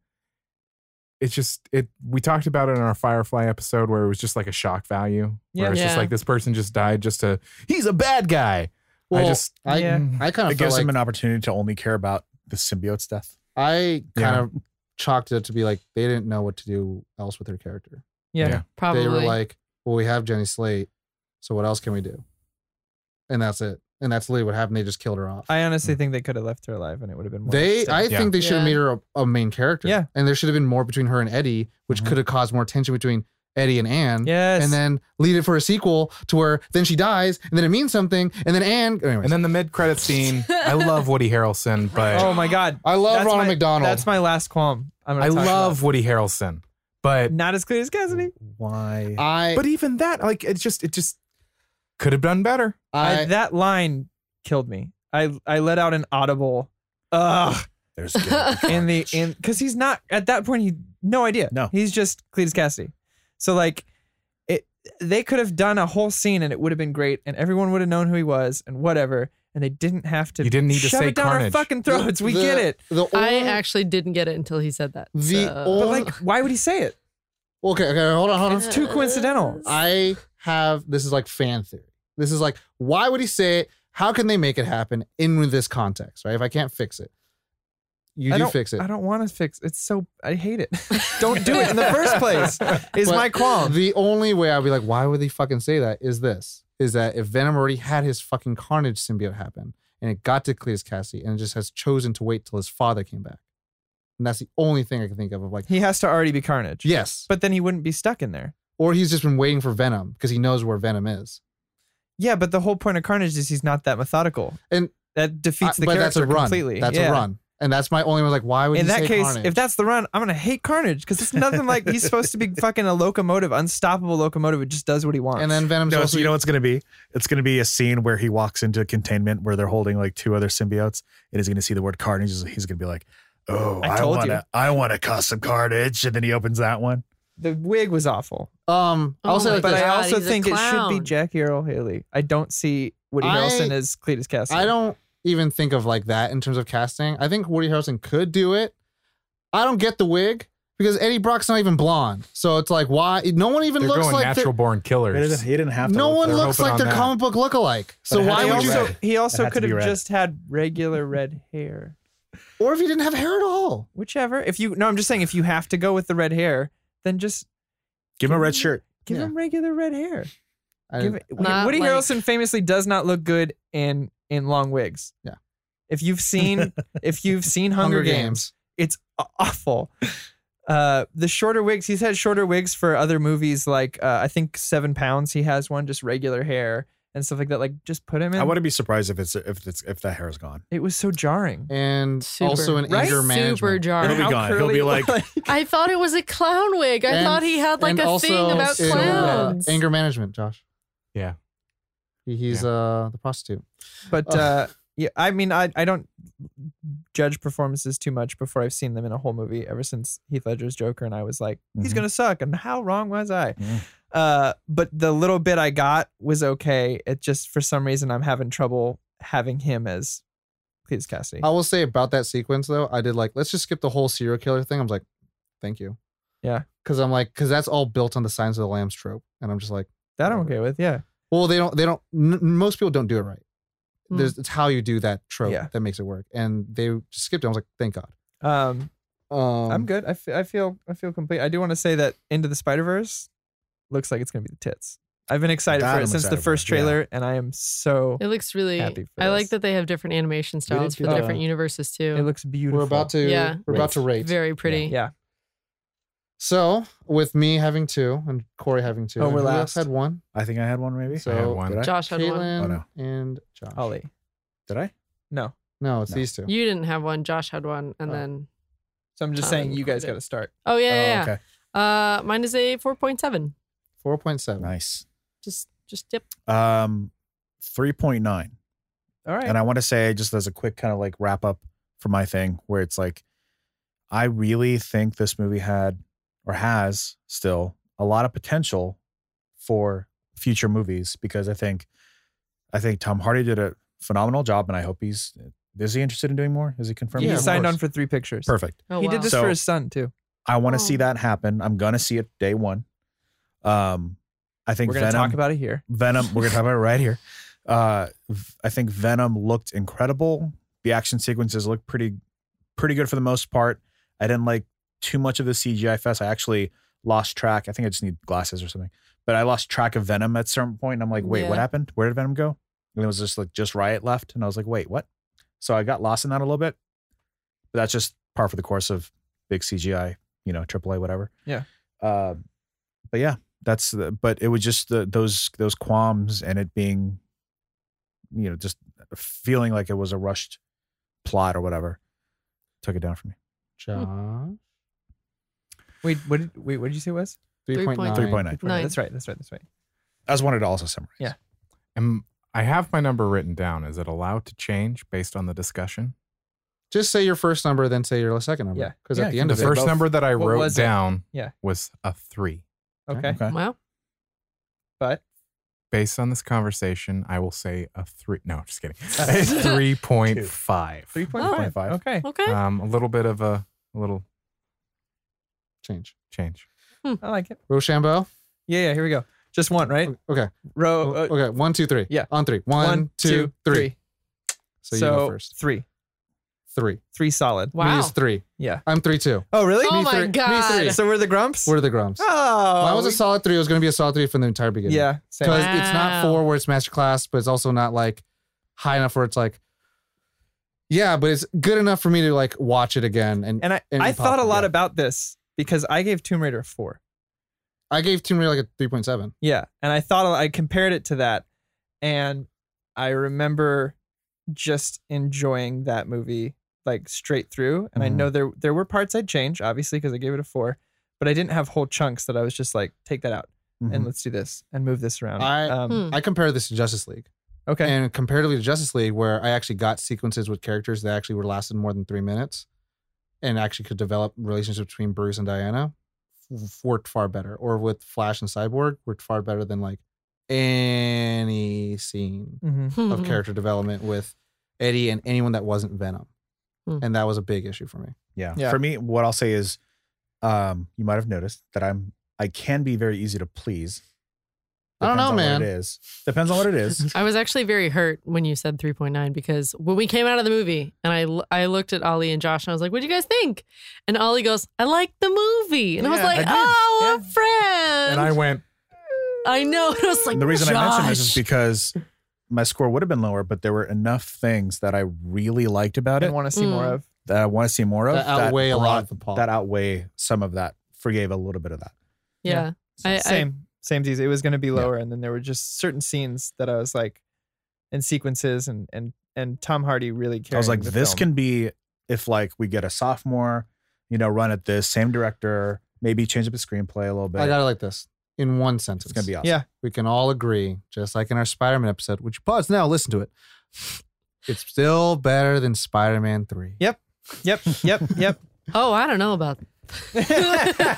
S5: It's just it. We talked about it in our Firefly episode where it was just like a shock value. Where
S4: Yeah.
S5: it's just
S3: Yeah.
S5: like this person just died just to he's a bad guy. I
S2: Well,
S5: just mm.
S2: I,
S4: Yeah.
S2: I kind
S6: it
S2: of felt
S6: gives
S2: like
S6: him an opportunity to only care about the symbiote's death.
S2: I kind
S5: Yeah.
S2: of chalked it to be like they didn't know what to do else with her character.
S4: Yeah.
S5: Yeah.
S3: Probably.
S2: They were like, "Well, we have Jenny Slate, so what else can we do?" And that's it. And that's literally what happened. They just killed her off.
S4: I honestly think they could have left her alive and it would have been more.
S2: they,
S4: interesting.
S2: I
S5: Yeah.
S2: think they should have
S3: Yeah.
S2: made her a, a main character.
S4: Yeah.
S2: and there should have been more between her and Eddie, which
S5: Mhm.
S2: could have caused more tension between Eddie and Anne.
S4: yes.
S2: And then lead it for a sequel to where then she dies, and then it means something, and then Anne. Anyways,
S5: and then the mid credit scene. I love Woody Harrelson, but
S4: oh my God.
S2: I love
S4: That's
S2: Ronald
S4: my-
S2: McDonald.
S4: That's my last qualm. I'm gonna
S5: I
S4: talk about.
S5: love Woody Harrelson. But
S4: Not as clear as Cassidy.
S6: Why?
S2: I,
S5: but even that, like it just it just could have done better.
S4: I,
S2: I,
S4: that line killed me. I I let out an audible. Ugh.
S6: There's gonna be
S4: in the
S6: carnage.
S4: in because he's not at that point. He no idea.
S6: No.
S4: he's just Cletus Cassidy. So like, it they could have done a whole scene and it would have been great, and everyone would have known who he was and whatever, and they didn't have to.
S5: You didn't need to
S4: shove
S5: say
S4: it down
S5: carnage.
S4: our fucking throats. We
S2: the-
S4: get it.
S2: The only,
S3: I actually didn't get it until he said that.
S2: The
S3: so-
S2: ol-
S4: But like, why would he say it?
S2: Okay, okay, hold on, hold on.
S4: It's too coincidental.
S2: I have this is like fan theory. This is like, why would he say it? How can they make it happen in this context, right? If I can't fix it, you
S4: I
S2: do
S4: don't-
S2: fix it.
S4: I don't want to fix. It's so I hate it. don't do it in the first place. Is
S2: But
S4: my qualm.
S2: The only way I'd be like, why would they fucking say that? Is this is that if Venom already had his fucking Carnage symbiote happen and it got to Cletus Cassidy and it just has chosen to wait till his father came back, and that's the only thing I can think of of like,
S4: He has to already be Carnage.
S2: yes,
S4: But then he wouldn't be stuck in there.
S2: or he's just been waiting for Venom because he knows where Venom is.
S4: Yeah, but the whole point of Carnage is he's not that methodical.
S2: And-
S4: that defeats
S2: I-
S4: the
S2: but
S4: character
S2: that's a run.
S4: completely.
S2: That's
S4: Yeah.
S2: a run, and that's my only one. Like, why would
S4: In
S2: you
S4: that
S2: say
S4: case,
S2: Carnage?
S4: if that's the run, I'm gonna hate Carnage because it's nothing like he's supposed to be fucking a locomotive, unstoppable locomotive. It just does what he wants.
S2: and then Venom's
S6: No,
S2: also
S6: so you know what's gonna be? It's gonna be a scene where he walks into containment where they're holding like two other symbiotes, and he's gonna see the word carnage. He's- He's gonna be like, "Oh,
S4: I
S6: I,
S4: told you."
S6: wanna, I wanna cause some carnage," and then he opens that one.
S4: the wig was awful.
S2: um.
S3: Oh
S2: also,
S3: my
S2: like
S4: But I
S2: this,
S3: God,
S4: also
S3: he's a
S4: think it should be
S3: clown.
S4: Jackie Earl Haley. I don't see Woody
S2: I-
S4: Harrelson as Cletus Cassidy.
S2: I don't even think of like that in terms of casting. I think Woody Harrelson could do it. I don't get the wig because Eddie Brock's not even blonde, so it's like why no one even
S5: They're
S2: looks
S5: going
S2: like
S5: natural born
S6: He
S5: killers.
S6: didn't, he didn't
S2: They're,
S6: have to.
S2: no
S6: look
S2: one
S6: there.
S5: they're
S2: looks like
S5: hoping on
S2: their
S5: that.
S2: comic book look-alike. So
S6: it had
S2: why
S6: to
S4: He
S6: be
S2: would you?
S4: also,
S6: red.
S4: he also
S6: had to
S4: could
S6: be
S4: have
S6: red.
S4: just had regular red hair.
S2: Or if you didn't have hair at all.
S4: Whichever. If you no, I'm just saying if you have to go with the red hair, then just
S6: Give him a red shirt.
S4: give
S2: Yeah.
S4: him regular red hair.
S2: I
S4: Give
S2: didn't-
S4: it-
S3: Not
S4: Woody
S3: like-
S4: Harrelson famously does not look good in in long wigs.
S2: Yeah.
S4: If you've seen if you've seen Hunger, Games, it's a- awful. Uh, the shorter wigs he's had shorter wigs for other movies like uh, I think Seven Pounds he has one just regular hair and stuff like that. Like just put him in.
S6: I wouldn't be surprised if it's if it's if that hair is gone.
S4: it was so jarring.
S2: and
S3: Super.
S2: also an
S4: Right?
S2: anger management.
S3: Super
S6: It'll
S3: jarring.
S6: be
S4: How
S6: gone. He'll be
S4: curly-
S6: like-
S3: I thought it was a clown wig. I
S2: And-
S3: thought he had like
S2: and
S3: a
S2: also
S3: thing about
S2: in, uh,
S3: clowns.
S2: anger management, Josh.
S5: Yeah.
S2: He- He's uh the prostitute.
S4: But
S2: Ugh.
S4: uh, yeah, I mean, I, I don't judge performances too much before I've seen them in a whole movie. Ever since Heath Ledger's Joker, and I was like, he's
S6: Mhm.
S4: gonna suck, and how wrong was I?
S6: Mm.
S4: Uh, but the little bit I got was okay. It just for some reason I'm having trouble having him as Cletus Cassidy.
S2: I will say about that sequence though, I did like let's just skip the whole serial killer thing. I'm like, thank you.
S4: Yeah.
S2: Cause I'm like, cause that's all built on the signs of the lambs trope, and I'm just like,
S4: that I'm okay with. Yeah,
S2: well, they don't, they don't. N- most people don't do it right.
S3: Hmm.
S2: There's it's how you do that trope
S4: Mm. Yeah.
S2: that makes it work, and they just skipped it. I was like, thank God.
S4: um,
S2: Um,
S4: I'm good. I, f- I feel I feel complete. I do want to say that Into the Spider Verse looks like it's gonna be the tits. I've been excited
S6: That
S4: for it
S6: I'm
S4: since the
S6: excited for,
S4: first
S6: yeah.
S4: trailer, and I am so.
S3: it looks really.
S4: Happy for
S3: I like
S4: this.
S3: that they have different animation styles for
S2: get
S3: the
S2: the-
S3: different universes too.
S4: It looks beautiful.
S2: We're about to.
S3: Yeah.
S2: We're about to rate.
S3: Very pretty.
S4: Yeah.
S2: So with me having two and Corey having two,
S4: Oh,
S2: and
S4: we're
S2: who else
S4: last.
S2: had one.
S6: I think I had one maybe.
S2: So
S5: had one.
S6: Did I?
S3: Josh had one.
S2: Caitlin
S6: Oh, no.
S2: and Josh.
S4: Ollie.
S6: Did I?
S4: No.
S2: No, it's
S6: No.
S2: these two.
S3: You didn't have one. Josh had one, and
S2: Oh.
S3: then
S4: So I'm just
S3: Tom
S4: saying you guys
S3: recorded.
S4: got to start.
S3: oh yeah, yeah,
S6: Oh,
S3: yeah.
S6: okay.
S3: Uh, mine is a four point seven.
S2: Four point seven.
S6: Nice.
S3: Just, just yep.
S6: Um, three point nine.
S4: All right.
S6: And I want to say, just as a quick kind of like wrap up for my thing, where it's like, I really think this movie had or has still a lot of potential for future movies because I think, I think Tom Hardy did a phenomenal job, and I hope he's is he interested in doing more? Is he confirmed?
S4: he
S2: Yeah, of
S4: signed on
S6: course.
S4: for three pictures.
S6: perfect.
S3: Oh,
S4: he
S3: wow.
S4: did this
S6: So-
S4: for his son too.
S6: I want to
S3: Oh.
S6: see that happen. I'm gonna see it day one. Um, I think
S4: We're gonna
S6: Venom.
S4: talk about it here.
S6: Venom. We're gonna talk about it right here. Uh, v- I think Venom looked incredible. The action sequences looked pretty, pretty good for the most part. I didn't like too much of the CGI fest. I actually lost track. I think I just need glasses or something. But I lost track of Venom at a certain point, and I'm like, wait,
S3: Yeah.
S6: what happened? Where did Venom go? And it was just like just Riot left, and I was like, wait, what? So I got lost in that a little bit. But that's just par for the course of big CGI, you know, AAA, whatever.
S4: Yeah.
S6: Uh, but yeah, that's the, but it was just the, those those qualms and it being you know just feeling like it was a rushed plot or whatever took it down for me
S3: Hmm.
S2: Josh.
S4: Wait, what did wait, what did you say it was?
S2: Three point nine.
S6: 3.9
S3: Nine.
S4: That's right. That's right. That's right.
S6: i just wanted to also summarize
S4: Yeah.
S5: Am, I have my number written down. Is it allowed to change based on the discussion?
S2: Just say your first number, then say your second number.
S4: Yeah.
S2: Because
S6: Yeah,
S2: at
S6: you
S2: the end
S5: The
S2: of it,
S5: first
S4: both-
S5: number that I
S4: what
S5: wrote
S4: was it?
S5: down
S4: Yeah.
S5: was a three.
S4: Okay.
S5: Uh,
S6: okay
S3: Wow.
S4: But
S5: Based on this conversation, I will say a three. No, just kidding. It's 3.5.
S3: Oh.
S6: 3.5
S4: Oh, okay.
S3: Okay.
S5: Um, a little bit of a, a little
S2: change.
S5: change.
S4: I like it.
S2: Rochambeau.
S4: Yeah, yeah, here we go. Just one, right?
S2: Okay.
S4: Row uh,
S2: okay. One, two, three.
S4: yeah.
S2: On three. Oh, One,
S4: one,
S2: two, three.
S4: two, three.
S2: So, you go first.
S4: Three.
S2: Three.
S4: Three solid.
S3: Wow.
S2: Me is three.
S4: Yeah.
S2: I'm three two.
S4: Oh really?
S3: Oh
S4: Me
S3: my
S4: three. Me
S3: God.
S4: three. So we're the grumps?
S2: What are the grumps?
S4: oh
S2: Mine was a
S4: we-
S2: solid three. It was going to be a solid three from the entire beginning.
S4: Yeah. Same.
S2: Because it's not
S3: Wow.
S2: four where it's master class, but it's also not like high enough where it's like, yeah, but it's good enough for me to like watch it again. And,
S4: And I,
S2: and
S4: I
S2: pop,
S4: thought a lot
S2: yeah.
S4: about this because I gave Tomb Raider a four.
S2: I gave Tomb Raider like a 3.7.
S4: Yeah, and I thought I compared it to that, and I remember just enjoying that movie like straight through. And I
S6: Mm-hmm.
S2: Mhm.
S4: know there there were parts I'd change, obviously, because I gave it a four, but I didn't have whole chunks that I was just like, take that out
S6: Mm-hmm.
S4: and let's do this and move this around.
S2: I-
S4: um,
S3: Hmm.
S2: I compared this to Justice League.
S4: Okay,
S2: And comparatively to Justice League, where I actually got sequences with characters that actually were lasted more than three minutes and actually could develop relationships between Bruce and Diana, f- worked far better. Or with Flash and Cyborg, worked far better than like any scene
S4: hmm
S3: Mm-hmm.
S2: of character development with Eddie and anyone that wasn't Venom.
S3: Hmm.
S2: And that was a big issue for me.
S6: yeah.
S4: Yeah.
S6: for me what i'll say is um you might have noticed that i'm i can be very easy to please
S2: I don't know,
S6: on what
S2: man.
S6: it is depends on what it is
S3: I was actually very hurt when you said 3.9 because when we came out of the movie and I, l- I looked at Ollie and Josh and I was like, what do you guys think? And Ollie goes, I like the movie. And I was
S5: Yeah, I
S3: like,
S5: did.
S3: oh,
S5: Yeah.
S3: we're friends.
S5: And I went,
S3: I know. And I was like,
S6: the reason I mentioned this is
S3: "Josh."
S6: because my score would have been lower, but there were enough things that I really liked
S4: I
S6: about it
S4: didn't want to see more
S3: Mm.
S4: of.
S6: that I want to see more of.
S2: That outweigh a lot
S6: brought-
S2: of the Paul.
S6: that outweigh some of that. Forgave a little bit of that.
S3: yeah. I, I,
S4: Same, same as It was going to be lower, and then there were just certain scenes that I was like, and sequences, and and and Tom Hardy really.
S6: I was like,
S4: carrying the
S6: this
S4: film.
S6: can be if like we get a sophomore, you know, run at this same director, maybe change up the screenplay a little bit.
S2: I got it like this in one sentence.
S6: it's gonna be awesome.
S4: Yeah.
S2: we can all agree, just like in our Spider Man episode, which pause now, listen to it. It's still better than Spider Man 3.
S4: Yep. Yep. Yep. Yep.
S3: oh, I don't know about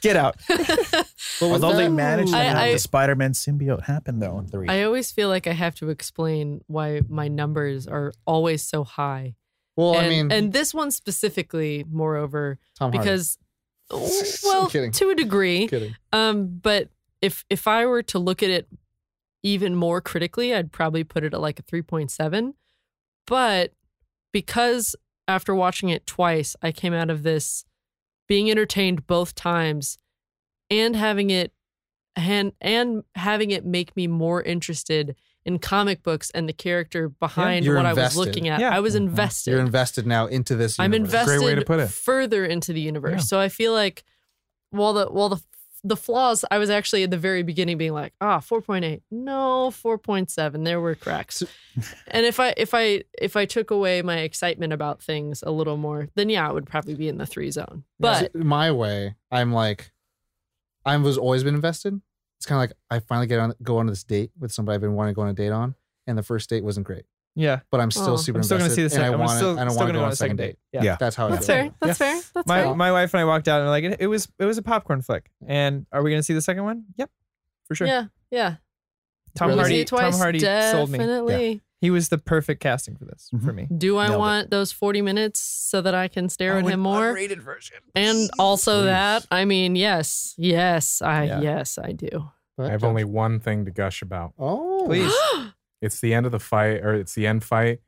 S4: Get out.
S2: But with
S6: Although they
S2: that-
S6: managed to
S3: I-
S6: have
S3: I-
S6: the Spider-Man symbiote happen though in three.
S3: I always feel like I have to explain why my numbers are always so high.
S2: Well,
S3: and,
S2: I mean,
S3: and this one specifically, moreover,
S2: Tom Hardy.
S3: because,
S2: I'm
S3: well,
S2: kidding.
S3: to a degree,
S2: kidding.
S3: Um, but if if I were to look at it even more critically, I'd probably put it at like a three point seven. But because after watching it twice, I came out of this being entertained both times and having it and and having it make me more interested in comic books and the character behind
S2: You're
S3: what I was
S2: invested.
S3: looking at.
S4: Yeah.
S3: I was
S2: Mhm.
S3: invested.
S2: You're invested now into this.
S3: I'm
S2: universe.
S5: Great
S3: invested
S5: way to put it.
S3: further into the universe.
S5: Yeah.
S3: So I feel like well the well the the flaws I was actually at the very beginning being like ah 4.8 no 4.7 there were cracks and if I if I if I took away my excitement about things a little more then yeah it would probably be in the 3 zone but
S2: See, my way, I'm like, I was always been invested. It's kind of like I finally get on, go on this date with somebody I've been wanting to go on a date on, and the first date wasn't great,
S4: Yeah.
S2: but I'm still
S3: Oh.
S2: super
S4: I'm still going to see
S2: invested,
S4: the
S2: and
S4: second.
S2: I want
S4: I'm
S2: to,
S4: still,
S2: and I want
S4: still
S2: to
S4: gonna
S2: go on a second date.
S4: Yeah.
S6: Yeah.
S2: That's how I
S3: that's
S2: feel.
S3: fair that's
S4: Yeah.
S3: fair that's
S4: My
S3: fair
S4: my wife and I walked out and like it, it was it was a popcorn flick. And are we going to see the second one? Yep. For sure.
S3: yeah yeah
S4: Tom
S2: Really?
S3: Will see
S4: Hardy
S3: it twice
S4: Tom Hardy sold me.
S3: definitely
S4: He was the perfect casting for this for
S2: Mm-hmm.
S6: Mhm.
S4: me.
S3: do I
S6: Nailed it.
S3: want those 40 minutes so that I can stare at him more
S4: Rated version.
S3: and also
S6: Please.
S3: that I mean yes yes I
S4: Yeah.
S3: yes I do
S5: I
S2: But-
S5: have only one thing to gush about.
S2: Oh,
S4: Please.
S5: It's the end of the fight, or it's the end fight.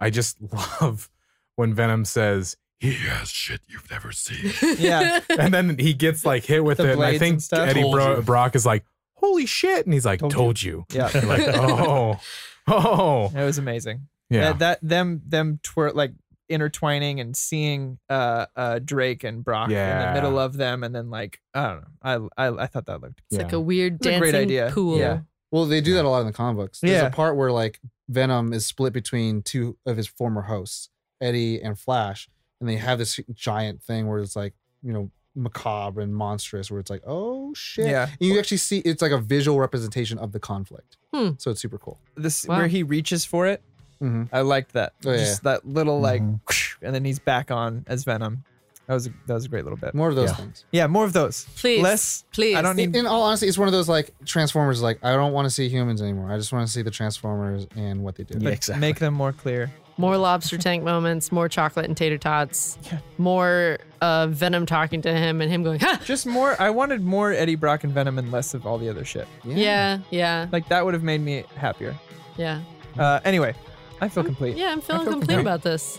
S5: I just love when Venom says, "He has shit you've never seen,"
S4: Yeah.
S5: and then he gets like hit with
S4: The
S5: it. And I
S4: blades
S5: think
S4: and stuff.
S5: Eddie
S4: Told
S5: Bro-
S4: you.
S5: Brock is like, "Holy shit!" and he's like,
S4: Told
S5: "Told,
S4: you.
S5: you."
S4: Yeah.
S5: You're like, oh, oh,
S4: It was amazing.
S5: yeah.
S4: That, that them them twir- like intertwining and seeing uh uh Drake and Brock in the
S5: Yeah.
S4: middle of them and then like I don't know. I I, I thought that looked
S3: It's like
S5: Yeah.
S3: a weird
S4: It's a
S3: dancing
S4: great idea.
S3: pool.
S4: Yeah.
S2: Well, they do that a lot in the comic books. There's
S4: Yeah.
S2: a part where like Venom is split between two of his former hosts, Eddie and Flash, and they have this giant thing where it's like, you know, macabre and monstrous, where it's like, oh shit.
S4: Yeah.
S2: And you actually see it's like a visual representation of the conflict.
S3: Hmm.
S2: So it's super cool.
S4: this
S3: Wow.
S4: where he reaches for it.
S2: Mhm.
S4: I liked that.
S2: Oh, yeah. Mm-hmm.
S4: Just that little like,
S6: Mhm.
S4: and then he's back on as Venom. That was a, that was a great little bit.
S2: More of those
S6: Yeah.
S2: things.
S4: Yeah, more of those.
S3: Please.
S4: Less.
S3: Please.
S4: I don't
S2: In,
S4: need.
S2: in all honesty, it's one of those like Transformers, like, I don't want to see humans anymore. I just want to see the Transformers and what they do.
S6: Yeah.
S4: but
S6: exactly.
S4: Make them more clear.
S3: More lobster tank moments, more chocolate and tater tots,
S4: Yeah.
S3: more uh, Venom talking to him and him going, ha!
S4: Just more. I wanted more Eddie Brock and Venom and less of all the other shit.
S3: Yeah, yeah,
S4: Like that would have made me happier.
S2: Mm-hmm.
S3: yeah.
S4: Uh, anyway, I feel complete.
S3: Mm-hmm. Yeah, I'm feeling
S5: feel
S3: complete
S5: complete.
S3: about this.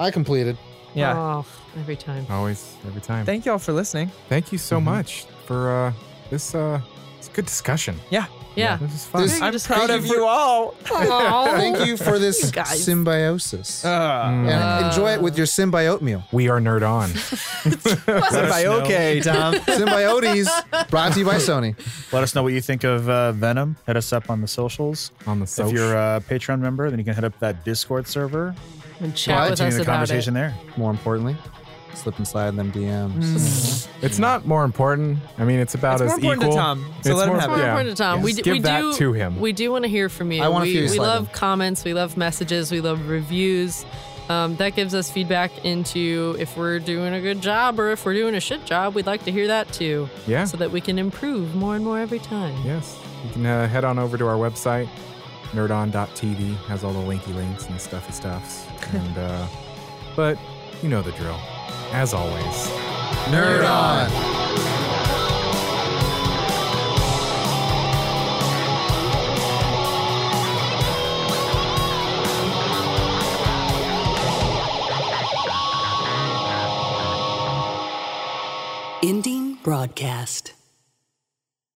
S2: I completed.
S4: Yeah.
S3: Oh, every time.
S5: Always, every time. Thank,
S4: Thank Mm-hmm. y'all for listening.
S5: you so much for uh, this. Uh, it's a good discussion.
S3: Yeah.
S5: This is fun.
S2: This-
S4: I'm
S3: just-
S4: proud
S2: Thank
S4: of
S2: you for-
S4: you all.
S3: Aw.
S2: Thank you for this
S3: You guys.
S2: symbiosis.
S4: Uh,
S5: Mm.
S2: and
S3: Uh.
S2: enjoy it with your symbiote meal.
S5: we are nerd on.
S6: Let us know-
S4: okay, Tom.
S2: Symbiotes, brought to you by Sony.
S6: Let us know what you think of uh, Venom. Hit us up on the socials.
S5: on the
S6: If
S5: social.
S6: you're
S4: uh,
S6: a Patreon member, then you can hit up that Discord server.
S3: And chat with
S6: Continue
S3: us about
S6: the
S3: it.
S6: conversation there.
S2: More importantly, slip and slide in them DMs.
S5: it's not more important. I mean, it's about
S4: It's more
S5: as
S4: important
S5: equal.
S4: to Tom. So
S5: It's
S4: let him have
S5: more
S3: It's
S4: it.
S3: more
S5: Yeah.
S3: important to Tom. We,
S5: Yes.
S3: d-
S5: Give
S3: we
S5: that
S3: do,
S5: to him.
S3: We do want to hear from you.
S2: I wanna
S3: we,
S2: hear you
S3: we
S2: slide
S3: love
S2: in.
S3: comments. We love messages. We love reviews. Um, that gives us feedback into if we're doing a good job or if we're doing a shit job. We'd like to hear that too,
S5: Yeah.
S3: so that we can improve more and more every time.
S5: Yes. You can uh, head on over to our website, nerdon.tv. Has all the linky links and stuffy stuffs. And uh, but you know the drill. As always.
S2: Nerd on.
S1: Ending broadcast.